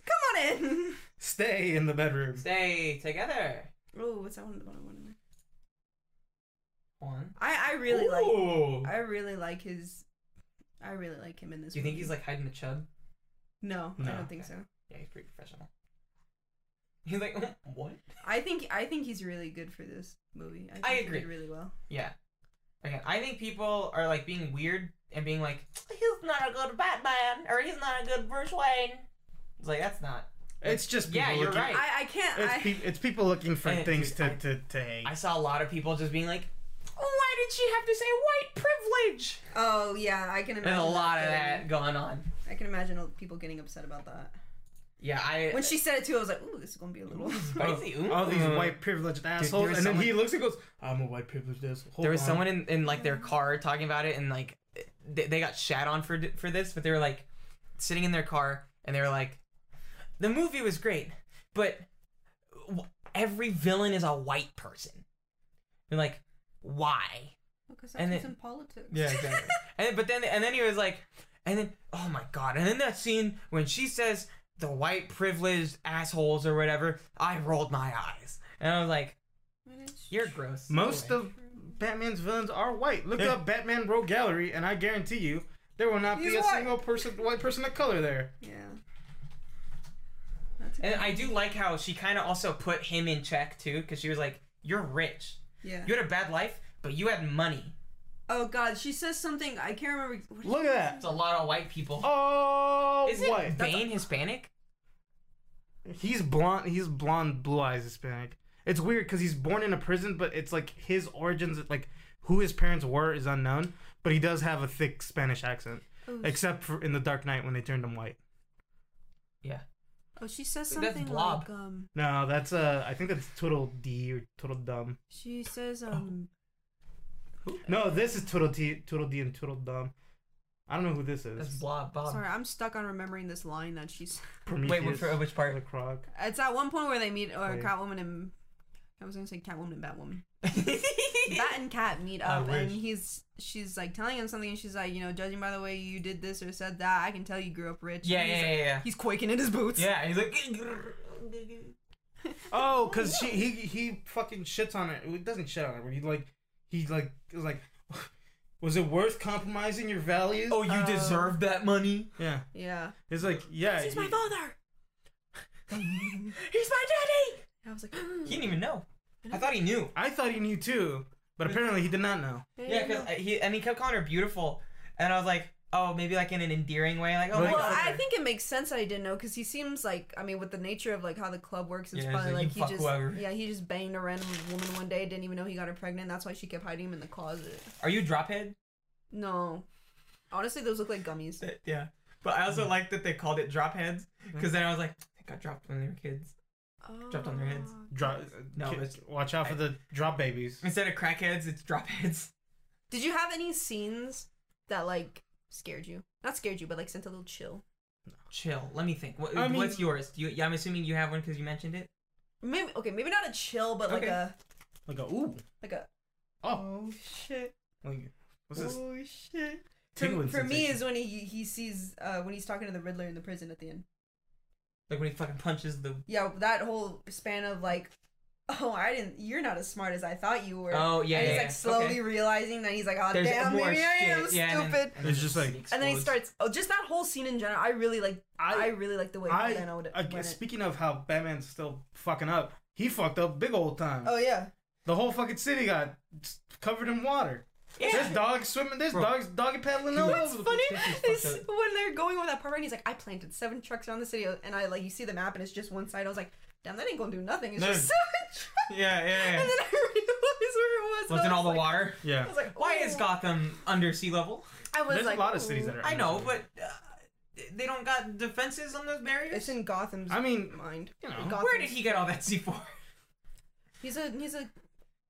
Come on in.
Stay in the bedroom.
Stay together.
Oh, what's that one? The bottom one.
One.
I I really like.
Ooh.
I really like his. I really like him in this.
Do you think
movie.
he's like hiding a chub?
No, I
No.
don't think so.
Yeah, he's pretty professional. He's like, "Mm, what?
I think I think he's really good for this movie. I, think
I
he
agree.
did really well.
Yeah. Again, I think people are like being weird and being like, he's not a good Batman or he's not a good Bruce Wayne. It's like that's not.
It's just
Yeah,
people
you're
looking-
right.
I I can't.
It's,
I,
pe- it's people looking for
Uh,
things
dude,
to,
I-
to, to hate.
I saw a lot of people just being like, why did she have to say white privilege?
oh yeah, I can imagine.
There's a lot of
getting-
that going on.
I can imagine people getting upset about that.
Yeah, I.
When she said it too, I was like, "Ooh, this is gonna be a little."
spicy. ooh.
all these white privileged assholes,
was
and then
someone-
he looks and goes, "I'm a white privileged asshole." Hold
There was
on.
someone in, in like their car talking about it, and like they, they got shat on for d- for this, but they were like sitting in their car, and they were like, "The movie was great, but w- every villain is a white person." And like, why?
Because
And
that's what's
it-
in politics.
exactly. and then, but then and then he was like, and then oh my god, and then that scene when she says the white privileged assholes or whatever, I rolled my eyes, and I was like, "You're gross." Go
Most
away."
of Batman's villains are white. Look up Batman Rogue Gallery, and I guarantee you, there will not be
He's
a
white.
single person, white person of color there.
Yeah. That's
And I do like how she kind of also put him in check too, because she was like, "You're rich.
Yeah.
You had a bad life, but you had money."
Oh God, she says something. I can't remember. What did
Look
she
at
say?
that.
It's a lot of white people.
Oh,
Isn't
white.
Bane Hispanic?
He's blonde. He's blonde, blue eyes Hispanic. It's weird because he's born in a prison, but it's like his origins, like who his parents were, is unknown. But he does have a thick Spanish accent,
Oh, she,
except for in the Dark Knight when they turned him white.
Yeah.
oh, she says
That's
something
Blob.
like um.
No, that's uh, I think that's Total D or Total Dumb.
She says um.
No, this is Total D, Total D and Total Dumb. I don't know who this
That's
is.
Blob. Bob.
Sorry, I'm stuck on remembering this line that she's.
Prometheus.
Wait, which, which
the
part?
Croc.
It's at one point where they meet or
Wait.
Catwoman and I was gonna say Catwoman and Batwoman. Bat and Cat meet
I
up, and
wish.
he's she's like telling him something, and she's like, you know, judging by the way you did this or said that, I can tell you grew up rich.
yeah,
And
yeah,
he's
yeah,
like-
yeah.
He's quaking in his boots.
Yeah, he's like.
Oh, cause she he he fucking shits on it. He doesn't shit on it. But he like he like was like, was it worth compromising your values?
Oh, you
Uh,
deserve that money.
yeah.
Yeah.
It's like yeah.
He's
you-
my father.
He's my daddy.
I was like,
He didn't even know. I thought he knew.
I thought he knew too, but apparently he did not know.
Yeah, because he and he kept calling her beautiful, and I was like, oh, maybe like in an endearing way, like oh. my
Like-
Well,
God.
I think it makes sense that I didn't know because he seems like I mean, with the nature of like how the club works, it's
Yeah, it's
probably
like, you
like, he
fuck
just
whoever.
yeah he just banged a random woman one day, didn't even know he got her pregnant. That's why she kept hiding him in the closet.
Are you drophead?
No, honestly, those look like gummies.
That- Yeah. But I
Mm.
also like that they called it drop heads because then I was like, they got dropped when they were kids. Dropped on their heads.
Ah.
Drop.
No,
ki-
it's-
watch out for
I-
the drop babies.
Instead of crackheads, it's drop heads.
Did you have any scenes that like scared you? Not scared you, but like sent a little chill.
Chill. Let me think. What,
I mean-
what's yours? Do you, yeah, I'm assuming you have one because you mentioned it.
Maybe okay, maybe not a chill, but like
Okay.
a
Like a ooh.
like a
Oh,
oh shit,
like, what's this?
oh shit. To,
Tingling
for me,
sensation.
is when he he sees uh when he's talking to the Riddler in the prison at the end.
Like when he fucking punches the.
yeah, that whole span of like, oh, I didn't. You're not as smart as I thought you were.
Oh yeah.
and
yeah,
he's
yeah.
like slowly
Okay.
realizing that he's like, oh
There's
damn,
more
maybe I
shit.
am
Yeah, and then-
stupid.
and then
It's just like-
And then he
explodes.
starts. Oh, just that whole scene in general. I really like. I,
I-
really like the way
I,
Moreno would-
I
went it.
speaking of how Batman's still fucking up, he fucked up big old time.
Oh yeah.
The whole fucking city got s- covered in water. There's dogs swimming. There's
Bro.
dogs doggy paddling
Dude,
all
what's
over. the
Funny
place.
is when they're going over that part and he's like, I planted seven trucks around the city, and I like you see the map and it's just one side. I was like, damn, that ain't gonna do nothing. It's
No.
just seven trucks.
Yeah, yeah, yeah.
And then I realized where it was. and
Was
I
in all
was
the
like-
water?
Yeah.
I was like,
Why is
"Ooh."
Gotham under sea level?
I was
There's
like, "Oh."
a lot of cities that
"Ooh."
are.
I know,
underwater.
but uh, they don't got defenses on those barriers.
It's in Gotham's
I mean,
mind.
you know.
Gotham's-
Where did he get all that C4?
He's a he's a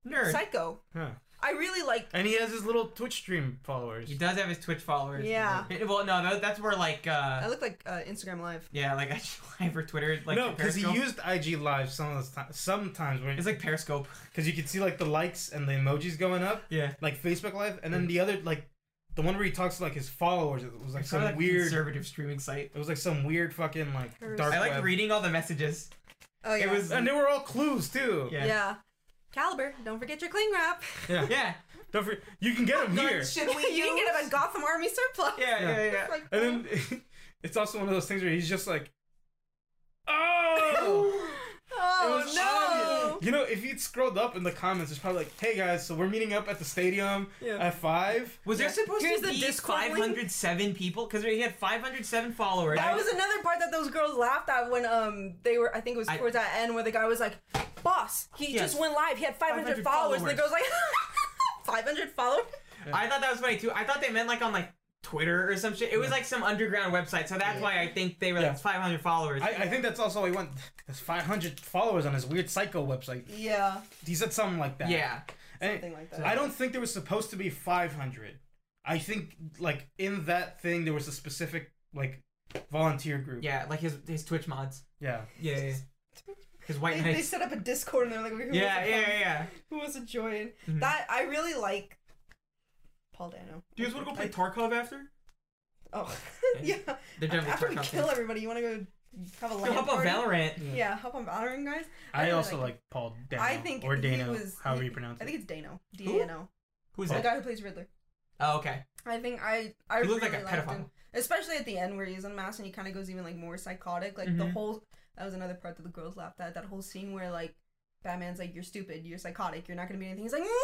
Nerd.
psycho.
Huh.
I I really like.
And he has his little Twitch stream followers.
He does have his Twitch followers.
Yeah.
Eh, Well, no, tho- that's where like
I
uh,
look like uh, Instagram Live.
yeah, like IG Live or Twitter, like
no, because he
Periscope.
used IG Live some of the time, sometimes when
it's like Periscope.
because you could see like the likes and the emojis going up,
Yeah.
like Facebook Live,
Mm.
and then the other like the one where he talks to like his followers. It was like
It's
some
kind of like
weird.
conservative streaming site.
It was like some weird fucking like
Curse.
dark
I like
web.
reading all the messages.
Oh yeah.
It was
and they were all clues too.
yeah.
yeah.
Caliber, don't forget your cling wrap.
Yeah.
Yeah.
Don't forget, you can
Oh
get them
Gun
here.
shit we
you can get it
use.
at Gotham Army Surplus.
Yeah, yeah, yeah.
It's like-
And then it's also one of those things where he's just like, oh. It was
oh
obvious. You know, if you'd scrolled up in the comments, it's probably like, "Hey guys, so we're meeting up at the stadium
Yeah.
at 5.
Was there
Yeah.
supposed
Here's
to
the
be
Discord link.
507 people? Because he had 507 followers.
That was another part that those girls laughed at when um they were I think it was
I-
towards that end where the guy was like, "Boss, he
Yes.
just went live. He had
500
500, followers." And the
followers.
girl's like, "500 followers?
I thought that was funny too. I thought they meant like on like Twitter or some shit. It was like some underground website, so that's why I think they were
Yeah.
like 500 followers.
I, I think that's also why he went. There's 500 followers on his weird psycho website.
Yeah,
He said something like that.
yeah,
And
something like that.
I don't think there was supposed to be 500. I think like in that thing there was a specific like volunteer group.
yeah, like his his Twitch mods.
Yeah.
Yeah, yeah. yeah. His
They,
white
they
knights.
set up a Discord and they're like, who
Yeah,
wants
yeah,
to come?
yeah, yeah.
Who wants to join?"
Mhm.
That I really like. Paul Dano.
Do you guys want to go play
I-
Tarkov after?
Oh, yeah.
Yeah. They're done with
After we
Tarkov.
kill
things.
everybody, you want to go have a
Go
LAN
hop on
party?
Valorant.
Yeah, hop on Valorant, guys. I
I,
really
also
like-
like, Paul Dano
I think
or
he
Dano,
was-
however you pronounce
I
it. Oh.
think it's Dano. D A N O.
Who's
The
that?
guy who plays Riddler.
Oh, okay.
I think I I
He looked
really
like a
liked
pedophile.
him. Especially at the end where he's unmasked and he kind of goes even like more psychotic. Like the
Mhm.
whole that was another part that the girls laughed at. That whole scene where like Batman's like you're stupid, you're psychotic, you're not gonna be anything. He's like no.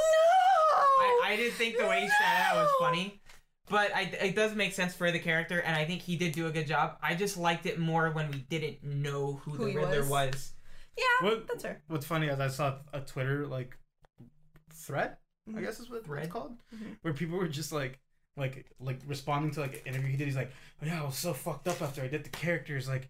I,
I,
I did think the way he said it out was funny, but I, it does make sense for the character, and I think he did do a good job. I just liked it more when we didn't know who,
Who he
the Riddler
was.
was.
yeah,
What-
that's her.
What's funny is I saw a Twitter like thread, I
Mhm.
guess is what it's
Thread?
called,
Mhm.
where people were just like, like, like responding to like an interview he did. He's like, oh, "Yeah, I was so fucked up after I did the characters. Like,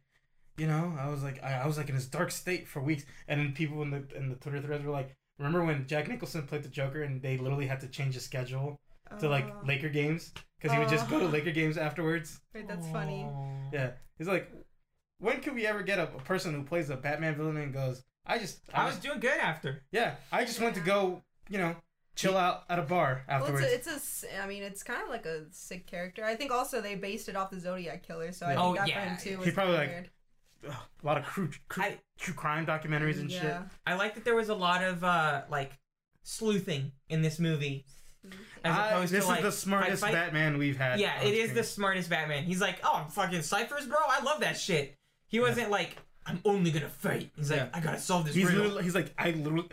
you know, I was like, I, I was like in this dark state for weeks." And then people in the in the Twitter threads were like, "Remember when Jack Nicholson played the Joker and they literally had to change his schedule to like
Uh,
Laker games because he would just go to
Oh.
Laker games afterwards?"
wait, that's funny.
Yeah, he's like, "When could we ever get a, a person who plays a Batman villain and goes?" I just, I,
I
just
was doing good after.
yeah, I just went to go, you know, chill out at a bar
Well,
afterwards.
it's a, it's a s- I mean it's kind of like a sick character. I think also they based it off the Zodiac killer, so I
Yeah.
think
Oh,
that
yeah,
for him
yeah.
too.
He
was
probably, like,
weird.
Ugh, a lot of crew, crew,
I-
true crime documentaries and shit.
yeah.
I like that there was a lot of uh, like sleuthing in this movie, as
I-
opposed
Uh, this
to like
is the smartest
fight, fight.
Batman we've had.
Yeah,
on
it is the
screen.
smartest Batman. He's like, oh, I'm fucking ciphers, bro. I love that shit. He wasn't like, I'm only gonna fight. He's like,
Yeah.
I gotta solve this
He's
riddle.
literally, he's like, I literally,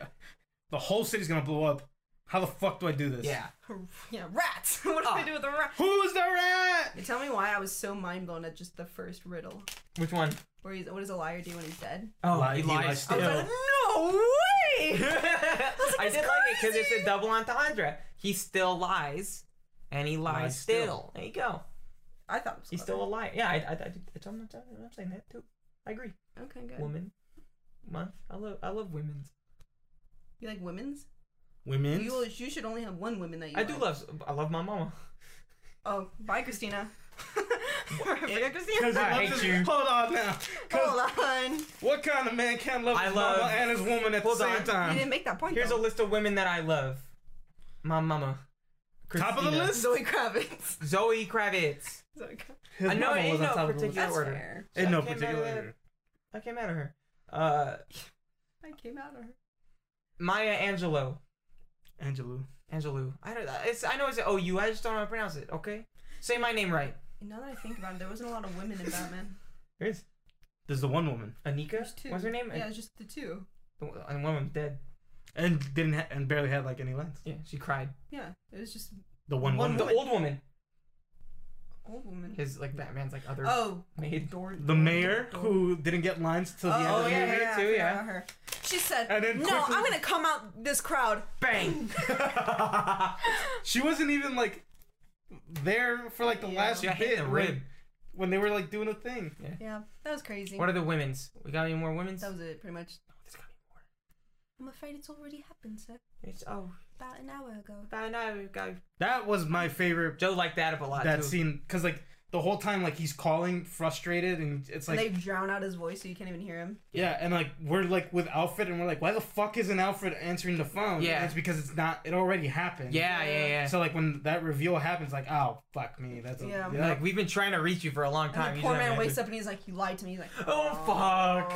the whole city's gonna blow up. How the fuck do I do this?
Yeah.
yeah, rats. what do they
Oh.
do with the rat?
Who's the rat?
Tell me why I was so mind blown at just the first riddle.
Which one?
Where he's, what does a liar do when he's dead?
Oh,
Lie-
he
he
lies
lies
I
still.
was
Yeah.
like, no way!
I,
"That's
did like it because
crazy."
it's a double entendre. He still lies, and he lies,
Lies
still.
still.
There you go.
I thought it was
He's
clever.
still a liar. Yeah, I, I, I, it's, I'm, not, I'm not saying that too. I agree.
Okay, good.
Woman month. I love I love women's.
You like women's?
Women.
You, will- you should only have one woman that you
I do
like.
love I love my mama.
Oh, bye, Christina.
Because
Forget Christina.
I
he
hate
loves his-
you.
Hold on now. 'Cause
Hold on. You
What kind of man can love
I
his
love-
mama and his woman at the
Hold
same
on.
time?
didn't make that point.
Here's a
though.
list of women that I love. My mama.
Top of the
Christina.
list?
Zoe Kravitz.
Zoe Kravitz.
Zoe Kravitz.
His
I know
mama
it ain't
was on
no
top of the list.
particular-
That's
order.
fair.
In Eh, no
Okay, man,
particular
man.
order.
I came out of her. Uh,
I came out of her.
Maya Angelou.
Angelou.
Angelou. I don't. uh, It's. I know it's O U. I just don't know how to pronounce it. Okay. Say my name right.
Now that I think about it, there wasn't a lot of women in Batman.
There is
There's the one woman.
Anika.
There's two.
What's her name?
Yeah, it's just the two.
And- And one of them's dead.
and didn't ha- and barely had like any lines.
Yeah, she cried.
Yeah, it was just
The one
One
one,
The
woman.
old woman.
old woman.
His like Batman's like other
Oh,
maid.
Dor-
the mayor
Dor-
who didn't get lines till the end.
Oh,
of the
yeah,
movie.
yeah, too,
I forgot
yeah.
about her. She said,
And then
"No,
quickly-
I'm gonna come out this crowd."
Bang.
She wasn't even like there for like the
Yeah.
last
she got hit
bit
in the
when-
rib.
when they were like doing a thing.
Yeah, that was crazy.
What are the women's? We got any more women's?
that was it, pretty much.
There's gotta be more.
I'm afraid it's already happened, sir.
It's, oh,
About an hour ago.
about an hour ago.
That was my favorite
Joe liked that up a lot.
that
too.
scene because like the whole time like he's calling frustrated and it's like
and they drown out his voice so you can't even hear him.
yeah and like we're like with Alfred and we're like why the fuck isn't Alfred answering the phone?
Yeah.
And it's because it's not. It already happened.
Yeah, yeah, yeah.
So like when that reveal happens, like oh fuck me, that's a,
Yeah.
Like we've been trying to reach you for a long
And
time.
the
you
poor
just
man
haven't
wakes up and he's like, "You lied to me." He's like,
Oh, fuck.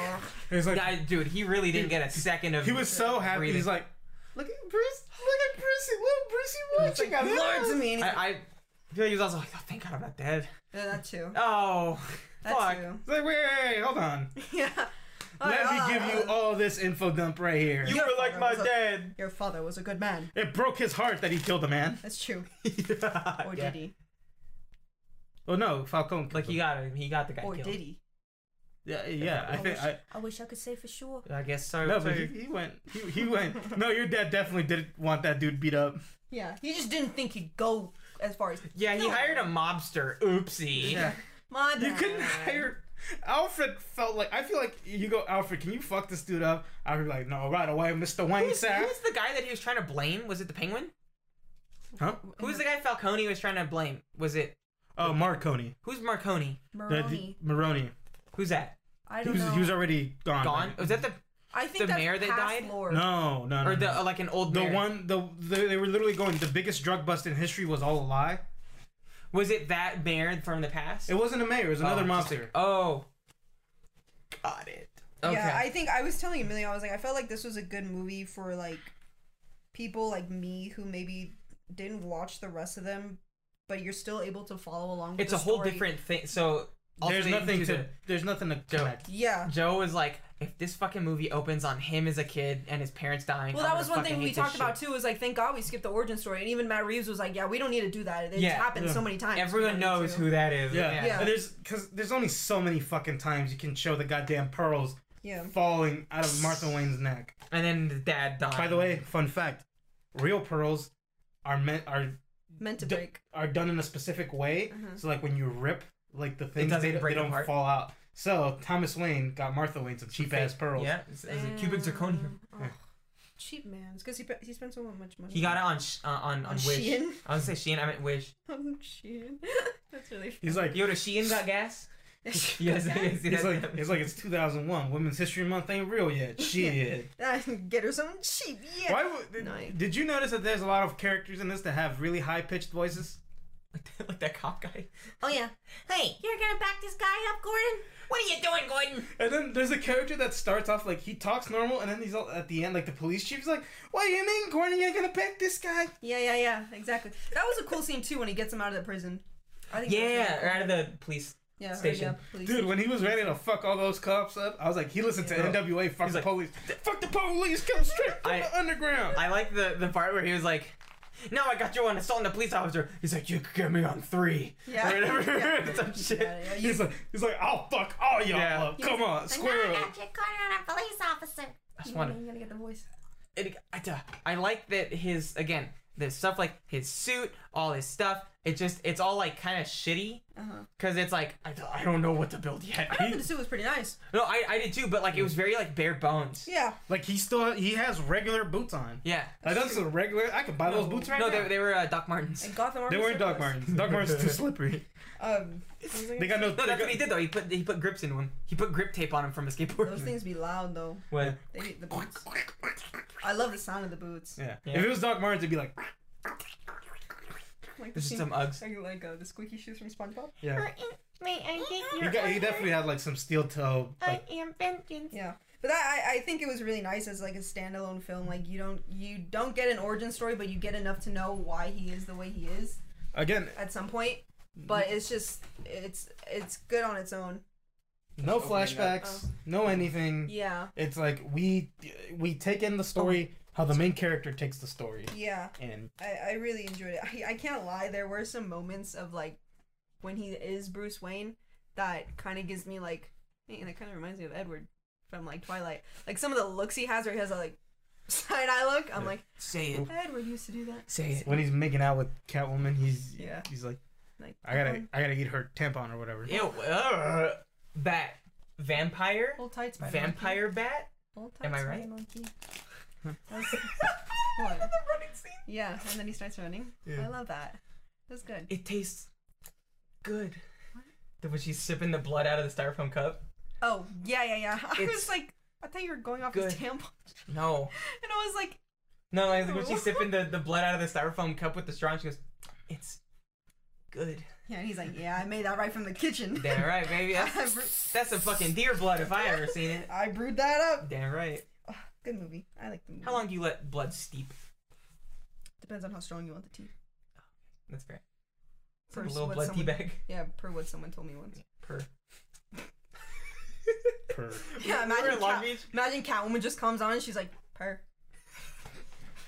It's like
answered. Yeah, dude, he really didn't get a second of.
he was so happy.
breathing.
He's like, look at Bruce, look at Brucey, little Brucey watching
"You
us."
lied to me." And he's
I,
like,
I feel like he was also like, oh, thank God I'm not dead.
yeah, that too.
Oh,
That
fuck.
too.
It's like wait, wait, wait, hold on.
yeah.
Let me
Alright,
give you
uh,
all this info dump right here.
You
Yeah,
were like
fuck,
my
what's up?
dad.
Your father was a good man.
it broke his heart that he killed a man.
That's true.
yeah.
Or did he?
Well, Oh, no, Falcone. killed
Like he
him.
got him. He got the guy
Or
killed.
did he?
yeah, yeah. I
I
think
wish-
I
I wish I could say for sure.
I guess so.
no, but he,
too.
he went. He, he went. No, your dad definitely did want that dude beat up.
Yeah, he just didn't think he'd go as far as.
Yeah, he
No.
hired a mobster. Oopsie.
My
You
bad.
couldn't hire. Alfred felt like I feel like you go Alfred. Can you fuck this dude up? I'd be like, no, right away, Mister Wayne
Who's,
Sapp.
who's the guy that he was trying to blame? Was it the penguin?
Huh?
Mm-hmm.
Who's the guy Falcone was trying to blame? Was it
Oh, Marconi.
who's Marconi?
The- the-
Maroni.
Maroni.
Who's that?
I
He
don't
was,
know.
he was already gone.
Gone?
by
Was that the
I think
the
that's
mayor that
past
died?
Lore.
then. No, no, no.
or
no.
the like an old
The
mayor?
one, the, the they were literally going. The biggest drug bust in history was all a lie.
Was it that mayor from the past?
It wasn't a mayor. It was another
Oh, just
monster.
like- oh, got it. Okay.
Yeah, I think I was telling Amelia, I was like, I felt like this was a good movie for like people like me who maybe didn't watch the rest of them, but you're still able to follow along. With
it's
the
a whole
story.
different thing. So also
there's
they didn't
nothing
do
to.
the-
There's nothing to
Joe.
connect.
Yeah.
Joe was like, if this fucking movie opens on him as a kid and his parents dying.
Well,
I'm
that
gonna
was one
fucking
thing we
hate this
talked
shit.
about too. Was like, thank God we skipped the origin story, and even Matt Reeves was like, yeah, we don't need to do that. It's
Yeah.
happened
Yeah.
so many times.
Everyone
We don't need
knows
to."
who that is.
Yeah.
Yeah.
And there's because there's only so many fucking times you can show the goddamn pearls
Yeah.
falling out of Martha Wayne's neck.
And then the dad died.
By the way, fun fact: real pearls are meant are
Meant to
d-
break.
are done in a specific way. So like when you rip, like the things
doesn't
they,
break
they don't
apart.
fall out. So Thomas Wayne got Martha Wayne some cheap ass pearls.
Yeah. It's, it's a cubic zirconium.
Damn. Uh-huh. Ugh. Cheap man. It's because he, pe- he spent so much money.
He got it on sh- uh, on on
On
Wish.
Shein?
I was gonna say Shein. I meant Wish.
Oh, shit. That's really funny.
He's like.
Yoda Shein got gas.
Yes.
Yes. yes,
He's
yes.
like, it's like it's 2001. Women's History Month ain't real yet. Shit.
Uh, Get her some cheap. Yeah.
Why would, did,
Nice.
did you notice that there's a lot of characters in this that have really high pitched voices?
like that cop guy.
Oh yeah. Hey, you're gonna back this guy up, Gordon?
What are you doing, Gordon?
And then there's a character that starts off like he talks normal, and then he's all, at the end like the police chief's like, "What do you mean, Gordon? You're gonna pick this guy?"
Yeah, yeah, yeah. Exactly. That was a cool scene too when he gets him out of the prison. I think. that was
Yeah,
really
or
cool.
out of the police.
yeah.
station.
yeah, police
Dude, when he was ready to fuck all those cops up, I was like, he listened
Yeah.
to NWA, fuck
He's
the
like,
police, fuck the police, come straight from
I-
the underground.
I like the the part where he was like, "No, I got you on assaulting the police officer." He's like, "You could get me on three
Yeah.
or whatever,
Yeah.
some shit."
Yeah, yeah, you-
he's like, he's like, I'll fuck all y'all
Yeah.
up. Come on, square up.
You're cornered on a police officer.
I just want
I'm gonna get the voice.
to. I, d- I like that his again the stuff like his suit, all his stuff. It just it's all like kind of shitty
Uh-huh.
because it's like I, d- I don't know what to build yet.
I thought the suit was pretty nice.
no, I I did too, but like it was very like bare bones.
Yeah.
Like he still he has regular boots on.
Yeah.
Like that's a regular. I could buy those boots right
no,
now.
they, they were uh, Doc Martens.
And Gotham.
They
Armor
weren't Doc
surplus.
Martens. Doc Martens too slippery.
Um. what was I gonna
They got no.
No,
they
that's
got-
what he did though. He put he put grips in one. He put grip tape on him from a skateboard.
say? Those things be loud though.
What?
They need the boots. I love the sound of the boots.
Yeah.
Yeah.
If it was Doc Martens, it'd be like,
Like the
This is
scene-
some Uggs.
like- Like uh, the squeaky shoes from SpongeBob.
yeah.
May I get
He,
your
got, he
order?
definitely had like some steel toe.
I
Like,
am vengeance.
Yeah, but that, I I think it was really nice as like a standalone film. Like you don't you don't get an origin story, but you get enough to know why he is the way he is
again,
at some point. But
Mm-hmm.
it's just it's it's good on its own.
no
Just opening up.
flashbacks,
Oh.
no anything.
Yeah,
It's like we we take in the story
Oh.
how the main character takes the story,
yeah.
and
I I really enjoyed it. I I can't lie. There were some moments of like when he is Bruce Wayne that kind of gives me like hey, that kind of reminds me of Edward from like Twilight. Like some of the looks he has where he has a like side eye look. I'm like
Say it.
Edward used to do that.
Say it.
when he's making out with Catwoman, he's
Yeah.
he's like,
Like
I gotta
Mm-hmm.
I gotta eat her tampon or whatever.
Ew. Uh, bat. Vampire.
Hold tight, Spider-Man.
Vampire bat.
Hold
Am
tight,
I right?
Spider-Monkey. What?
the running scene.
Yeah, and then he starts running.
Yeah.
I love that. That's good.
It tastes good. The When she's sipping the blood out of the styrofoam cup.
Oh, yeah, yeah, yeah. I
It's
was like, I thought you were going off
good.
his tampon.
No,
And I was like,
no, like when she's sipping the, the blood out of the styrofoam cup with the straw, and she goes, "It's good."
yeah, and he's like, yeah, I made that right from the kitchen.
Damn right, baby.
I,
That's,
bre-
that's a fucking deer blood if I ever seen it.
I brewed that up.
Damn right.
Ugh, good movie. I like the movie.
How long do you let blood steep?
Depends on how strong you want the tea.
That's fair. It's
Per
like a little
what
blood tea
someone-
bag
Yeah, per what someone told me once.
per.
Per.
Yeah,
We were
imagine,
in Long
Cat-
Beach.
imagine Catwoman just comes on and she's like, per.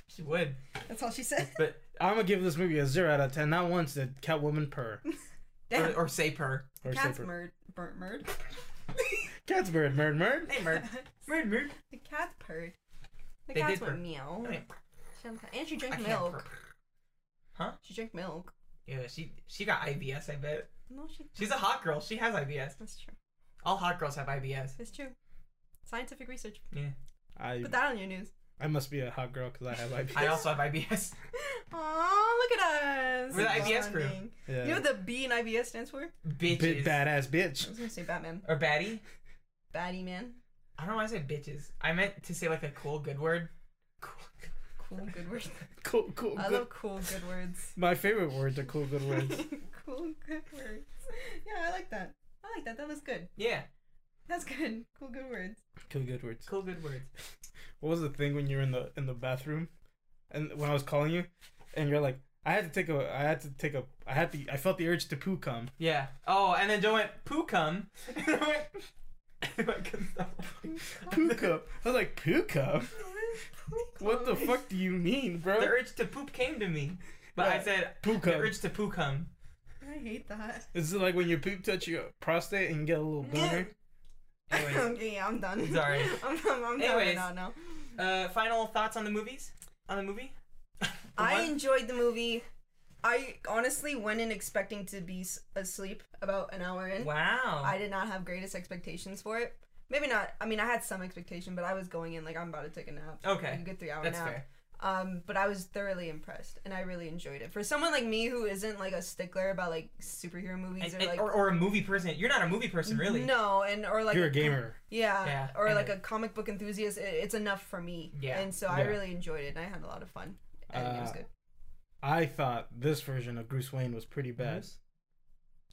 She would,
That's all she said.
but
I'm gonna give this movie a zero out of ten. Not once did Catwoman purr.
or,
Damn.
or say per.
Or say
Cat's
purr.
murd. Bur- murd?
Cat's bird, murd, murd.
Hey, Mert. Mert, Mert.
The cat purred. The
They
cats
did
went
purr.
meow.
I mean,
She had- And she
I
drank
can't
milk.
purr.
She drank milk.
Yeah, she she got IBS. I bet
No, she.
she's a hot girl. She has IBS.
That's true.
All hot girls have IBS.
It's true. Scientific research.
Yeah.
I
Put that on your news.
I must be a hot girl because I have IBS.
I also have IBS.
Aw, look at us.
We're the IBS crew.
Bonding.
yeah.
You know what the B in IBS stands for?
bitches.
Bit badass bitch.
I was gonna say Batman.
Or baddie.
Batty man.
I don't know why I said bitches. I meant to say like a cool good word. Cool.
Cool good words.
Cool, cool.
I
good.
love cool good words.
My favorite words are cool, good words.
cool good words. Yeah, I like that. I like that. That was good.
Yeah.
That's good. Cool good words.
cool, good words.
Cool good words.
What was the thing when you were in the in the bathroom, and when I was calling you, and you're like, I had to take a, I had to take a, I had the, I felt the urge to poo come.
Yeah. Oh, and then Joe went poo cum. And I went. and I couldn't stop laughing.
Poo come. I was like, poo come. What the fuck do you mean,
The
bro?
urge to poop came to me, but I
Yeah.
said
Poo
the
cum.
urge to poo cum.
I hate that.
This is like when your poop touch your prostate and you get a little boner.
Anyways,
okay, yeah, I'm done.
Sorry.
I'm, I'm, I'm done
Anyways.
right now. now.
uh, final thoughts on the movies? On the movie? The
I
one-
enjoyed the movie. I honestly went in expecting to be s- asleep about an hour in.
Wow.
I did not have greatest expectations for it. Maybe not. I mean, I had some expectation, but I was going in like I'm about to take a nap.
Okay.
like a good three hour
That's
nap.
fair.
Um, but I was thoroughly impressed, and I really enjoyed it. For someone like me who isn't like a stickler about like superhero movies
And-
or like
and- or, or a movie person. You're not a movie person, really.
no, and or like
You're a gamer.
yeah,
Yeah,
or
and
like
a-
a comic book enthusiast. It, it's enough for me.
Yeah,
and so I
yeah.
really enjoyed it, and I had a lot of fun. And it was
Uh,
good.
I thought this version of Bruce Wayne was pretty bad.
Bruce?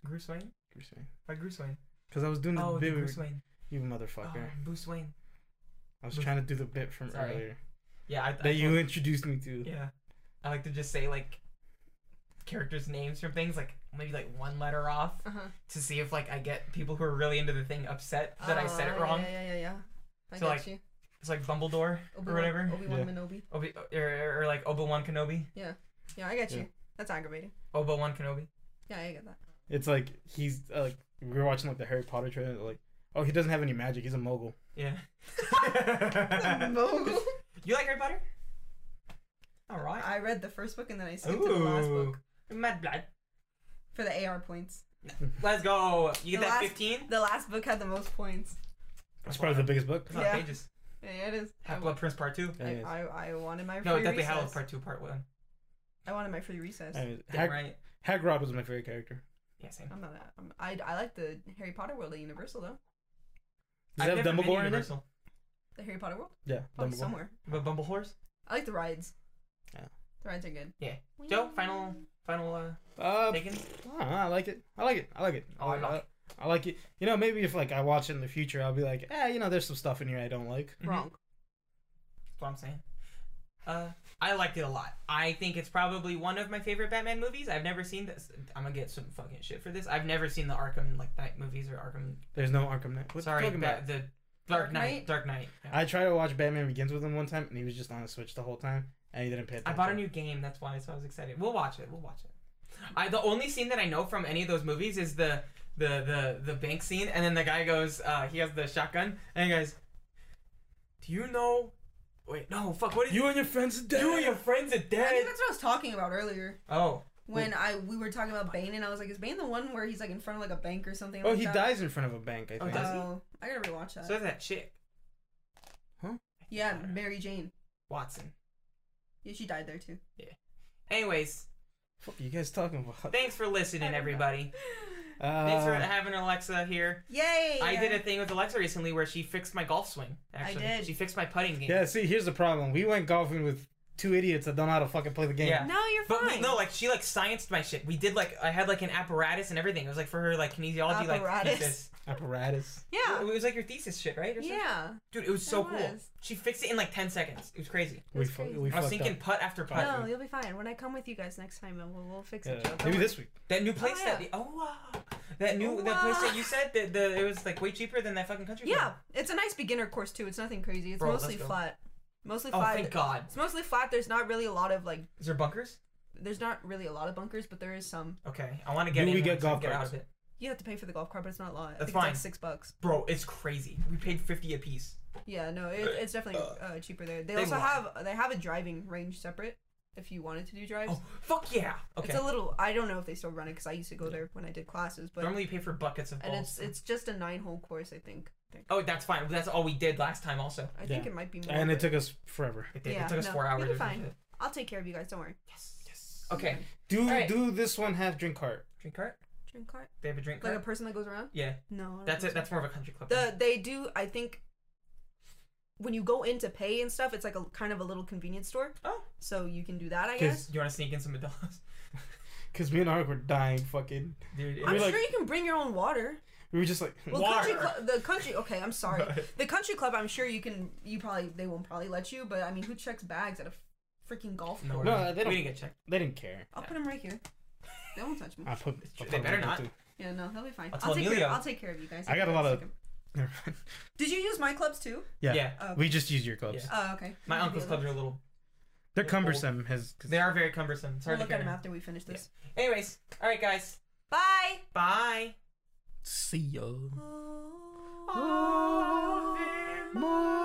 Bruce Wayne?
Bruce Wayne.
By Bruce Wayne.
Because I was doing the
Oh, the
bit.
Bruce
with
Wayne.
You
Oh,
motherfucker.
Bruce Wayne.
I was
Bruce-
trying to do the bit from
Sorry.
earlier
Yeah, I, I,
that you introduced me to.
Uh-huh. Yeah, I like to just say like characters' names from things, like maybe like one letter off,
Uh-huh.
to see if like I get people who are really into the thing upset that I said
Ah,
it wrong.
Yeah, yeah, yeah. yeah. I
So,
got
like,
you.
It's like Bumbledore or whatever,
Obi Wan
Yeah.
Kenobi.
Obi- or, or, or, like Obi Wan Kenobi,
Yeah, I got you.
Yeah.
That's aggravating.
Obi Wan Kenobi.
Yeah, I get that.
It's like he's uh, like we were watching like the Harry Potter trailer. Like, oh, he doesn't have any magic. He's a mogul.
Yeah.
Mogul.
you like Harry Potter? All right.
I read the first book and then I skipped to the last book
Mad Blood.
for the AR points.
Let's go. You get
The
that
last-
fifteen?
The last book had the most points.
That's probably the biggest book.
It's not
Yeah.
pages.
Yeah, it is. I,
Half Blood Prince Part Two.
I,
Anyways,
I, I wanted my free
No, Deathly
recess.
Hallows Part Two, Part One.
I wanted my free recess.
anyways,
Damn
Hag-
right.
Hagrod was my favorite character.
Yeah, same.
I'm not. A, I'm, I I like the Harry Potter world at Universal though.
Does it have
never been to
Dumbledore in it?
Universal.
The Harry Potter world.
Yeah,
Probably
Dumbledore.
somewhere.
But Bumble Horse?
I like the rides.
Yeah.
The rides are good. Mm-hmm.
Joe, final final uh
Oh,
Uh,
taken? Mm-hmm.
I, don't know, I like it. I like it. I like it.
Oh, I like
it. I like it. You know, maybe if like I watch it in the future, I'll be like, eh, you know, there's some stuff in here I don't like.
Wrong.
That's what I'm saying. Uh I liked it a lot. I think it's probably one of my favorite Batman movies. I've never seen this. I'm gonna get some fucking shit for this. I've never seen the Arkham like Knight movies or Arkham.
There's no Arkham Knight. What
sorry,
you talking
Ba-
about?
the Dark
Dark
Knight.
Knight?
Dark Knight. Yeah.
I tried to watch Batman Begins with him one time, and he was just on a Switch the whole time, and he didn't pay
I,
attention.
bought a new game. That's why. So I was excited. We'll watch it. We'll watch it. I the only scene that I know from any of those movies is the the the the bank scene, and then the guy goes. Uh, he has the shotgun, and he goes, "Do you know?" Wait, no, fuck. What is
You and your friends are dead.
You and your friends are
I think
dead.
that's what I was talking about earlier
Oh,
when I we were talking about Bane and I was like, is Bane the one where he's like in front of like a bank or something?
Oh,
like
he
that?
dies in front of a bank. I
Oh,
think.
does he?
Oh, I gotta rewatch that.
so is that chick.
yeah, Mary Jane.
Watson.
Yeah, she died there too.
Anyways,
What are you guys talking about?
thanks for listening, everybody. Thanks for
Uh,
having Alexa here.
Yay!
I did a thing with Alexa recently where she fixed my golf swing. Actually,
did.
she fixed my putting game.
yeah, see, here's the problem. We went golfing with two idiots that don't know how to fucking play the game.
Yeah.
No, you're
But
fine.
we, no, like she like scienced my shit. We did like I had like an apparatus and everything. It was like for her like kinesiology like
Apparatus.
thesis.
Apparatus.
Yeah.
It was like your thesis shit, right? Or something?
Yeah.
Dude, it was so
It
cool.
was.
She fixed it in like ten seconds. It was crazy.
We,
That's
fu-
crazy.
we
I was
fucked
thinking
up.
putt after putt.
No, you'll be fine. When I come with you guys next time, we'll, we'll fix
Yeah.
it. Joe. Don't
Maybe
worry.
this week.
That new place
Oh,
that oh wow, that new that place that you said that the it was like way cheaper than that fucking country.
Yeah,
club.
it's a nice beginner course too. It's nothing crazy. It's
Bro, let's
mostly
go.
flat. Mostly
Oh
flat.
thank God.
It's mostly flat. There's not really a lot of like.
Is there bunkers?
There's not really a lot of bunkers, but there is some.
Okay, I want to get
Do
in.
we
and
get
so I
golf
can get out
carts?
of it,
You have to pay for the golf cart, but it's not a lot. I
That's
think it's
fine.
like six bucks.
bro. It's crazy. We paid fifty a piece.
Yeah, no, it, it's definitely uh, cheaper there. They,
they
also
lie.
have they have a driving range separate if you wanted to do drives.
Oh fuck yeah. Okay.
It's a little. I don't know if they still run it because I used to go there when I did classes, but
Normally you pay for buckets of balls.
and it's it's just a nine hole course, I think.
oh that's fine. That's all we did last time also.
I think
Yeah.
it might be more.
And it
but-
took us forever.
It did.
Yeah,
it took us
no,
four hours.
you'll be
or
fine.
something.
I'll take care of you guys. Don't worry.
Yes. Yes. Okay.
Do
Alright.
do this one have drink cart?
Drink cart.
Drink cart.
They have a drink
Like
cart.
a person that goes around.
yeah.
No. I don't
That's
think
it. That's more of a country club.
The they do. I think when you go in to pay and stuff, it's like a kind of a little convenience store,
oh.
so you can do that. I
'Cause
guess.
Do you want to sneak in some Medellins?
Because me and Ark were dying fucking.
Dude. it
I'm
we,
was-
like-
sure you can bring your own water.
We were just like,
Well, country
Water.
club, the country. Okay, I'm sorry. The country club. I'm sure you can. You probably they won't probably let you, but I mean, who checks bags at a freaking golf?
No,
course?
we're
No,
not.
they don't-
we didn't get checked.
they didn't care.
I'll put them right here. They won't touch me.
I put.
They
I put
better
it
not.
too.
Yeah, no, they'll be fine.
I'll
I'll,
tell
take care.
Emilio.
I'll take care of you guys.
I got a lot of- Never mind.
Did you use my clubs too?
Yeah.
Yeah.
Oh,
We just used your clubs.
Yeah.
oh okay.
My uncle's
Maybe
clubs are a little.
They're
They're
cumbersome. Has
They are very cumbersome. It's
We'll
hard
look
to
at them
carry.
after we finish this.
Anyways, all right, guys.
Bye.
Bye.
E see ya.
Oh.
Bye.